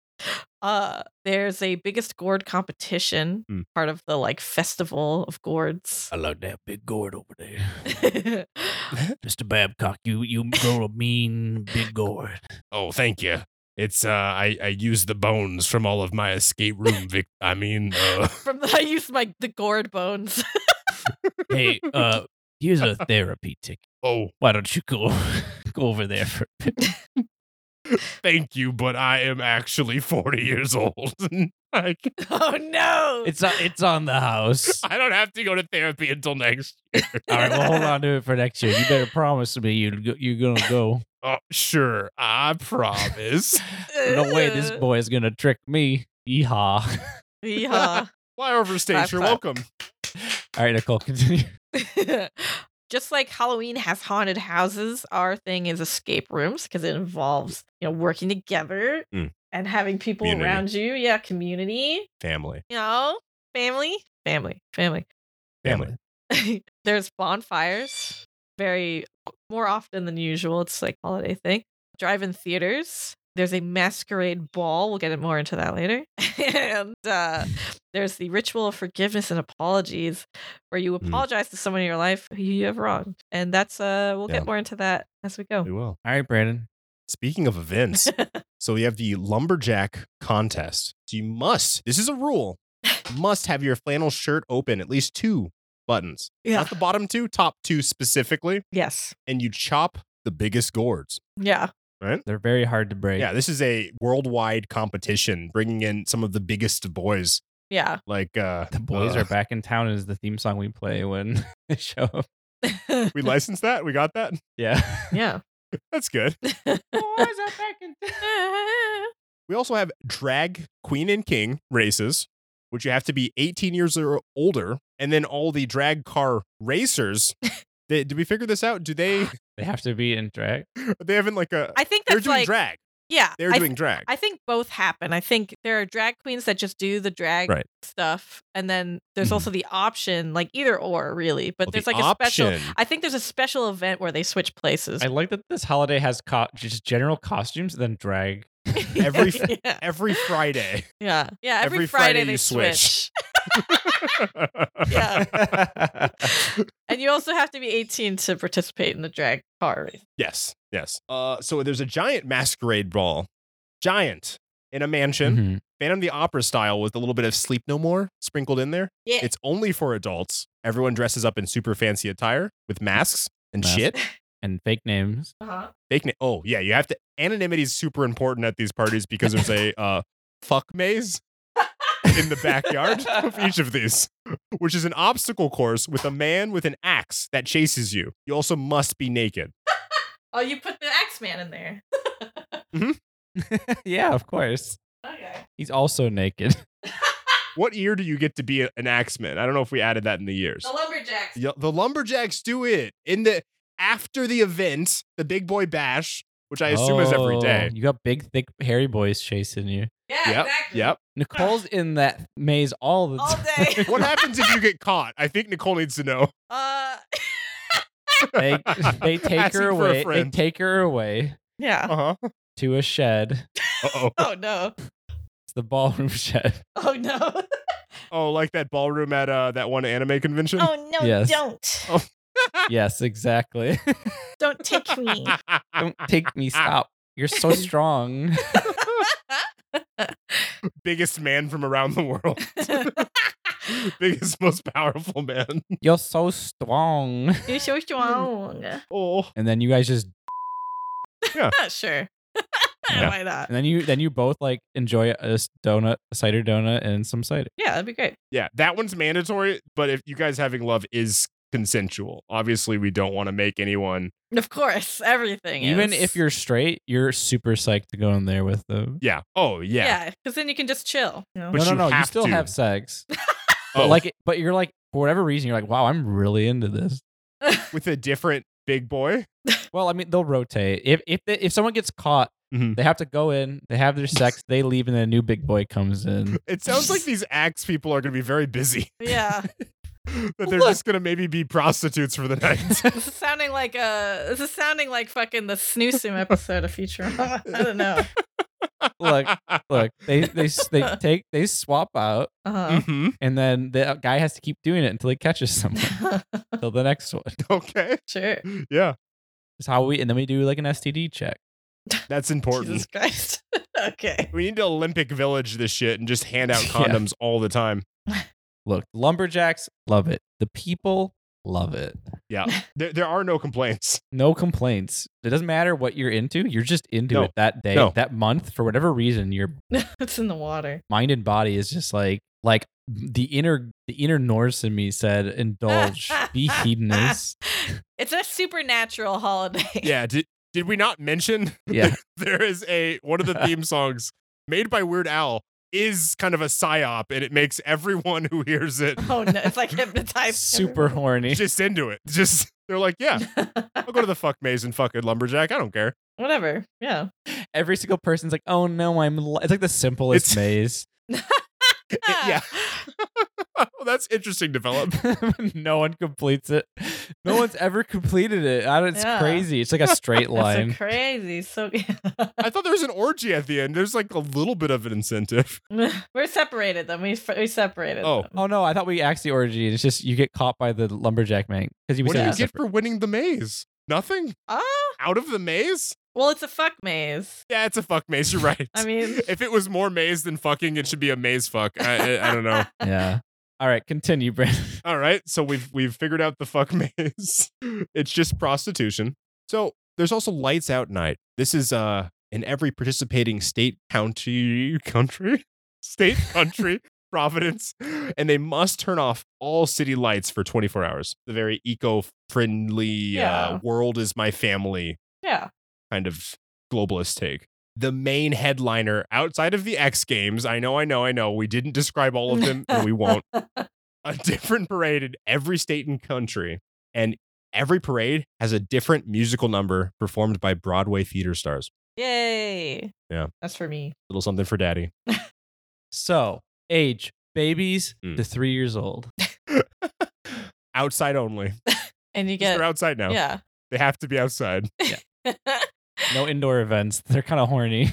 Uh, there's a biggest gourd competition,
Hmm.
part of the like festival of gourds.
I like that big gourd over there,
yeah,
Mister Babcock. You you grow a mean big gourd.
Oh, thank you. It's uh, I I use the bones from all of my escape room. Vic- I mean, uh,
from the, I used my the gourd bones.
Hey, uh, here's a therapy ticket.
oh,
Why don't you go go over there for a bit?
thank you, but I am actually forty years old. I, c-
oh no!
It's on, it's on the house.
I don't have to go to therapy until next.
All right, well, hold on to it for next year. You better promise me you you're gonna go.
Oh, sure, I promise.
No way, this boy is gonna trick me. Yeehaw! All
Yeehaw.
Flyover
Clap,
stage, you're
clap.
welcome.
right, Nicole, continue.
Just like Halloween has haunted houses, our thing is escape rooms because it involves you know working together
Mm.
and having people
Community.
around you. Yeah, community.
Family,
You know, family, family, family.
family.
There's bonfires, very more often than usual. It's like holiday thing. Drive-in theaters. There's a masquerade ball. We'll get more into that later. and uh, there's the ritual of forgiveness and apologies, where you
Mm.
apologize to someone in your life who you have wronged. And that's uh, we'll
Yeah.
get more into that as we go.
We will.
All right, Brandon.
Speaking of events, so we have the lumberjack contest. So you must, this is a rule, you must have your flannel shirt open, at least two buttons.
Yeah.
Not the bottom two, top two specifically,
Yes.
and you chop the biggest gourds.
Yeah.
They're very hard to break.
Yeah, this is a worldwide competition bringing in some of the biggest boys
Yeah.
like uh
The boys
uh,
are back in town is the theme song we play when they show up.
We licensed that? We got that?
Yeah.
yeah.
That's good. We also have drag queen and king races, which you have to be 18 years or older, and then all the drag car racers. they, did we figure this out? Do they?
They have to be in drag.
They haven't like a.
I think
they're
that's
doing
like
drag.
yeah.
They're
I
doing drag.
I think both happen. I think there are drag queens that just do the drag
Right.
stuff, and then there's
Mhm.
also the option, like either or, really. But
Well,
there's
the
like a special.
option.
I think there's a special event where they switch places.
I like that this holiday has co- just general costumes and then drag.
Every
yeah,
every Friday.
yeah, yeah. Every,
every
Friday,
Friday
they
you switch.
switch. yeah, and you also have to be 18 to participate in the drag car race.
yes. Yes. Uh, so there's a giant masquerade ball, giant in a mansion,
Mhm.
Phantom of the Opera style, with a little bit of Sleep No More sprinkled in there.
Yeah,
It's only for adults. Everyone dresses up in super fancy attire with masks and
Masks.
shit.
And fake names.
uh-huh.
Fake na- oh yeah, you have to. Anonymity is super important at these parties because there's a uh, fuck maze in the backyard of each of these, which is an obstacle course with a man with an axe that chases you. You also must be naked.
oh, you put the X Man in there.
yeah, of course.
Okay.
He's also naked.
What year do you get to be a- an axeman? I don't know if we added that in the years.
lumberjacks.
Yeah, the lumberjacks do it in the after the event, the big boy bash, which I assume is every
Oh,
day.
You got big, thick, hairy boys chasing you.
Yeah,
yep, yep.
Nicole's in that maze all the
All
time.
day.
What happens if you get caught? I think Nicole needs to know.
Uh,
They, they take
Asking for
her
a
away. They
friend.
take her away
yeah.
Uh huh.
to a shed.
Uh oh.
Oh no.
It's the ballroom shed.
Oh no.
Oh, like that ballroom at uh, that one anime convention.
Oh no,
Yes.
don't.
yes, exactly.
Don't take me.
Don't take me. Stop. You're so strong.
Biggest man from around the world. Biggest, most powerful man.
You're so strong.
You're so strong.
Oh,
And then you guys just
Not sure. Yeah,
Yeah.
why not?
And then you then you both like enjoy a s- donut, a cider donut, and some cider.
Yeah, that'd be great.
Yeah, that one's mandatory, but if you guys having love is consensual, obviously we don't want to make anyone.
Of course, everything.
Even
is.
if you're straight, you're super psyched to go in there with them.
Yeah. Oh, yeah.
yeah, because then you can just chill. you know?
But
no,
you
no, no. you
have
still
to.
have sex,
Oh,
but like, it- but you're like for whatever reason, you're like, wow, I'm really into this.
with a different big boy.
Well, I mean, they'll rotate. If if they, if someone gets caught,
Mhm.
they have to go in, they have their sex, they leave, and then a new big boy comes in.
It sounds like these axe people are going to be very busy.
yeah,
That they're
Look.
just going to maybe be prostitutes for the night.
this is sounding like uh This is sounding like fucking the Snoosoom episode of Futurama. I don't know.
Look, look, they they s- they take they swap out,
Uh-huh.
hmm
and then the uh, guy has to keep doing it until he catches someone till the next one.
Okay.
Uh-huh. sure.
Yeah,
It's how we and then we do like an STD check.
that's important.
Jesus Christ. okay.
We need to Olympic Village this shit and just hand out
Yeah.
condoms all the time.
Look, lumberjacks love it. The people love it.
There, there are no complaints.
No complaints. It doesn't matter what you're into. You're just into
No.
it that day,
No.
that month, for whatever reason. Your
it's in the water.
mind and body is just like like the inner the inner Norse in me said, indulge, be hedonist.
It's a supernatural holiday.
Yeah. Did, did we not mention
Yeah,
there is a one of the theme songs made by Weird Al is kind of a psyop, and it makes everyone who hears it
Oh no, it's like hypnotized.
super horny.
just into it. Just they're like, yeah, I'll go to the fuck maze and fucking lumberjack. I don't care.
Whatever. Yeah.
Every single person's like, oh no, I'm. Li-. It's like the
It's-
simplest maze.
yeah.
Ah.
well, that's interesting. Develop.
no one completes it. No one's ever completed it. I don't, it's
Yeah.
crazy. It's like a straight line.
That's so crazy. So
I thought there was an orgy at the end. There's like a little bit of an incentive.
we're separated. Then we we separated.
Oh.
them.
Oh no, I thought we axed the orgy. It's just you get caught by the lumberjack man because he was
What do you
yeah.
get for winning the maze? Nothing
Oh.
out of the maze.
Well, it's a fuck maze.
Yeah, it's a fuck maze. You're right.
I mean-
if it was more maze than fucking, it should be a maze fuck. I, I, I don't know.
yeah. All right, continue, Brandon.
All right, so we've we've figured out the fuck maze. it's just prostitution. So there's also lights out night. This is uh in every participating state, county, country, state, country, Providence, and they must turn off all city lights for 24 hours. The very eco-friendly
Yeah.
uh, world is my family
Yeah.
kind of globalist take. The main headliner outside of the X Games, I know, I know, I know, we didn't describe all of them and we won't. A different parade in every state and country. And every parade has a different musical number performed by Broadway theater stars.
Yay.
Yeah.
That's for me.
Little something for daddy.
So age babies
Mm.
to three years old.
Outside only.
And you
'Cause They're
get
outside now.
yeah.
They have to be outside. Hmm.
No indoor events. They're kind of horny.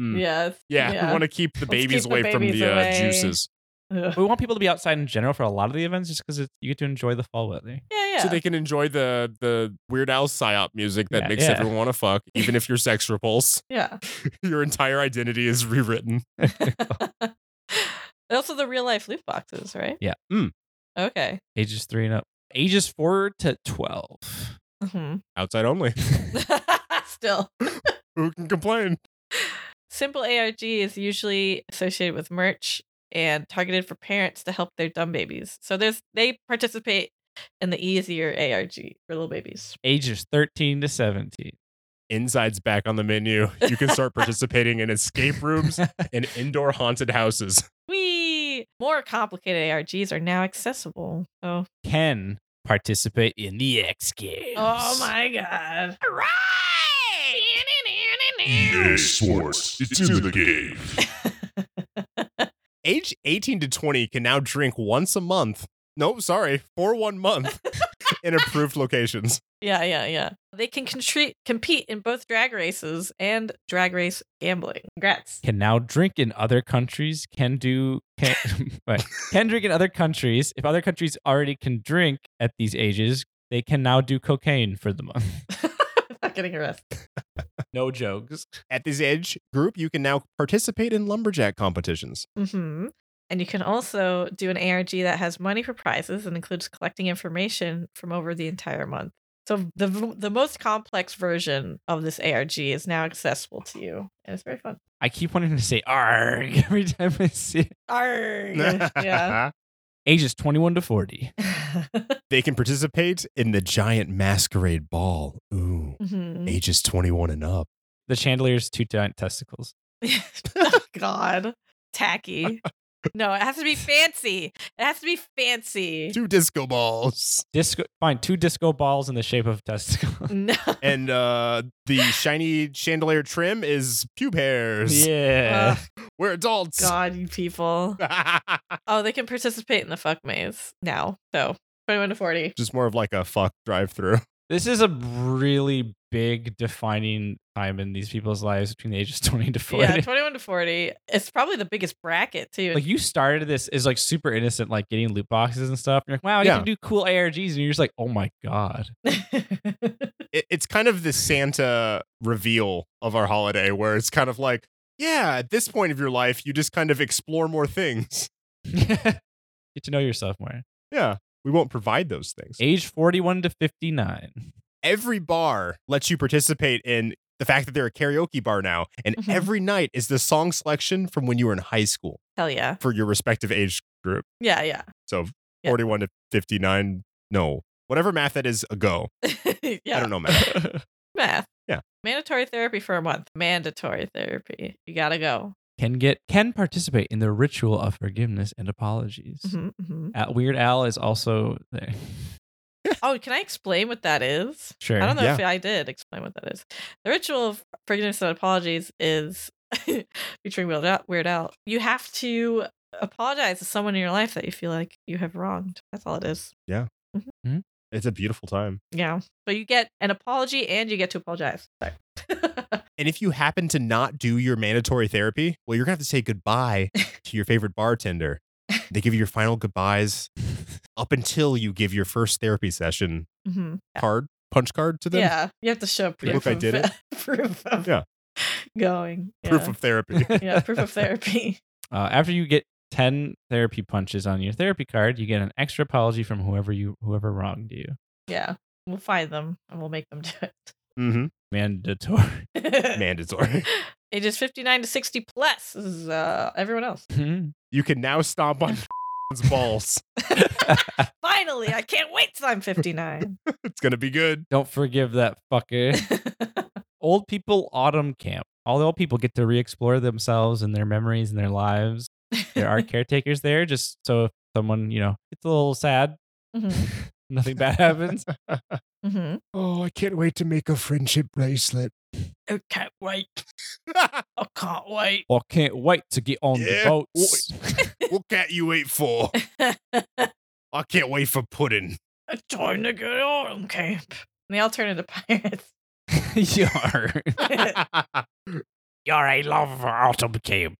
Mm.
yes.
Yeah, we want to keep the
Let's
babies
keep the
away from
babies
the
away.
Uh, juices
Ugh.
We want people to be outside in general for a lot of the events, just because you get to enjoy the fall weather.
yeah. Yeah.
so they can enjoy the the Weird Al Psyop music that
Yeah,
makes
yeah.
everyone want to fuck, even if you're sex repulsed.
yeah.
your entire identity is rewritten.
also the real life loot boxes, right?
Yeah.
Mm.
Okay.
Ages three and up. Ages four to twelve.
Mhm.
Outside only.
Still.
Who can complain?
Simple ARG is usually associated with merch and targeted for parents to help their dumb babies. So there's they participate in the easier ARG for little babies.
Ages thirteen to seventeen.
Inside's back on the menu. You can start participating in escape rooms and indoor haunted houses.
We more complicated ARGs are now accessible. Oh,
Can participate in the X Games.
oh my god!
EA Sports. It's in the game.
Age 18 to 20 can now drink once a month. Nope, sorry, for one month in approved locations.
Yeah, yeah, yeah. They can contri- compete in both drag races and drag race gambling. Congrats!
can now drink in other countries can do can, wait, can drink in other countries if other countries already can drink at these ages they can now do cocaine for the month
Not getting arrested.
no jokes
At this age group, you can now participate in lumberjack competitions.
hmm And you can also do an ARG that has money for prizes and includes collecting information from over the entire month. So the v- the most complex version of this ARG is now accessible to you, and it's very fun.
I keep wanting to say arg every time I see it.
Arrgh. yeah.
Ages 21 to 40.
They can participate in the giant masquerade ball. Ooh,
Mm-hmm.
Mhm.
ages 21 and up.
The chandelier's two giant testicles.
oh God, tacky. No, it has to be fancy. It has to be fancy.
Two disco balls.
Disco, find two disco balls in the shape of testicles.
No. Oh,
And uh the shiny chandelier trim is pube hairs.
yeah.
Ugh,
We're adults.
God, you people. Oh, they can participate in the fuck maze now. So twenty-one to forty.
Just more of like a fuck drive through.
This is a really big defining time in these people's lives between the ages 20 to 40.
Yeah, twenty-one to forty. It's probably the biggest bracket too.
like you started this is like super innocent, like getting loot boxes and stuff. You're like, wow, you
Yeah.
can do cool ARGs, and you're just like, oh my god.
it, it's kind of the Santa reveal of our holiday, where it's kind of like, yeah, at this point of your life, you just kind of explore more things.
Get to know yourself more.
Yeah, we won't provide those things.
Age 41 to 59.
Every bar lets you participate in the fact that they're a karaoke bar now, and
Mhm.
every night is the song selection from when you were in high school
Hell yeah.
for your respective age group.
Yeah, yeah.
So
Yeah.
41 to 59, no, whatever math that is, a go.
yeah.
I don't know math.
Math.
Yeah.
Mandatory therapy for a month. Mandatory therapy. You gotta go.
can get can participate in the ritual of forgiveness and apologies.
Mhm, mhm.
Al- Weird Al is also there.
Oh, can I explain what that is?
Sure.
I don't know if I did explain what that is. The ritual of forgiveness and apologies is featuring Weird Al. Weird Al. You have to apologize to someone in your life that you feel like you have wronged. That's all it is.
It's a beautiful time.
Yeah. So you get an apology and you get to apologize. Sorry.
And if you happen to not do your mandatory therapy, well, you're going to have to say goodbye to your favorite bartender. They give you your final goodbyes up until you give your first therapy session
Mhm.
card, punch card to them.
Yeah. You have to show proof.
Look, I
of-
did it.
proof of
Yeah.
going.
Proof
Yeah.
of therapy.
yeah, proof of therapy.
Uh, after you get ten therapy punches on your therapy card, you get an extra apology from whoever you whoever wronged you.
Yeah. We'll find them and we'll make them do
mm-hmm.
Mandatory.
it.
Mandatory.
Ages 59 to 60 plus is uh, everyone else.
Hmm.
You can now stomp on balls.
Finally, I can't wait till I'm 59.
It's going to be good.
don't forgive that fucker. old people autumn camp. All the old people get to re-explore themselves and their memories and their lives. There are caretakers there, just so if someone you know gets a little sad,
Mm-hmm.
Mhm,
nothing bad happens.
mhm.
Oh, I can't wait to make a friendship bracelet.
I can't wait. I can't wait.
I can't wait to get on
Yeah.
the boats.
what cat you wait for? I can't wait for pudding.
It's time to get on camp. And the alternative pirates.
you are. You're a love for autumn camp.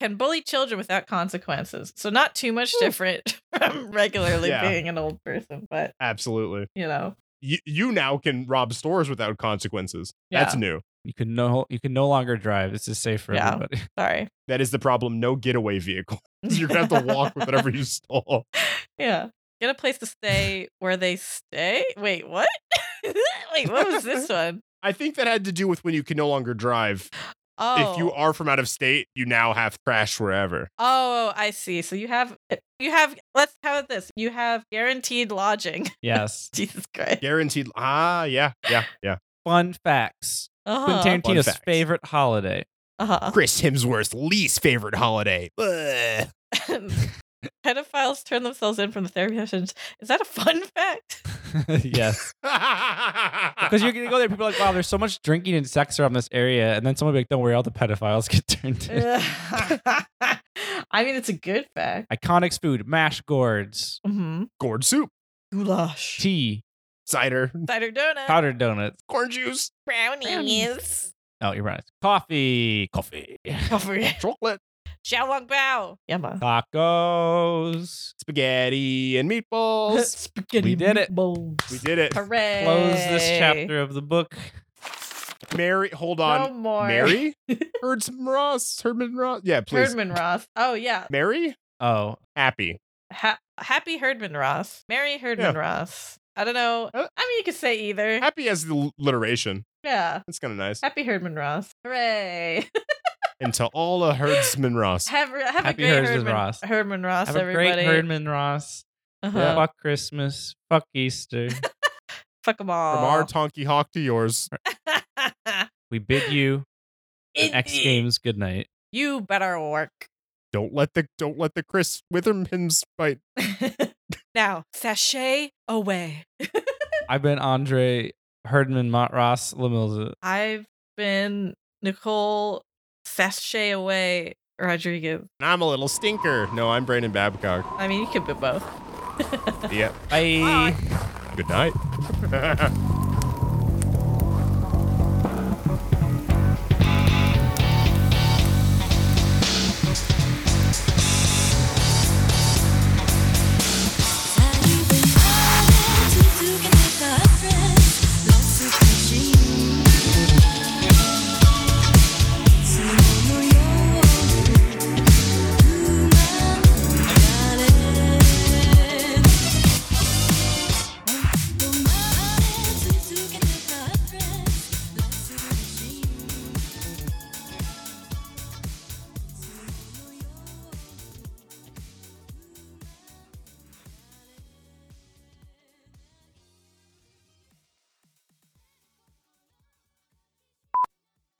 Can bully children without consequences. So, not too much different from regularly
Yeah.
being an old person, but
Absolutely.
you know.
You, you now can rob stores without consequences. That's
Yeah.
new.
You can no you can no longer drive. This is safe for
Yeah.
everybody.
Sorry.
That is the problem. No getaway vehicle. You're gonna have to walk with whatever you stole.
Yeah. Get a place to stay where they stay. Wait, what? Wait, what was this one?
I think that had to do with when you can no longer drive.
Oh,
If you are from out of state, you now have crash wherever.
oh, I see. So you have, eh, you have. Let's how about this? You have guaranteed lodging.
Yes.
Jesus Christ.
Guaranteed. Ah, yeah, yeah, yeah.
Fun facts.
Uh huh.
Quentin Tarantino's
Fun facts.
favorite holiday.
Uh
Oh.
Chris Hemsworth's least favorite holiday. Ugh.
huh. Pedophiles turn themselves in from the therapy sessions. Is that a fun fact?
yes. Because you're gonna go there, people are like, wow, there's so much drinking and sex around this area, and then someone will be like, Don't worry, all the pedophiles get turned
Eh.
in.
I mean, it's a good fact.
Iconics food, mashed gourds,
Mm-hmm.
gourd soup,
Goulash.
tea,
cider,
Cider donut.
powdered donuts.
corn juice,
brownies. Oh,
Oh, you're right. Coffee. Coffee.
Coffee.
chocolate,
Xiaolong Bao. Yama.
Tacos.
spaghetti, and meatballs.
Spaghetti
We did it.
we did it.
Hooray.
Close this chapter of the book.
Mary, hold
No
on.
more.
Mary, Herdsman Ross, Herman Ross. Yeah, please.
Herdman Ross. Oh, yeah.
Mary,
Oh,
happy.
Ha- happy Herdman Ross. Mary Herdman Ross. I don't know. I
Uh,
mean, you could say either.
Happy as the alliteration.
yeah.
That's kind of nice.
Happy Herdman Ross. Hooray.
And to all the herdsmen Ross.
have, have
Happy
a great
Herdman
Herdman
Ross.
Herdman Ross,
Have
everybody.
a great Herdman Ross.
Uh-huh.
Fuck Christmas. Fuck Easter.
Fuck them all.
From our Tonky Hawk to yours.
we bid you an X
Indeed.
Games good night.
You better work.
Don't let the don't let the Chris Witherpins bite.
now, sachet away.
I've been Andre Herdman Mott Ross Lamilza.
I've been Nicole sachet away Rodriguez.
And I'm a little stinker. No, I'm Brandon Babcock.
I mean, you could be both.
Yep.
Bye.
Good night.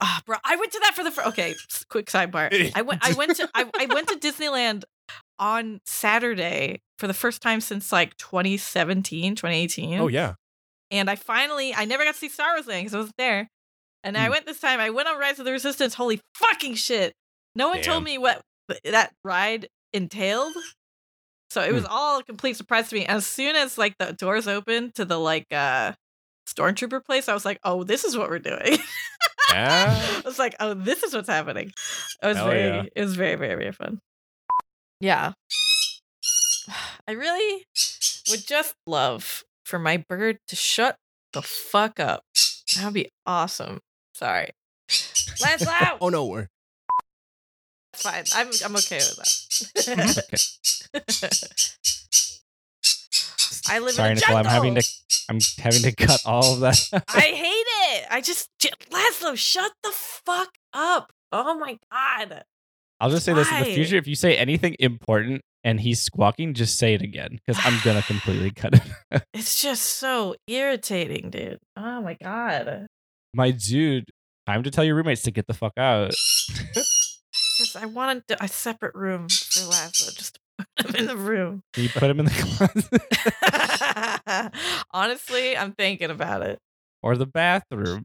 Ah, bro, I went to that for the fir- okay. s- Quick sidebar. I went. I went to. I, I went to Disneyland on Saturday for the first time since like 2017, 2018.
Oh yeah.
And I finally, I never got to see Star Wars Land because I wasn't there. And I
Mm.
went this time. I went on Rise of the Resistance. Holy fucking shit! No one told
Damn.
me what th- that ride entailed. So it
Mm.
was all a complete surprise to me. As soon as like the doors opened to the like uh stormtrooper place, I was like, "Oh, this is what we're doing."
yeah.
I was like, "Oh, this is what's happening." It was
Hell
very,
yeah.
it was very, very, very fun. Yeah, I really would just love for my bird to shut the fuck up. That would be awesome. Sorry, Lancelot.
Oh no. we're-
It's fine. I'm, I'm okay with that. I live
Sorry,
in the
Nicole. I'm
jungle.
having to. I'm having to cut all of that.
I hate it. I just, j- Laszlo, shut the fuck up. Oh my god.
I'll just say this in
Why?
the future. If you say anything important and he's squawking, just say it again because I'm gonna completely cut it.
It's just so irritating, dude. Oh my god.
My dude, time to tell your roommates to get the fuck out.
Just I wanted to- a separate room for Laszlo, just to put him in the room.
You put him in the closet
Honestly, I'm thinking about it.
or the bathroom.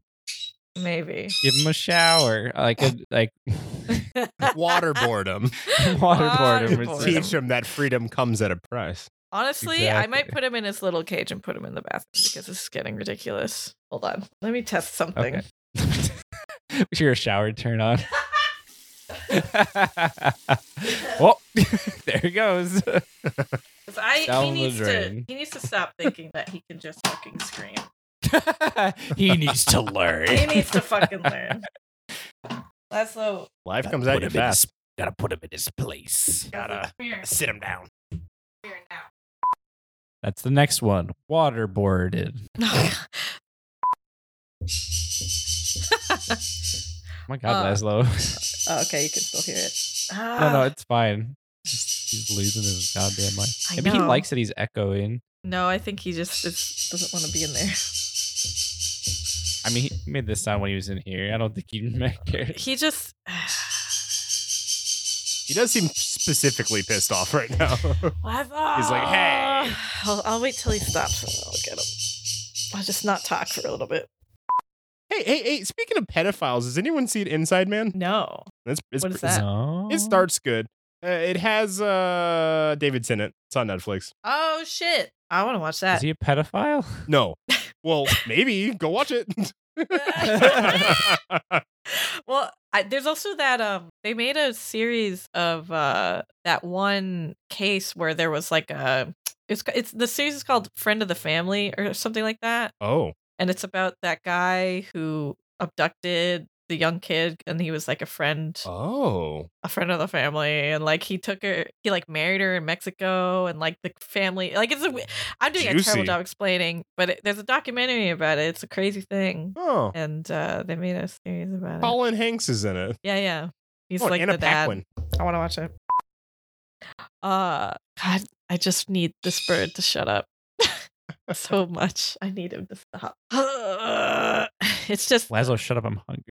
Maybe.
Give him a shower. Like a like
Waterboard 'em.
waterboard him.
Waterboard
It's-
him.
Teach them that freedom comes at a price.
Honestly, I might
Exactly.
put him in his little cage and put him in the bathroom because this is getting ridiculous. Hold on. Let me test something.
Okay. Wish your shower turn on. oh, there he goes.
'Cause I he
Down the
needs to
drain.
he needs to stop thinking that he can just fucking scream.
he needs to learn.
He needs to fucking learn. Laszlo,
Life comes at you fast.
gotta put him in his place.
Gotta sit
him down.
Oh, here now.
That's the next one. Waterboarded. Oh my God,
Uh,
Laszlo.
oh, okay, you can still hear it.
no, no,
Ah,
it's fine. He's he's losing his goddamn mind.
I
Maybe he
know.
likes that he's echoing.
no, I think he just is, doesn't want to be in there.
I mean, he made this sound when he was in here. I don't think he meant it.
He just.
He does seem specifically pissed off right now.
Laszlo!
He's like, "Hey."
I'll, I'll wait till he stops and I'll get him. I'll just not talk for a little bit.
hey, hey, hey! Speaking of pedophiles, has anyone seen Inside Man?
No.
It's, it's,
What is
it's-
that?
No.
It starts good. Uh, it has uh, David Tennant. It's on Netflix.
Oh, shit. I want to watch
Is
that.
he a pedophile?
No, well, maybe go watch it.
well, I, there's also that um they made a series of uh that one case where there was like a it's ca- it's the series is called Friend of the Family or something like that
oh,
and it's about that guy who abducted the young kid and he was like a friend
Oh.
a friend of the family and like he took her he like married her in mexico and like the family like it's a w- i'm doing a
Juicy.
terrible job explaining but it, there's a documentary about it it's a crazy thing
Oh.
and uh they made a series about it
Colin Hanks is in it.
yeah yeah he's
oh, and
like
Anna
the dad
Paquin.
i want to watch it uh god i just need this bird to shut up so much i need him to stop it's just
Laszlo, shut up. I'm hungry.